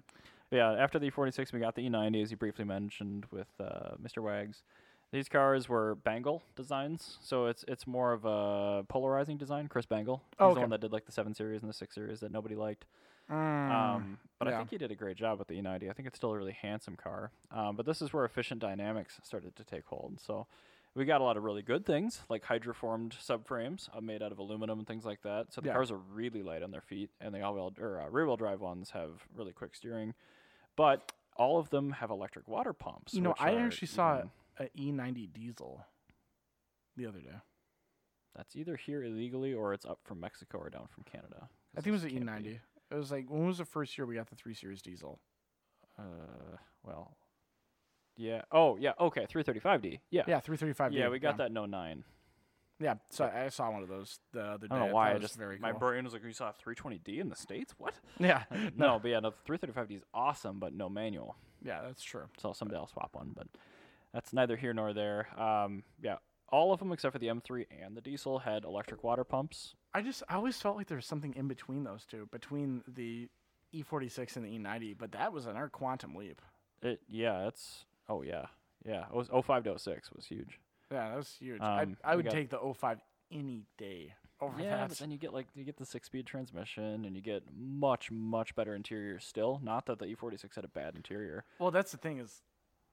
Speaker 1: But yeah, after the E46, we got the E90, as you briefly mentioned with uh, Mr. Wags. These cars were Bangle designs, so it's it's more of a polarizing design. Chris Bangle, he's
Speaker 2: Oh,
Speaker 1: the
Speaker 2: okay.
Speaker 1: one that did like the seven series and the six series that nobody liked.
Speaker 2: Mm.
Speaker 1: Um, but I
Speaker 2: yeah.
Speaker 1: think he did a great job with the E90. I think it's still a really handsome car. Um, but this is where efficient dynamics started to take hold. So We got a lot of really good things like hydroformed subframes uh, made out of aluminum and things like that. So the
Speaker 2: Yeah.
Speaker 1: cars are really light on their feet, and the all-wheel or uh, rear-wheel drive ones have really quick steering, but all of them have electric water pumps.
Speaker 2: You know,
Speaker 1: which
Speaker 2: I
Speaker 1: are
Speaker 2: actually saw
Speaker 1: even-
Speaker 2: a E90 diesel the other day.
Speaker 1: that's either here illegally or it's up from Mexico or down from Canada. 'cause
Speaker 2: I think it was
Speaker 1: those
Speaker 2: an
Speaker 1: can't be-
Speaker 2: E90. It was like when was the first year we got the three series diesel?
Speaker 1: Uh, well, yeah. Oh, yeah. Okay, 335D. Yeah.
Speaker 2: Yeah, 335.
Speaker 1: Yeah, we got that in 09.
Speaker 2: Yeah, so I I saw one of those the other day.
Speaker 1: I don't
Speaker 2: thought
Speaker 1: know why.
Speaker 2: it
Speaker 1: I
Speaker 2: was
Speaker 1: just
Speaker 2: very
Speaker 1: my
Speaker 2: cool.
Speaker 1: brain was like, "We saw 320D in the states? What?"
Speaker 2: [laughs] Yeah,
Speaker 1: no, but yeah, no. The 335D is awesome, but no manual.
Speaker 2: yeah, that's true.
Speaker 1: So someday I'll swap one, but that's neither here nor there. Um, yeah, all of them except for the M3 and the diesel had electric water pumps.
Speaker 2: I just I always felt like there was something in between those two, between the E46 and the E90, but that was another quantum leap.
Speaker 1: It yeah, that's oh yeah, yeah. It was 05 to 06 was huge.
Speaker 2: Yeah, that was huge.
Speaker 1: Um,
Speaker 2: I I
Speaker 1: we
Speaker 2: would
Speaker 1: got-
Speaker 2: take the 05 any day over
Speaker 1: Yeah,
Speaker 2: that.
Speaker 1: but then you get like you get the six-speed transmission, and you get much much better interior still. Not that the E46 had a bad interior.
Speaker 2: Well, that's the thing is,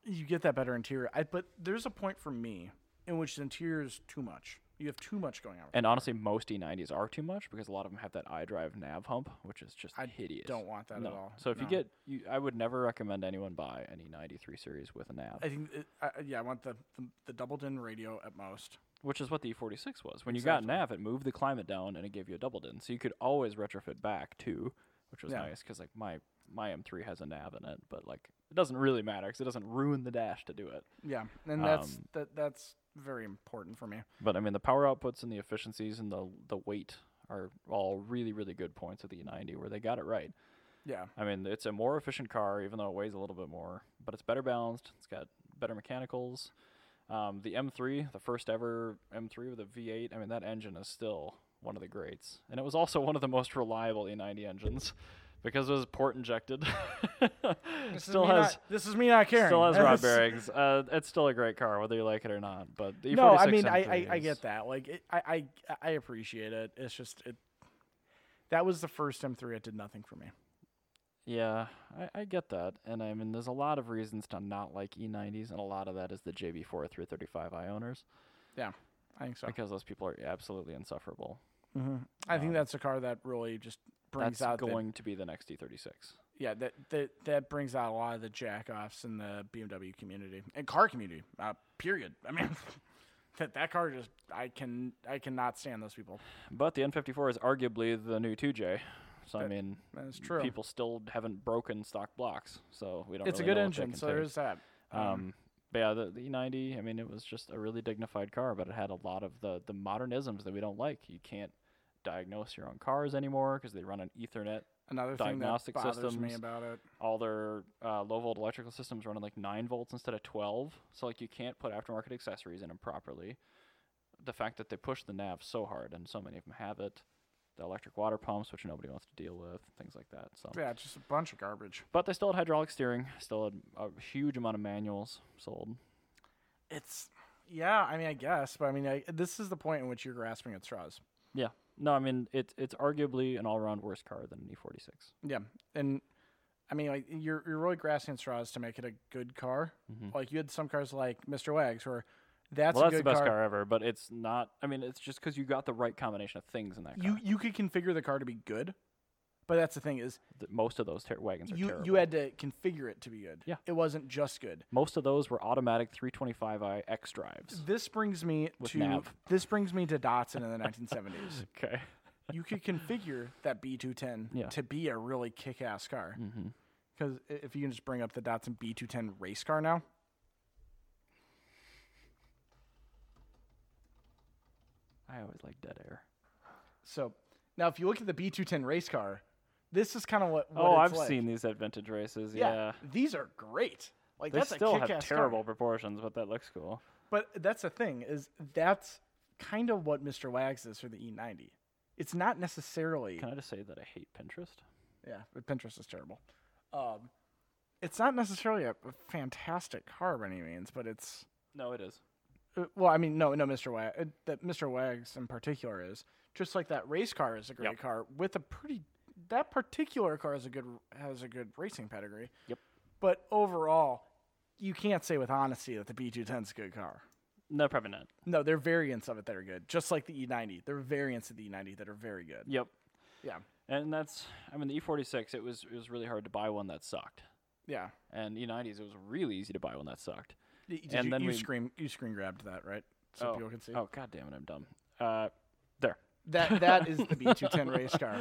Speaker 2: you get that better interior. I, but there's a point for me in which the interior is too much. You have too much going on.
Speaker 1: And honestly, most E90s are too much because a lot of them have that iDrive nav hump, which is just
Speaker 2: I
Speaker 1: hideous.
Speaker 2: Don't want that
Speaker 1: no.
Speaker 2: at all.
Speaker 1: So if you
Speaker 2: No.
Speaker 1: get, you, I would never recommend anyone buy an E93 series with a nav,
Speaker 2: I think it, I, I- yeah, I want the, the the doubled in radio at most.
Speaker 1: which is what the E46 was. When
Speaker 2: Exactly.
Speaker 1: you got nav, it moved the climate down and it gave you a doubled in, so you could always retrofit back too, which was
Speaker 2: Yeah.
Speaker 1: nice because like my my M3 has a nav in it, but like it doesn't really matter because it doesn't ruin the dash to do it.
Speaker 2: Yeah, and that's
Speaker 1: Um,
Speaker 2: that that's very important for me.
Speaker 1: But I mean, the power outputs and the efficiencies and the the weight are all really really good points of the E90 where they got it right.
Speaker 2: Yeah,
Speaker 1: I mean, it's a more efficient car, even though it weighs a little bit more, but it's better balanced. It's got better mechanicals. Um, the M3, the first ever M3 with a V8, I mean, that engine is still one of the greats. And it was also one of the most reliable E90 engines because it was port injected. [laughs]
Speaker 2: this
Speaker 1: still
Speaker 2: is me
Speaker 1: has.
Speaker 2: Not, this is me not caring.
Speaker 1: Still has rod
Speaker 2: [laughs] That's-
Speaker 1: bearings. Uh, it's still a great car, whether you like it or not. But the
Speaker 2: No, I
Speaker 1: E46
Speaker 2: mean I, I
Speaker 1: M3
Speaker 2: I
Speaker 1: is-
Speaker 2: get that. Like it, I I I appreciate it. It's just it. That was the first M3. It did nothing for me.
Speaker 1: Yeah, I, I get that. And I mean, there's a lot of reasons to not like E90s, and a lot of that is the JB4 335i owners.
Speaker 2: I think so.
Speaker 1: because those people are absolutely insufferable.
Speaker 2: hmm I think
Speaker 1: Um,
Speaker 2: that's a car that really just brings
Speaker 1: That's
Speaker 2: out the-
Speaker 1: going to be the next E36.
Speaker 2: yeah that, that that brings out a lot of the jackoffs in the BMW community and car community. Uh, period. I mean, [laughs] that that car just I can I cannot stand those people.
Speaker 1: But the N54 is arguably the new 2J. So I
Speaker 2: That-
Speaker 1: mean,
Speaker 2: That's true.
Speaker 1: people still haven't broken stock blocks, so we don't.
Speaker 2: it's a
Speaker 1: really
Speaker 2: good
Speaker 1: know what they
Speaker 2: engine,
Speaker 1: can
Speaker 2: so there
Speaker 1: take.
Speaker 2: is that.
Speaker 1: Um, but yeah, the, the E90. I mean, it was just a really dignified car, but it had a lot of the the modernisms that we don't like. You can't diagnose your own cars anymore because they run on Ethernet.
Speaker 2: another thing that
Speaker 1: diagnostic
Speaker 2: bothers me
Speaker 1: systems.
Speaker 2: about it.
Speaker 1: All their uh, low volt electrical systems run on like nine volts instead of twelve, so like you can't put aftermarket accessories in them properly. the fact that they push the nav so hard and so many of them have it the electric water pumps which nobody wants to deal with things like that so
Speaker 2: Yeah, just a bunch of garbage.
Speaker 1: but they still had hydraulic steering still had a huge amount of manuals sold
Speaker 2: It's yeah. I mean, I guess, but I mean, I, this is the point in which you're grasping at straws.
Speaker 1: yeah no i mean it's it's arguably an all-around worse car than an E e46
Speaker 2: Yeah, and I mean, like you're you're really grasping at straws to make it a good car. Like you had some cars like Mr. Wags, where
Speaker 1: Mm-hmm.
Speaker 2: that's
Speaker 1: well
Speaker 2: a
Speaker 1: that's
Speaker 2: good
Speaker 1: the best car. ever but it's not i mean it's just because you got the right combination of things in that car
Speaker 2: You you could configure the car to be good, but that's the thing is
Speaker 1: Th- most of those ter- wagons are
Speaker 2: you
Speaker 1: terrible
Speaker 2: you had to configure it to be good.
Speaker 1: Yeah.
Speaker 2: it wasn't just good.
Speaker 1: most of those were automatic 325i x drives
Speaker 2: This brings me
Speaker 1: With
Speaker 2: to
Speaker 1: nav.
Speaker 2: this brings me to Datsun in the 1970s.
Speaker 1: okay
Speaker 2: you could configure that B210
Speaker 1: Yeah.
Speaker 2: to be a really kick-ass car.
Speaker 1: mm-hmm.
Speaker 2: Because if you can just bring up the Datsun B210 race car now,
Speaker 1: i always like dead air
Speaker 2: so now if you look at the B210 race car, this is kind of what, what
Speaker 1: oh
Speaker 2: it's
Speaker 1: i've
Speaker 2: like.
Speaker 1: seen these at vintage races
Speaker 2: Yeah,
Speaker 1: yeah.
Speaker 2: these are great. Like
Speaker 1: They
Speaker 2: that's
Speaker 1: still
Speaker 2: a
Speaker 1: have
Speaker 2: kick-ass
Speaker 1: terrible
Speaker 2: Car.
Speaker 1: proportions, but that looks cool.
Speaker 2: But that's the thing is that's kind of what Mr. Wags is for the E90. It's not necessarily
Speaker 1: Can I just say that I hate Pinterest?
Speaker 2: yeah. but Pinterest is terrible. Um, it's not necessarily a a fantastic car by any means, but it's
Speaker 1: No, it is.
Speaker 2: Uh, well, I mean, no, no, Mr. Wag, uh, that Mr. Wags in particular is just like that race car is a great
Speaker 1: Yep.
Speaker 2: car with a pretty. That particular car is a good has a good racing pedigree.
Speaker 1: Yep.
Speaker 2: But overall, you can't say with honesty that the B210 is a good car.
Speaker 1: No, probably not.
Speaker 2: No, there are variants of it that are good, just like the E90. There are variants of the E90 that are very good.
Speaker 1: Yep.
Speaker 2: Yeah.
Speaker 1: And that's, I mean, the E46. It was it was really hard to buy one that sucked,
Speaker 2: Yeah.
Speaker 1: and E90s. It was really easy to buy one that sucked.
Speaker 2: Y- did
Speaker 1: And
Speaker 2: you,
Speaker 1: then
Speaker 2: you
Speaker 1: we-
Speaker 2: screen you screen grabbed that right, so people can see
Speaker 1: Oh god damn it! I'm dumb. Uh, there.
Speaker 2: that that is the B210 race
Speaker 1: [laughs]
Speaker 2: car,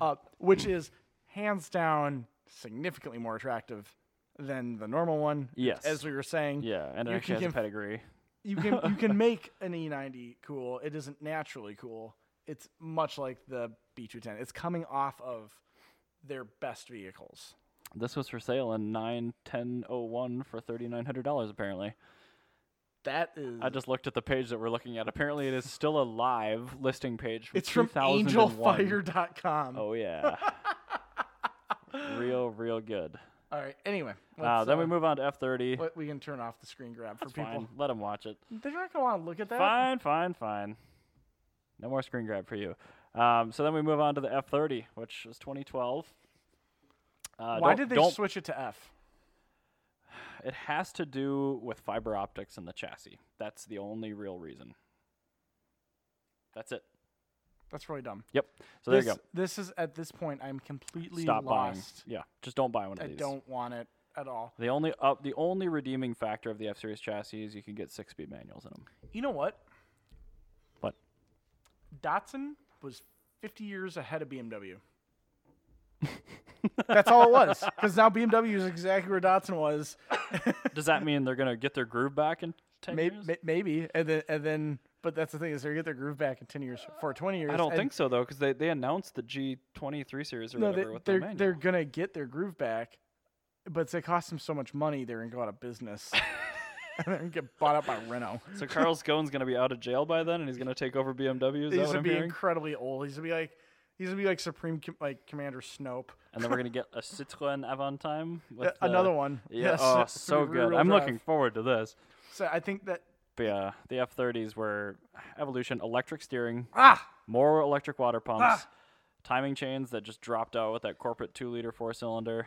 Speaker 2: uh, which is hands down significantly more attractive than the normal one.
Speaker 1: Yes.
Speaker 2: As we were saying,
Speaker 1: Yeah, and it
Speaker 2: You
Speaker 1: actually
Speaker 2: can
Speaker 1: has a
Speaker 2: give-
Speaker 1: pedigree.
Speaker 2: you can you
Speaker 1: [laughs]
Speaker 2: can make an E90 cool. It isn't naturally cool. It's much like the B210. It's coming off of their best vehicles.
Speaker 1: This was for sale in nine ten oh one for thirty nine hundred dollars. Apparently,
Speaker 2: That is.
Speaker 1: I just looked at the page that we're looking at. Apparently, it is still a live listing page. From
Speaker 2: it's from
Speaker 1: 2001.
Speaker 2: angelfire.com.
Speaker 1: Oh
Speaker 2: [laughs]
Speaker 1: yeah. real, real good.
Speaker 2: All right. Anyway,
Speaker 1: Uh,
Speaker 2: let's,
Speaker 1: then we
Speaker 2: uh,
Speaker 1: move on to F thirty.
Speaker 2: What, we can turn off the screen grab for people.
Speaker 1: Fine, let them watch it.
Speaker 2: They're not going to want to look at that.
Speaker 1: Fine, fine, fine. No more screen grab for you. Um, so then we move on to the F thirty, which was 2012. Uh,
Speaker 2: Why
Speaker 1: don't-
Speaker 2: did they
Speaker 1: don't-
Speaker 2: switch it to F?
Speaker 1: It has to do with fiber optics in the chassis. That's the only real reason. That's it.
Speaker 2: That's really dumb.
Speaker 1: Yep. So
Speaker 2: this,
Speaker 1: there you
Speaker 2: This is at this point I'm
Speaker 1: go.
Speaker 2: completely
Speaker 1: Stop
Speaker 2: lost.
Speaker 1: buying. Yeah. Just don't buy one of
Speaker 2: I
Speaker 1: these.
Speaker 2: don't want it at all.
Speaker 1: The only up, the only redeeming factor of the F Series chassis is you can get six-speed manuals in them.
Speaker 2: You know what?
Speaker 1: What?
Speaker 2: Datsun was 50 years ahead of BMW.
Speaker 1: [laughs]
Speaker 2: That's all it was. Because now BMW is exactly where
Speaker 1: [laughs]
Speaker 2: Datsun was.
Speaker 1: Does that mean they're gonna get their groove back in ten
Speaker 2: maybe,
Speaker 1: years?
Speaker 2: maybe, and then, and then, but that's the thing is they get their groove back in ten years, for twenty years.
Speaker 1: I don't
Speaker 2: and
Speaker 1: think so though, because they, they announced the G twenty three series or
Speaker 2: No, they,
Speaker 1: whatever with their
Speaker 2: they're
Speaker 1: manual.
Speaker 2: they're gonna get their groove back, but it costs them so much money they're gonna go out
Speaker 1: [laughs]
Speaker 2: of business, [laughs] and they're gonna get bought up by Renault.
Speaker 1: So
Speaker 2: [laughs]
Speaker 1: Carl Scone's gonna be out of jail by then, and he's gonna take over BMW. Is that
Speaker 2: He's
Speaker 1: what
Speaker 2: gonna
Speaker 1: I'm
Speaker 2: be [laughs]
Speaker 1: hearing?
Speaker 2: incredibly old. He's gonna be like he's gonna be like Supreme Com- like Commander Snope.
Speaker 1: and then we're gonna get a Citroen Avantime. With
Speaker 2: Uh, another
Speaker 1: the-
Speaker 2: one.
Speaker 1: Yeah.
Speaker 2: Yes,
Speaker 1: oh,
Speaker 2: [laughs] it's
Speaker 1: so
Speaker 2: gonna be
Speaker 1: good.
Speaker 2: rear-wheel
Speaker 1: I'm
Speaker 2: drive.
Speaker 1: looking forward to this.
Speaker 2: So I think that
Speaker 1: But yeah, the F30s were evolution, electric steering,
Speaker 2: ah
Speaker 1: more electric water pumps, timing chains that just dropped out with that corporate two-liter four-cylinder.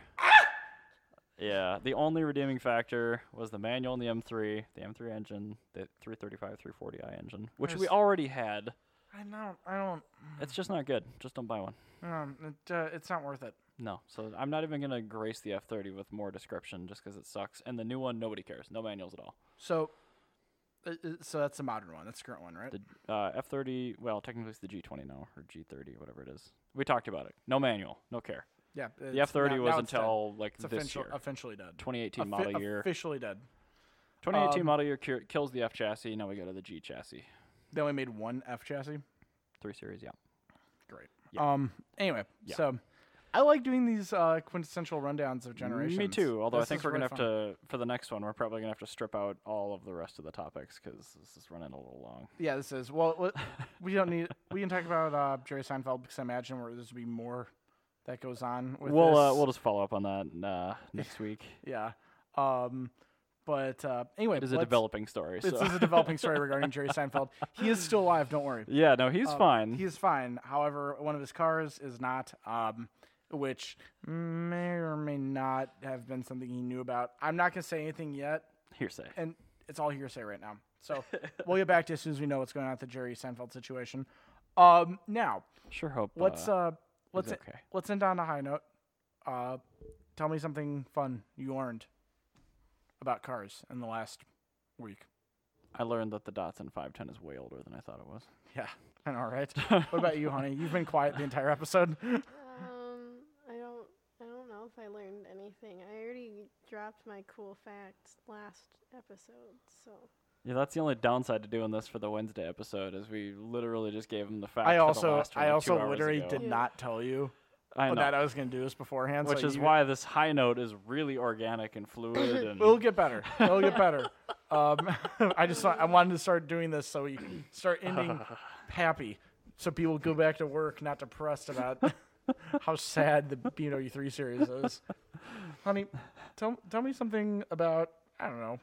Speaker 1: Yeah, the only redeeming factor was the manual and the M3, the M3 engine, the 335 340i engine, which we
Speaker 2: There's-
Speaker 1: already had.
Speaker 2: I don't I don't
Speaker 1: It's just not good. Just don't buy one.
Speaker 2: um, it, uh, it's not worth it.
Speaker 1: No, so I'm not even gonna grace the F30 with more description just because it sucks. And the new one, nobody cares. No manuals at all.
Speaker 2: So uh, uh, so that's the modern one. That's the current one, right?
Speaker 1: The uh, F30, well, technically it's the G20 now or G30, whatever it is. We talked about it. No manual, no care.
Speaker 2: yeah.
Speaker 1: The F30 was until like
Speaker 2: it's
Speaker 1: this
Speaker 2: official,
Speaker 1: year,
Speaker 2: officially dead.
Speaker 1: 2018
Speaker 2: Offi-
Speaker 1: model year.
Speaker 2: Officially dead.
Speaker 1: 2018
Speaker 2: um,
Speaker 1: model year cure, kills the F chassis. Now we go to the G chassis,
Speaker 2: They only made one F chassis.
Speaker 1: three series. Yeah,
Speaker 2: Great.
Speaker 1: Yeah.
Speaker 2: Um. Anyway,
Speaker 1: Yeah.
Speaker 2: so I like doing these uh, quintessential rundowns of generations.
Speaker 1: Me too. Although
Speaker 2: This
Speaker 1: I think
Speaker 2: is
Speaker 1: we're gonna
Speaker 2: really
Speaker 1: have
Speaker 2: fun.
Speaker 1: to for the next one, we're probably gonna have to strip out all of the rest of the topics because this is running a little long.
Speaker 2: Yeah, this is. Well, w- we don't need. We can talk about uh, Jerry Seinfeld because I imagine where there's be more that goes on. With
Speaker 1: we'll
Speaker 2: this.
Speaker 1: uh, we'll just follow up on that
Speaker 2: [laughs]
Speaker 1: uh, next week.
Speaker 2: yeah. Um, but uh, anyway,
Speaker 1: It is a
Speaker 2: let's-
Speaker 1: developing story.
Speaker 2: This
Speaker 1: so-
Speaker 2: is a developing story regarding Jerry Seinfeld. He is still alive. Don't worry.
Speaker 1: [laughs] yeah, no, he's
Speaker 2: Uh,
Speaker 1: fine.
Speaker 2: He is fine. However, one of his cars is not, um, which may or may not have been something he knew about. I'm not going to say anything yet,
Speaker 1: Hearsay.
Speaker 2: and it's all hearsay right now. So we'll get back to you as soon as we know what's going on with the Jerry Seinfeld situation. Um, now,
Speaker 1: Sure hope.
Speaker 2: let's
Speaker 1: uh,
Speaker 2: uh, let's
Speaker 1: he's
Speaker 2: e-
Speaker 1: okay.
Speaker 2: let's end on a high note. Uh, tell me something fun you learned about cars in the last week. [laughs]
Speaker 1: I learned that the Datsun 510 is way older than I thought it was.
Speaker 2: Yeah, I know, right? what about you, honey? You've been quiet the entire
Speaker 1: [laughs]
Speaker 2: episode.
Speaker 3: Um, I don't, I don't know if I learned anything. I already dropped my cool facts last episode, so
Speaker 1: Yeah, that's the only downside to doing this for the Wednesday episode is we literally just gave him the fact.
Speaker 2: I
Speaker 1: for the
Speaker 2: also
Speaker 1: last one,
Speaker 2: I
Speaker 1: like, two
Speaker 2: also
Speaker 1: hours
Speaker 2: literally
Speaker 1: ago.
Speaker 2: did
Speaker 3: Yeah.
Speaker 2: not tell you
Speaker 1: I know,
Speaker 2: that I was going to do this beforehand, so
Speaker 1: which is
Speaker 2: you-
Speaker 1: why this high note is really organic and
Speaker 2: [coughs]
Speaker 1: fluid. and
Speaker 2: it'll get better. It'll
Speaker 1: [laughs]
Speaker 2: get better. Um, [laughs] I just thought- I wanted to start doing this so we start
Speaker 1: [laughs]
Speaker 2: ending happy, so people go back to work not
Speaker 1: [laughs]
Speaker 2: depressed about how sad the BMW 3 Series is. Honey, tell tell me something about I don't know.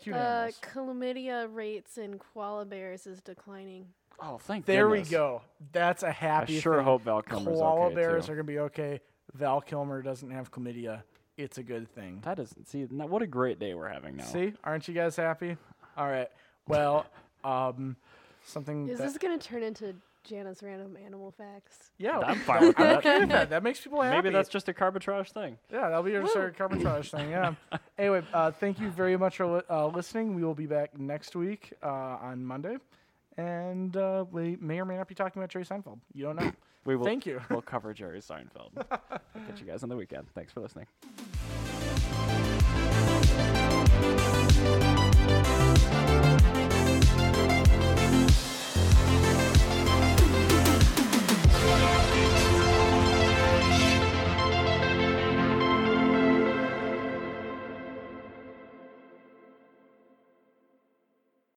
Speaker 2: Cute
Speaker 3: uh,
Speaker 2: animals.
Speaker 3: chlamydia rates in koala bears is declining.
Speaker 1: oh, thank
Speaker 2: There
Speaker 1: goodness.
Speaker 2: we go. That's a
Speaker 1: I
Speaker 2: happy.
Speaker 1: sure
Speaker 2: thing.
Speaker 1: hope Val Kilmer's
Speaker 2: koala
Speaker 1: okay
Speaker 2: bears
Speaker 1: too.
Speaker 2: are gonna be okay. Val Kilmer doesn't have chlamydia. It's a good thing.
Speaker 1: That is see now, what a great day we're having now.
Speaker 2: See, aren't you guys happy? All right.
Speaker 1: [laughs]
Speaker 2: Well, um, something.
Speaker 3: Is
Speaker 2: that-
Speaker 3: this gonna turn into Jana's random animal facts?
Speaker 2: yeah,
Speaker 1: I'm
Speaker 2: okay.
Speaker 1: fine with
Speaker 2: Oh, [laughs] I'm
Speaker 1: that.
Speaker 2: okay with
Speaker 1: [laughs]
Speaker 2: that. That makes people happy.
Speaker 1: Maybe that's just a carbitrage thing.
Speaker 2: yeah. That'll be your sort of carbotage
Speaker 1: [laughs]
Speaker 2: thing. Yeah. anyway, uh, thank you very much for li- uh, listening. We will be back next week uh, on Monday, and uh, we may or may not be talking about Jerry Seinfeld. You don't know.
Speaker 1: We will.
Speaker 2: Thank you. [laughs]
Speaker 1: We'll cover Jerry Seinfeld. Catch you guys on the weekend. Thanks for listening.